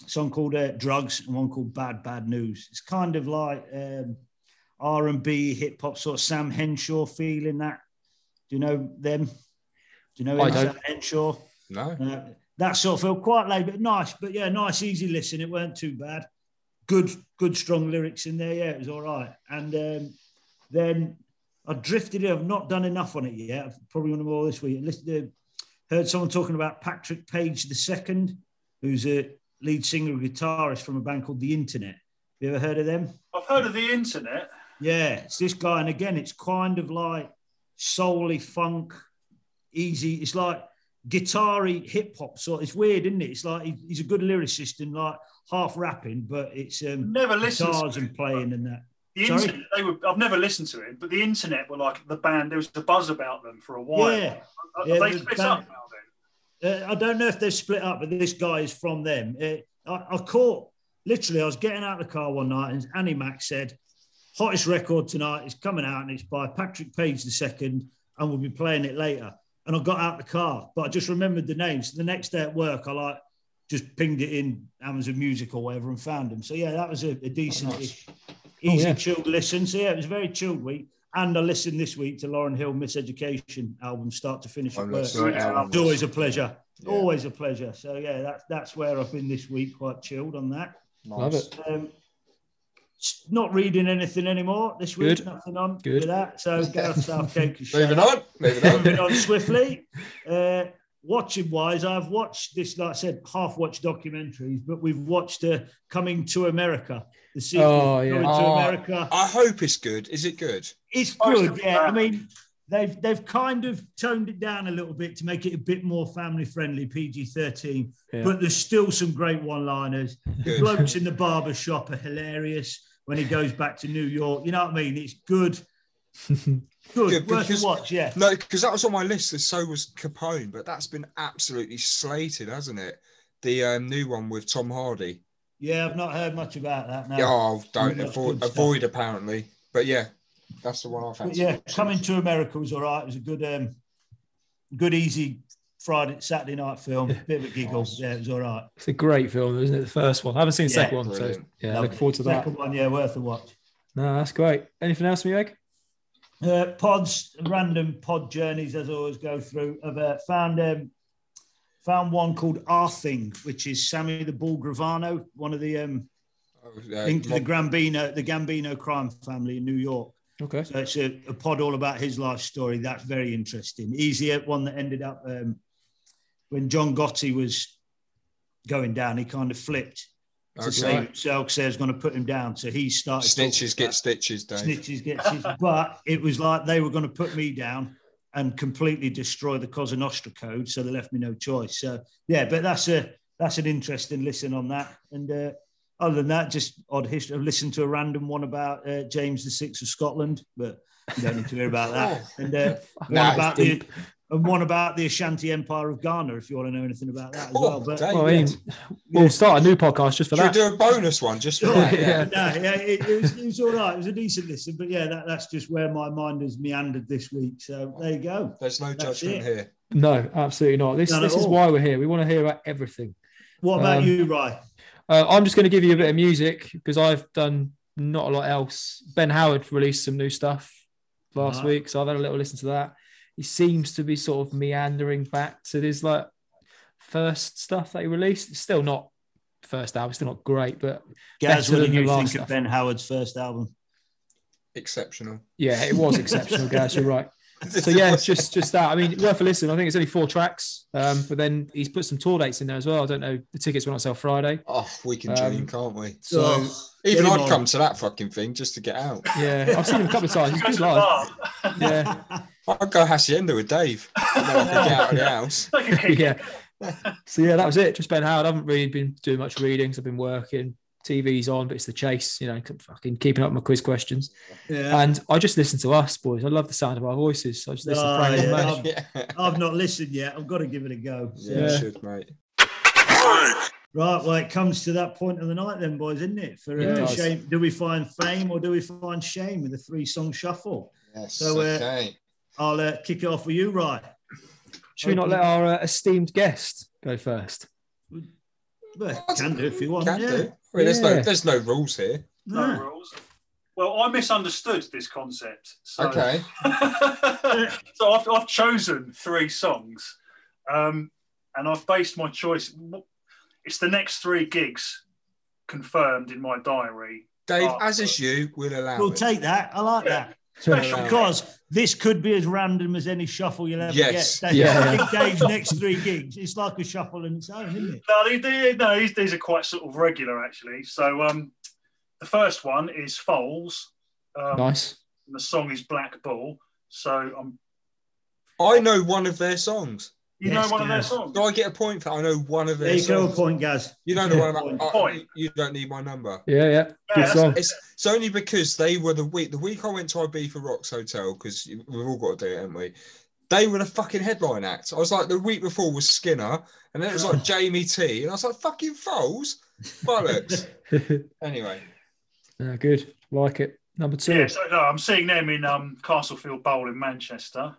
Speaker 3: A song called uh, "Drugs" and one called "Bad Bad News." It's kind of like. Um, R and B, hip hop, sort of Sam Henshaw feeling. That do you know them? Do you know
Speaker 5: I
Speaker 3: him,
Speaker 5: don't.
Speaker 3: Sam Henshaw?
Speaker 2: No.
Speaker 3: Uh, that sort of felt quite laid, but nice. But yeah, nice, easy listen. It weren't too bad. Good, good, strong lyrics in there. Yeah, it was all right. And um, then I drifted. in. I've not done enough on it yet. I've probably done more this week. I listened to, heard someone talking about Patrick Page II, who's a lead singer and guitarist from a band called The Internet. Have you ever heard of them?
Speaker 4: I've heard of the internet.
Speaker 3: Yeah, it's this guy, and again, it's kind of like solely funk, easy. It's like guitar-y hip hop. So it's weird, isn't it? It's like he- he's a good lyricist and like half rapping, but it's um,
Speaker 4: Never listened. to
Speaker 3: guitars and playing and that.
Speaker 4: The
Speaker 3: Sorry?
Speaker 4: internet, they were. I've never listened to it, but the internet were like the band. There was a buzz about them for a while.
Speaker 3: Yeah,
Speaker 4: Are- are
Speaker 3: yeah,
Speaker 4: they
Speaker 3: the
Speaker 4: split
Speaker 3: band-
Speaker 4: up now then.
Speaker 3: Uh, I don't know if they're split up, but this guy is from them. Uh, I, I caught literally, I was getting out of the car one night, and Annie Mac said, "Hottest record tonight is coming out, and it's by Patrick Page the second, and we'll be playing it later." And I got out the car, but I just remembered the name. So the next day at work, I like just pinged it in Amazon Music or whatever and found them. So yeah, that was a, a decent, easy,
Speaker 5: yeah.
Speaker 3: chilled listen. So yeah, it was a very chilled week. And I listened this week to Lauren Hill Miseducation album, start to finish. at
Speaker 2: I'm
Speaker 3: work.
Speaker 2: listening to
Speaker 4: Right,
Speaker 2: that
Speaker 4: so
Speaker 2: one.
Speaker 3: It's always a pleasure.
Speaker 2: Yeah.
Speaker 3: Always a pleasure. So yeah, that's that's where I've been this week. Quite chilled on that.
Speaker 2: Nice.
Speaker 5: Love it.
Speaker 3: Um, s- not reading anything anymore this week.
Speaker 5: Good.
Speaker 3: Nothing on
Speaker 5: Good.
Speaker 3: with that. So Gareth Southgate. can shut
Speaker 2: Moving
Speaker 3: up.
Speaker 2: on. Moving on.
Speaker 3: Moving on swiftly. Uh, watching wise, I've watched this. Like I said, half watched documentaries, but we've watched uh, Coming to America. The sequel
Speaker 5: Oh, yeah.
Speaker 3: Coming to
Speaker 2: Oh,
Speaker 3: America.
Speaker 2: I hope it's good. Is it good?
Speaker 3: It's
Speaker 4: Oh, it's
Speaker 3: good,
Speaker 4: not
Speaker 3: yeah. I
Speaker 4: bad.
Speaker 3: mean, they've they've kind of toned it down a little bit to make it a bit more family friendly, PG thirteen.
Speaker 5: Yeah.
Speaker 3: But there's still some great one liners. The
Speaker 2: Good.
Speaker 3: blokes in the barber shop are hilarious when he goes back to New York. You know what I mean? It's good, good,
Speaker 2: Good,
Speaker 3: worth
Speaker 2: because-
Speaker 3: a watch. Yeah,
Speaker 2: No, because that was on my list, and so was Capone, but that's been absolutely slated, hasn't it? The um, new one with Tom Hardy.
Speaker 3: yeah. I've not heard much about that now.
Speaker 2: Oh, don't
Speaker 3: That's
Speaker 2: avoid,
Speaker 3: good stuff.
Speaker 2: avoid apparently. But yeah, that's the one I
Speaker 3: But
Speaker 2: fancy.
Speaker 3: yeah, coming to America was all right. It was a good, um, good easy Friday Saturday night film. Bit of a giggle.
Speaker 2: Nice.
Speaker 3: Yeah, it was all right.
Speaker 5: It's a great film, isn't it? The first one. I haven't seen the
Speaker 3: Yeah,
Speaker 5: second one, so
Speaker 2: brilliant.
Speaker 5: yeah,
Speaker 3: Lovely.
Speaker 5: looking forward to that.
Speaker 3: Second one, yeah, worth a watch.
Speaker 5: No, that's great. Anything else from you, Egg?
Speaker 3: uh, pods, random pod journeys as I always go through. I've uh, found um, found one called Arthing, which is Sammy the Bull Gravano, one of the um,
Speaker 2: Oh, uh,
Speaker 3: linked to the
Speaker 2: Mon-
Speaker 3: Gambino the Gambino crime family in New York.
Speaker 5: Okay.
Speaker 3: So it's a, a pod all about his life story. That's very interesting. Easier one that ended up um, when John Gotti was going down. He kind of flipped to
Speaker 2: okay.
Speaker 3: save himself. So I was going to put him down. So he started talking
Speaker 2: Snitches
Speaker 3: about-
Speaker 2: get stitches, Dave.
Speaker 3: snitches get stitches. but it was like they were going to put me down and completely destroy the Cosa Nostra code, so they left me no choice. So yeah, but that's a that's an interesting listen on that. And uh, other than that, just odd history. I've listened to a random one about uh, James the Sixth of Scotland, but you don't need to hear about that. And uh, one
Speaker 2: Nah, it's
Speaker 3: about the and one about the Ashanti Empire of Ghana, if you want to know anything about that as
Speaker 2: Oh,
Speaker 3: well. But
Speaker 2: Dave,
Speaker 5: Well, I mean, we'll start a new podcast just for
Speaker 2: Should we
Speaker 5: that.
Speaker 2: do a bonus one just for
Speaker 3: Oh,
Speaker 2: that?
Speaker 5: yeah.
Speaker 2: Yeah.
Speaker 3: no, yeah, it, it, was, it was all right. It was a decent listen, but yeah, that, that's just where my mind has meandered this week. So there you go.
Speaker 2: There's no
Speaker 3: That's
Speaker 2: judgment
Speaker 3: it.
Speaker 2: here.
Speaker 5: No, absolutely not. This
Speaker 3: Not at
Speaker 5: this is
Speaker 3: all.
Speaker 5: why we're here. We want to hear about everything.
Speaker 3: What about
Speaker 5: Um,
Speaker 3: you, Rye?
Speaker 5: Uh, I'm just going to give you a bit of music because I've done not a lot else. Ben Howard released some new stuff last
Speaker 3: Right.
Speaker 5: week, so I've had a little listen to that. He seems to be sort of meandering back to his like first stuff that he released. It's still not first album, still not great, but
Speaker 3: Gaz, what
Speaker 5: better than
Speaker 3: did
Speaker 5: the
Speaker 3: you
Speaker 5: last
Speaker 3: think
Speaker 5: stuff.
Speaker 3: of Ben Howard's first album?
Speaker 2: Exceptional.
Speaker 5: yeah, it was exceptional, guys. You're right. so yeah, it's just just that. I mean, worth a listen. I think it's only four tracks, um, but then he's put some tour dates in there as well. I don't know. The tickets went on sale Friday,
Speaker 2: Oh, we can
Speaker 5: Um,
Speaker 2: dream, can't we?
Speaker 5: so
Speaker 3: Oh,
Speaker 2: Even
Speaker 3: get him
Speaker 2: I'd
Speaker 3: on.
Speaker 2: come to that fucking thing just to get out.
Speaker 5: yeah, I've seen him a couple of times. He's
Speaker 4: Go to the
Speaker 5: good live.
Speaker 4: bar.
Speaker 5: Yeah,
Speaker 2: I'd go hacienda with Dave. You know, if I get out of the house.
Speaker 4: They could hit
Speaker 5: yeah. So yeah, that was it. Just Ben Howard. I haven't really been doing much readings. I've been working, TV's on, but it's the chase, you know, fucking keeping up with my quiz questions.
Speaker 3: Yeah.
Speaker 5: And I just listen to us, boys. I love the sound of our voices. So I just listen
Speaker 3: Oh,
Speaker 5: to Brian
Speaker 3: yeah.
Speaker 5: Mash.
Speaker 3: I've- I've not listened yet. I've got to give it a go.
Speaker 2: yeah, you
Speaker 5: Yeah.
Speaker 2: should, mate.
Speaker 3: Right, well, it comes to that point of the night, then, boys, isn't it? For
Speaker 5: It
Speaker 3: uh,
Speaker 5: does.
Speaker 3: shame, do we find fame or do we find shame with a three-song shuffle?
Speaker 2: Yes.
Speaker 3: So, uh,
Speaker 2: okay.
Speaker 3: I'll uh, kick it off with you, right?
Speaker 5: Should we not let our uh, esteemed guest go first?
Speaker 3: Well, can do if you want.
Speaker 2: Can
Speaker 3: yeah.
Speaker 2: do. I mean, there's no
Speaker 5: Yeah.
Speaker 2: there's no rules here.
Speaker 4: No
Speaker 3: Yeah.
Speaker 4: rules. Well, I misunderstood this concept. So.
Speaker 2: Okay.
Speaker 4: so I've, I've chosen three songs, um, and I've based my choice. It's the next three gigs confirmed in my diary.
Speaker 2: Dave,
Speaker 4: Oh,
Speaker 2: as is you, we'll allow
Speaker 3: We'll
Speaker 2: it.
Speaker 3: take that. I like
Speaker 4: Yeah.
Speaker 3: that.
Speaker 4: Special
Speaker 3: Because this could be as random as any shuffle you'll ever
Speaker 2: Yes.
Speaker 3: get. Dave,
Speaker 5: Yeah.
Speaker 3: I think Dave's next three gigs, it's like a shuffle in its own, isn't it?
Speaker 4: No, they, they, no these, these are quite sort of regular actually. So um, the first one is Foals. Um,
Speaker 5: Nice.
Speaker 4: and the song is Black Bull. So um,
Speaker 2: I know one of their songs.
Speaker 4: you
Speaker 3: Yes,
Speaker 4: know one of their
Speaker 3: Gaz.
Speaker 4: songs.
Speaker 2: Do I get a point for that? I know one of
Speaker 3: There
Speaker 2: their
Speaker 3: you go, a
Speaker 2: songs.
Speaker 3: point, Gaz.
Speaker 2: You don't know
Speaker 5: Yeah.
Speaker 2: one of I-
Speaker 4: Point.
Speaker 2: You don't need my number.
Speaker 5: Yeah, yeah.
Speaker 4: Yeah,
Speaker 5: Good
Speaker 4: that's-
Speaker 5: song.
Speaker 2: It's, it's only because they were the week the week I went to Ibiza Rocks Hotel because we've all got to do it, haven't we? They were the fucking headline act. I was like, the week before was Skinner, and then it was like Jamie T, and I was like, fucking Foles, bollocks. anyway,
Speaker 5: Yeah, good. Like it. Number two.
Speaker 4: Yeah, so no, I'm seeing them in um, Castlefield Bowl in Manchester.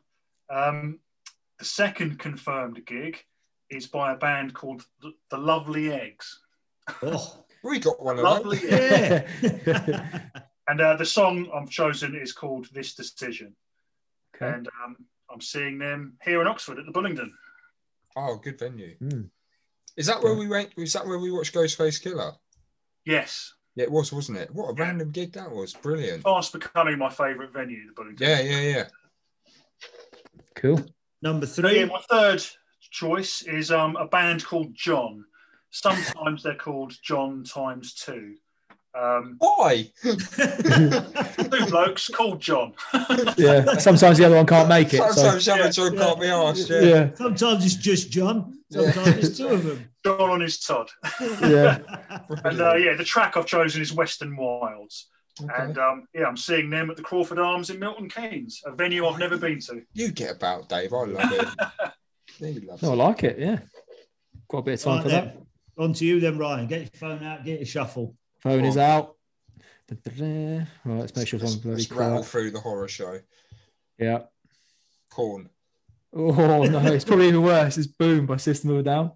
Speaker 4: Um, the second confirmed gig is by a band called The- The Lovely Eggs.
Speaker 3: Oh,
Speaker 2: we got one of
Speaker 4: Lovely
Speaker 2: those.
Speaker 4: Eggs.
Speaker 3: yeah.
Speaker 5: okay.
Speaker 4: And uh, the song I've chosen is called This Decision. And um, I'm seeing them here in Oxford at the Bullingdon.
Speaker 2: Oh, good venue.
Speaker 5: Hmm.
Speaker 2: Is that where we went? Is that where we watched Ghostface Killer?
Speaker 4: Yes,
Speaker 2: Yeah, it was, wasn't it? What a random gig that was. Brilliant.
Speaker 4: fast becoming my favourite venue, the Bullingdon.
Speaker 2: Yeah, yeah, yeah.
Speaker 5: Cool.
Speaker 3: Number
Speaker 4: So, Oh, yeah,
Speaker 3: three.
Speaker 4: my third choice is um, a band called John. Sometimes they're called John times two. Um,
Speaker 2: Why?
Speaker 4: two blokes called John.
Speaker 5: Yeah. Sometimes the other one can't make it. So.
Speaker 2: Sometimes so.
Speaker 4: Yeah,
Speaker 2: Joe can't be arsed. Yeah.
Speaker 5: Yeah.
Speaker 3: Sometimes it's just John,
Speaker 2: Yeah.
Speaker 3: sometimes it's two of them.
Speaker 4: John on his Todd.
Speaker 5: Yeah.
Speaker 4: And uh, yeah, the track I've chosen is Western Wilds.
Speaker 2: Okay.
Speaker 3: uh,
Speaker 4: And um, yeah, I'm seeing them at the Crawford Arms in Milton Keynes, a venue I've never been to.
Speaker 2: You get about, Dave. I love it. he loves
Speaker 5: No, I
Speaker 2: it.
Speaker 5: like it. Yeah. Got a bit of time
Speaker 3: Right
Speaker 5: for that.
Speaker 3: then. On to you then, Ryan. Get your phone out, get your shuffle.
Speaker 5: Phone is
Speaker 2: Oh.
Speaker 5: out. Right, let's make sure
Speaker 2: Let's-
Speaker 5: someone's bloody
Speaker 2: let's rattle
Speaker 5: quiet.
Speaker 2: through the horror show.
Speaker 5: Yeah.
Speaker 2: Corn.
Speaker 5: Oh no, it's probably even worse. It's Boom by System of a Down.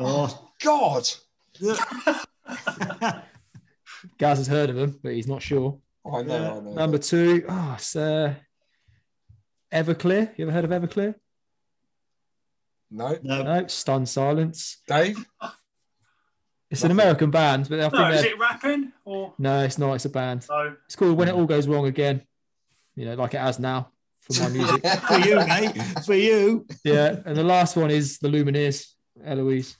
Speaker 3: Oh.
Speaker 2: God.
Speaker 5: Gaz has heard of them, but he's not sure.
Speaker 2: I know.
Speaker 3: Yeah.
Speaker 2: I know.
Speaker 5: Number two, oh, it's uh, Everclear. You ever heard of Everclear?
Speaker 2: No.
Speaker 3: no.
Speaker 5: No, Stun Silence.
Speaker 2: Dave.
Speaker 5: It's an American band, but I think
Speaker 4: No, is
Speaker 5: they're-
Speaker 4: it rapping or
Speaker 5: no, it's not. It's a band.
Speaker 4: no?
Speaker 5: It's called When It All Goes Wrong Again. You know, like it has now for my music.
Speaker 3: For you, mate. For you.
Speaker 5: yeah, and the last one is the Lumineers. Eloise,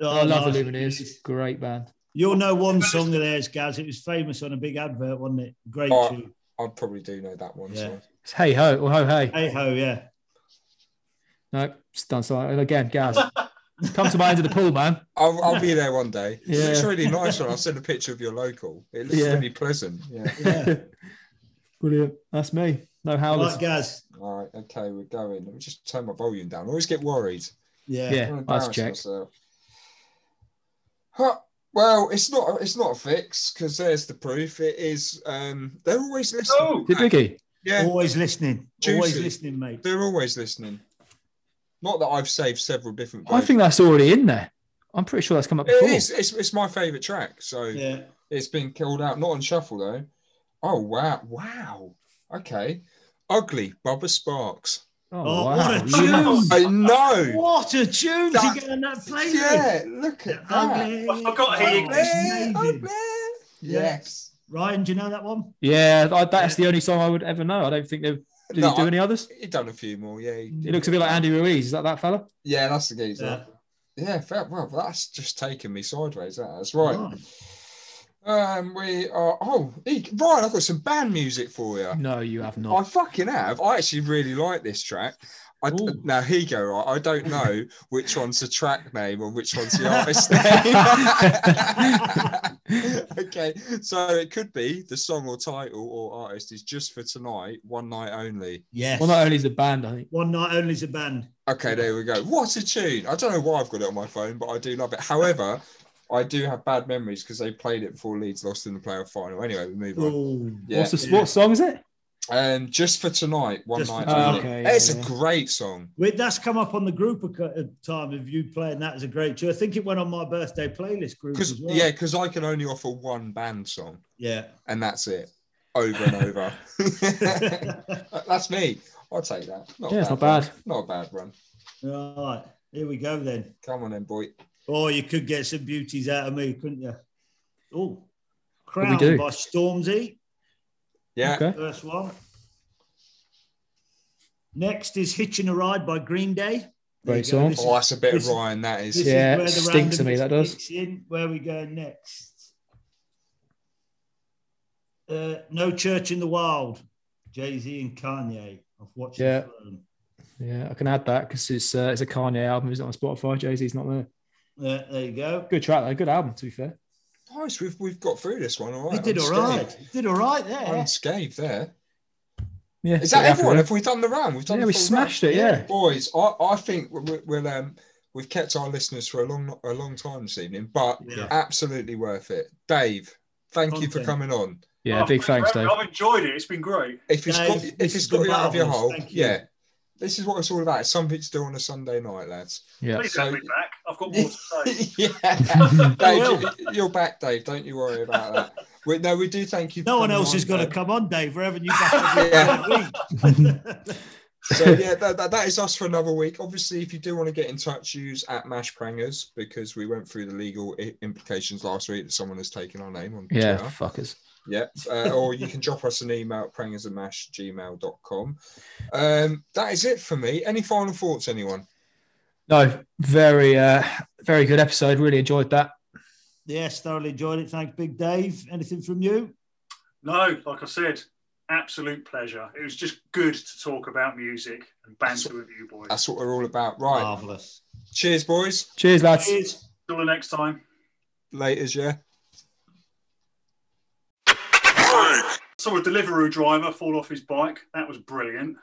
Speaker 5: Oh,
Speaker 4: Oh,
Speaker 5: I love the Lumineers. Great band.
Speaker 3: Oh, You'll know one song of theirs, Gaz. It was famous on a big advert, wasn't it? Great
Speaker 2: Oh.
Speaker 3: tune.
Speaker 2: I probably do know that one.
Speaker 3: Yeah.
Speaker 2: so-
Speaker 5: It's Hey Ho or Ho Hey.
Speaker 3: Hey ho, yeah.
Speaker 5: No, Stun Silence And again. Gaz, come to my end of the pool, man.
Speaker 2: I'll, I'll be there one day.
Speaker 5: Yeah.
Speaker 2: It's really nice one. I'll send a picture of your local. It looks
Speaker 5: Yeah.
Speaker 2: really pleasant. Yeah.
Speaker 3: yeah.
Speaker 5: Brilliant. That's me. No howlers.
Speaker 3: Right, Gaz.
Speaker 2: All right. Okay. We're going. Let me just turn my volume down. I always get worried.
Speaker 3: Yeah.
Speaker 5: Yeah,
Speaker 2: I'm
Speaker 5: that's
Speaker 2: embarrassed
Speaker 5: check.
Speaker 2: myself. Huh, Well, it's not it's not a fix because there's the proof. It is um they're always listening.
Speaker 4: No.
Speaker 5: Did Biggie?
Speaker 2: Yeah,
Speaker 3: Always listening. Always
Speaker 2: Juicy.
Speaker 3: listening, mate.
Speaker 2: they're always listening. Not that I've saved several different.
Speaker 5: I think that's already in there. I'm pretty sure that's come up
Speaker 2: versions.
Speaker 5: before.
Speaker 2: it is. It's, it's my favorite track, so
Speaker 3: Yeah.
Speaker 2: it's been killed out. Not on shuffle though. Oh wow, wow. Okay, ugly. Bubba Sparks.
Speaker 5: Oh,
Speaker 3: Oh,
Speaker 5: wow.
Speaker 3: what a
Speaker 5: You-
Speaker 3: tune.
Speaker 2: I know.
Speaker 3: What a tune
Speaker 2: That-
Speaker 3: to get on that playlist.
Speaker 2: Yeah, look at that.
Speaker 3: Ugly.
Speaker 4: I forgot he-
Speaker 3: Amazing.
Speaker 2: Ugly, ugly. Yes.
Speaker 3: Ryan, do you know that one?
Speaker 5: Yeah, I, that's the only song I would ever know. I don't think they did
Speaker 2: No,
Speaker 5: he do
Speaker 2: I-
Speaker 5: any others.
Speaker 2: He done a few more. Yeah. he
Speaker 5: He looks a bit like Andy Ruiz. Is that that fella?
Speaker 2: Yeah, that's the geezer.
Speaker 3: Yeah.
Speaker 2: Yeah, fair, well, that's just taken me sideways. That, that's right.
Speaker 3: Oh.
Speaker 2: Um, we are. Oh, e- Ryan, I've got some band music for you.
Speaker 5: No, you have
Speaker 2: I
Speaker 5: not.
Speaker 2: fucking have. I actually really like this track. I, d-
Speaker 5: Ooh.
Speaker 2: now here you go. Right? I don't know which one's the track name and which one's the artist name. okay, so it could be the song or title or artist is just for tonight, one night only.
Speaker 3: Yes.
Speaker 5: Well, not only is the band, I think.
Speaker 3: One night only's a band.
Speaker 2: Okay, there we go. What a tune! I don't know why I've got it on my phone, but I do love it. However, I do have bad memories because they played it before Leeds lost in the playoff final. Anyway, we move on.
Speaker 3: Ooh.
Speaker 2: Yeah.
Speaker 5: What's the, what song is it?
Speaker 2: Um, just for tonight, one
Speaker 3: Just for
Speaker 2: night
Speaker 3: Tonight.
Speaker 2: only.
Speaker 5: Okay,
Speaker 2: it's
Speaker 5: yeah,
Speaker 2: a
Speaker 5: yeah.
Speaker 2: great song.
Speaker 3: Wait, that's come up on the group a cou- a time of you playing that as a great tune. I think it went on my birthday playlist group.
Speaker 2: Because
Speaker 3: As well.
Speaker 2: yeah, because I can only offer one band song,
Speaker 3: yeah.
Speaker 2: and that's it, over and over. that's me. I'll take that. a
Speaker 5: Yeah, it's
Speaker 2: run.
Speaker 5: not bad.
Speaker 2: Not a bad run.
Speaker 3: All right, here we go then.
Speaker 2: Come on, then, boy.
Speaker 3: Oh, you could get some beauties out of me, couldn't you? Oh,
Speaker 5: we
Speaker 3: Crown
Speaker 5: do?
Speaker 3: by Stormzy,
Speaker 2: Yeah.
Speaker 5: Okay.
Speaker 3: first one. Next is Hitching a Ride by Green Day. There
Speaker 5: Great
Speaker 3: you go.
Speaker 5: song.
Speaker 3: This is-
Speaker 2: Oh, that's a bit
Speaker 3: this
Speaker 2: of
Speaker 3: is-
Speaker 2: Ryan. That
Speaker 3: this is
Speaker 2: is.
Speaker 5: Yeah,
Speaker 3: where the
Speaker 5: stinks to me,
Speaker 3: randomness
Speaker 5: that does.
Speaker 3: kicks In. Where we go next? Uh, no Church in the Wild, Jay Z and Kanye. I've watched
Speaker 5: Yeah.
Speaker 3: the film.
Speaker 5: Yeah, I can add that because it's uh, it's a Kanye album. It's not on Spotify. Jay Z's not there.
Speaker 3: Uh, there you go.
Speaker 5: Good track though. Good album. To be fair.
Speaker 2: Nice. We've we've got through this one. All
Speaker 3: We
Speaker 2: right.
Speaker 3: did all
Speaker 2: unscathed.
Speaker 3: right. Did all right there.
Speaker 2: Unscathed there.
Speaker 5: Yeah.
Speaker 2: Is that
Speaker 5: Yeah,
Speaker 2: everyone?
Speaker 5: yeah.
Speaker 2: Have we done the round? We've done.
Speaker 5: Yeah,
Speaker 2: the
Speaker 5: we
Speaker 2: full
Speaker 5: smashed
Speaker 2: round.
Speaker 5: it, yeah.
Speaker 2: boys. I, I think we- we- we'll um we've kept our listeners for a long a long time this evening, but
Speaker 3: Yeah.
Speaker 2: absolutely worth it. Dave, thank you for
Speaker 3: Content.
Speaker 2: coming on.
Speaker 5: Yeah,
Speaker 4: Oh,
Speaker 5: big thanks, Dave.
Speaker 4: I've enjoyed it. It's been great.
Speaker 2: If it's
Speaker 3: Dave,
Speaker 2: got
Speaker 3: this
Speaker 2: if
Speaker 3: has
Speaker 2: it's got
Speaker 3: been
Speaker 2: you out of your
Speaker 3: marvellous.
Speaker 2: hole,
Speaker 3: Thank you.
Speaker 2: yeah. This is what it's all about. It's something to do on a Sunday night, lads.
Speaker 5: Yeah.
Speaker 4: Please
Speaker 2: So-
Speaker 4: have me back. I've got more to say.
Speaker 2: yeah, Dave, you- you're back, Dave. Don't you worry about that. We, no, we do thank you. for
Speaker 3: No one
Speaker 2: coming
Speaker 3: else
Speaker 2: on, um,
Speaker 3: is going to
Speaker 2: Dave.
Speaker 3: come on, Dave. We're having you back every
Speaker 2: Yeah.
Speaker 3: week.
Speaker 2: So yeah, that, that, that is us for another week. Obviously, if you do want to get in touch, use at Mash Prangers because we went through the legal i- implications last week that someone has taken our name on
Speaker 5: Yeah,
Speaker 2: Twitter.
Speaker 5: fuckers.
Speaker 2: Yeah. Uh, or you can drop us an email at prangersandmashgmail.com. Um, that is it for me. Any final thoughts, anyone?
Speaker 5: No, very uh, very good episode. Really enjoyed that.
Speaker 3: Yes, thoroughly enjoyed it. Thanks, Big Dave. Anything from you?
Speaker 4: No, like I said, absolute pleasure. It was just good to talk about music and banter with you boys.
Speaker 2: That's what we're all about. Right.
Speaker 3: Uh, Marvelous.
Speaker 2: Cheers, boys.
Speaker 5: Cheers, lads.
Speaker 3: Cheers.
Speaker 4: Till the next time.
Speaker 2: Laters, yeah.
Speaker 4: Saw a Deliveroo driver fall off his bike. That was brilliant.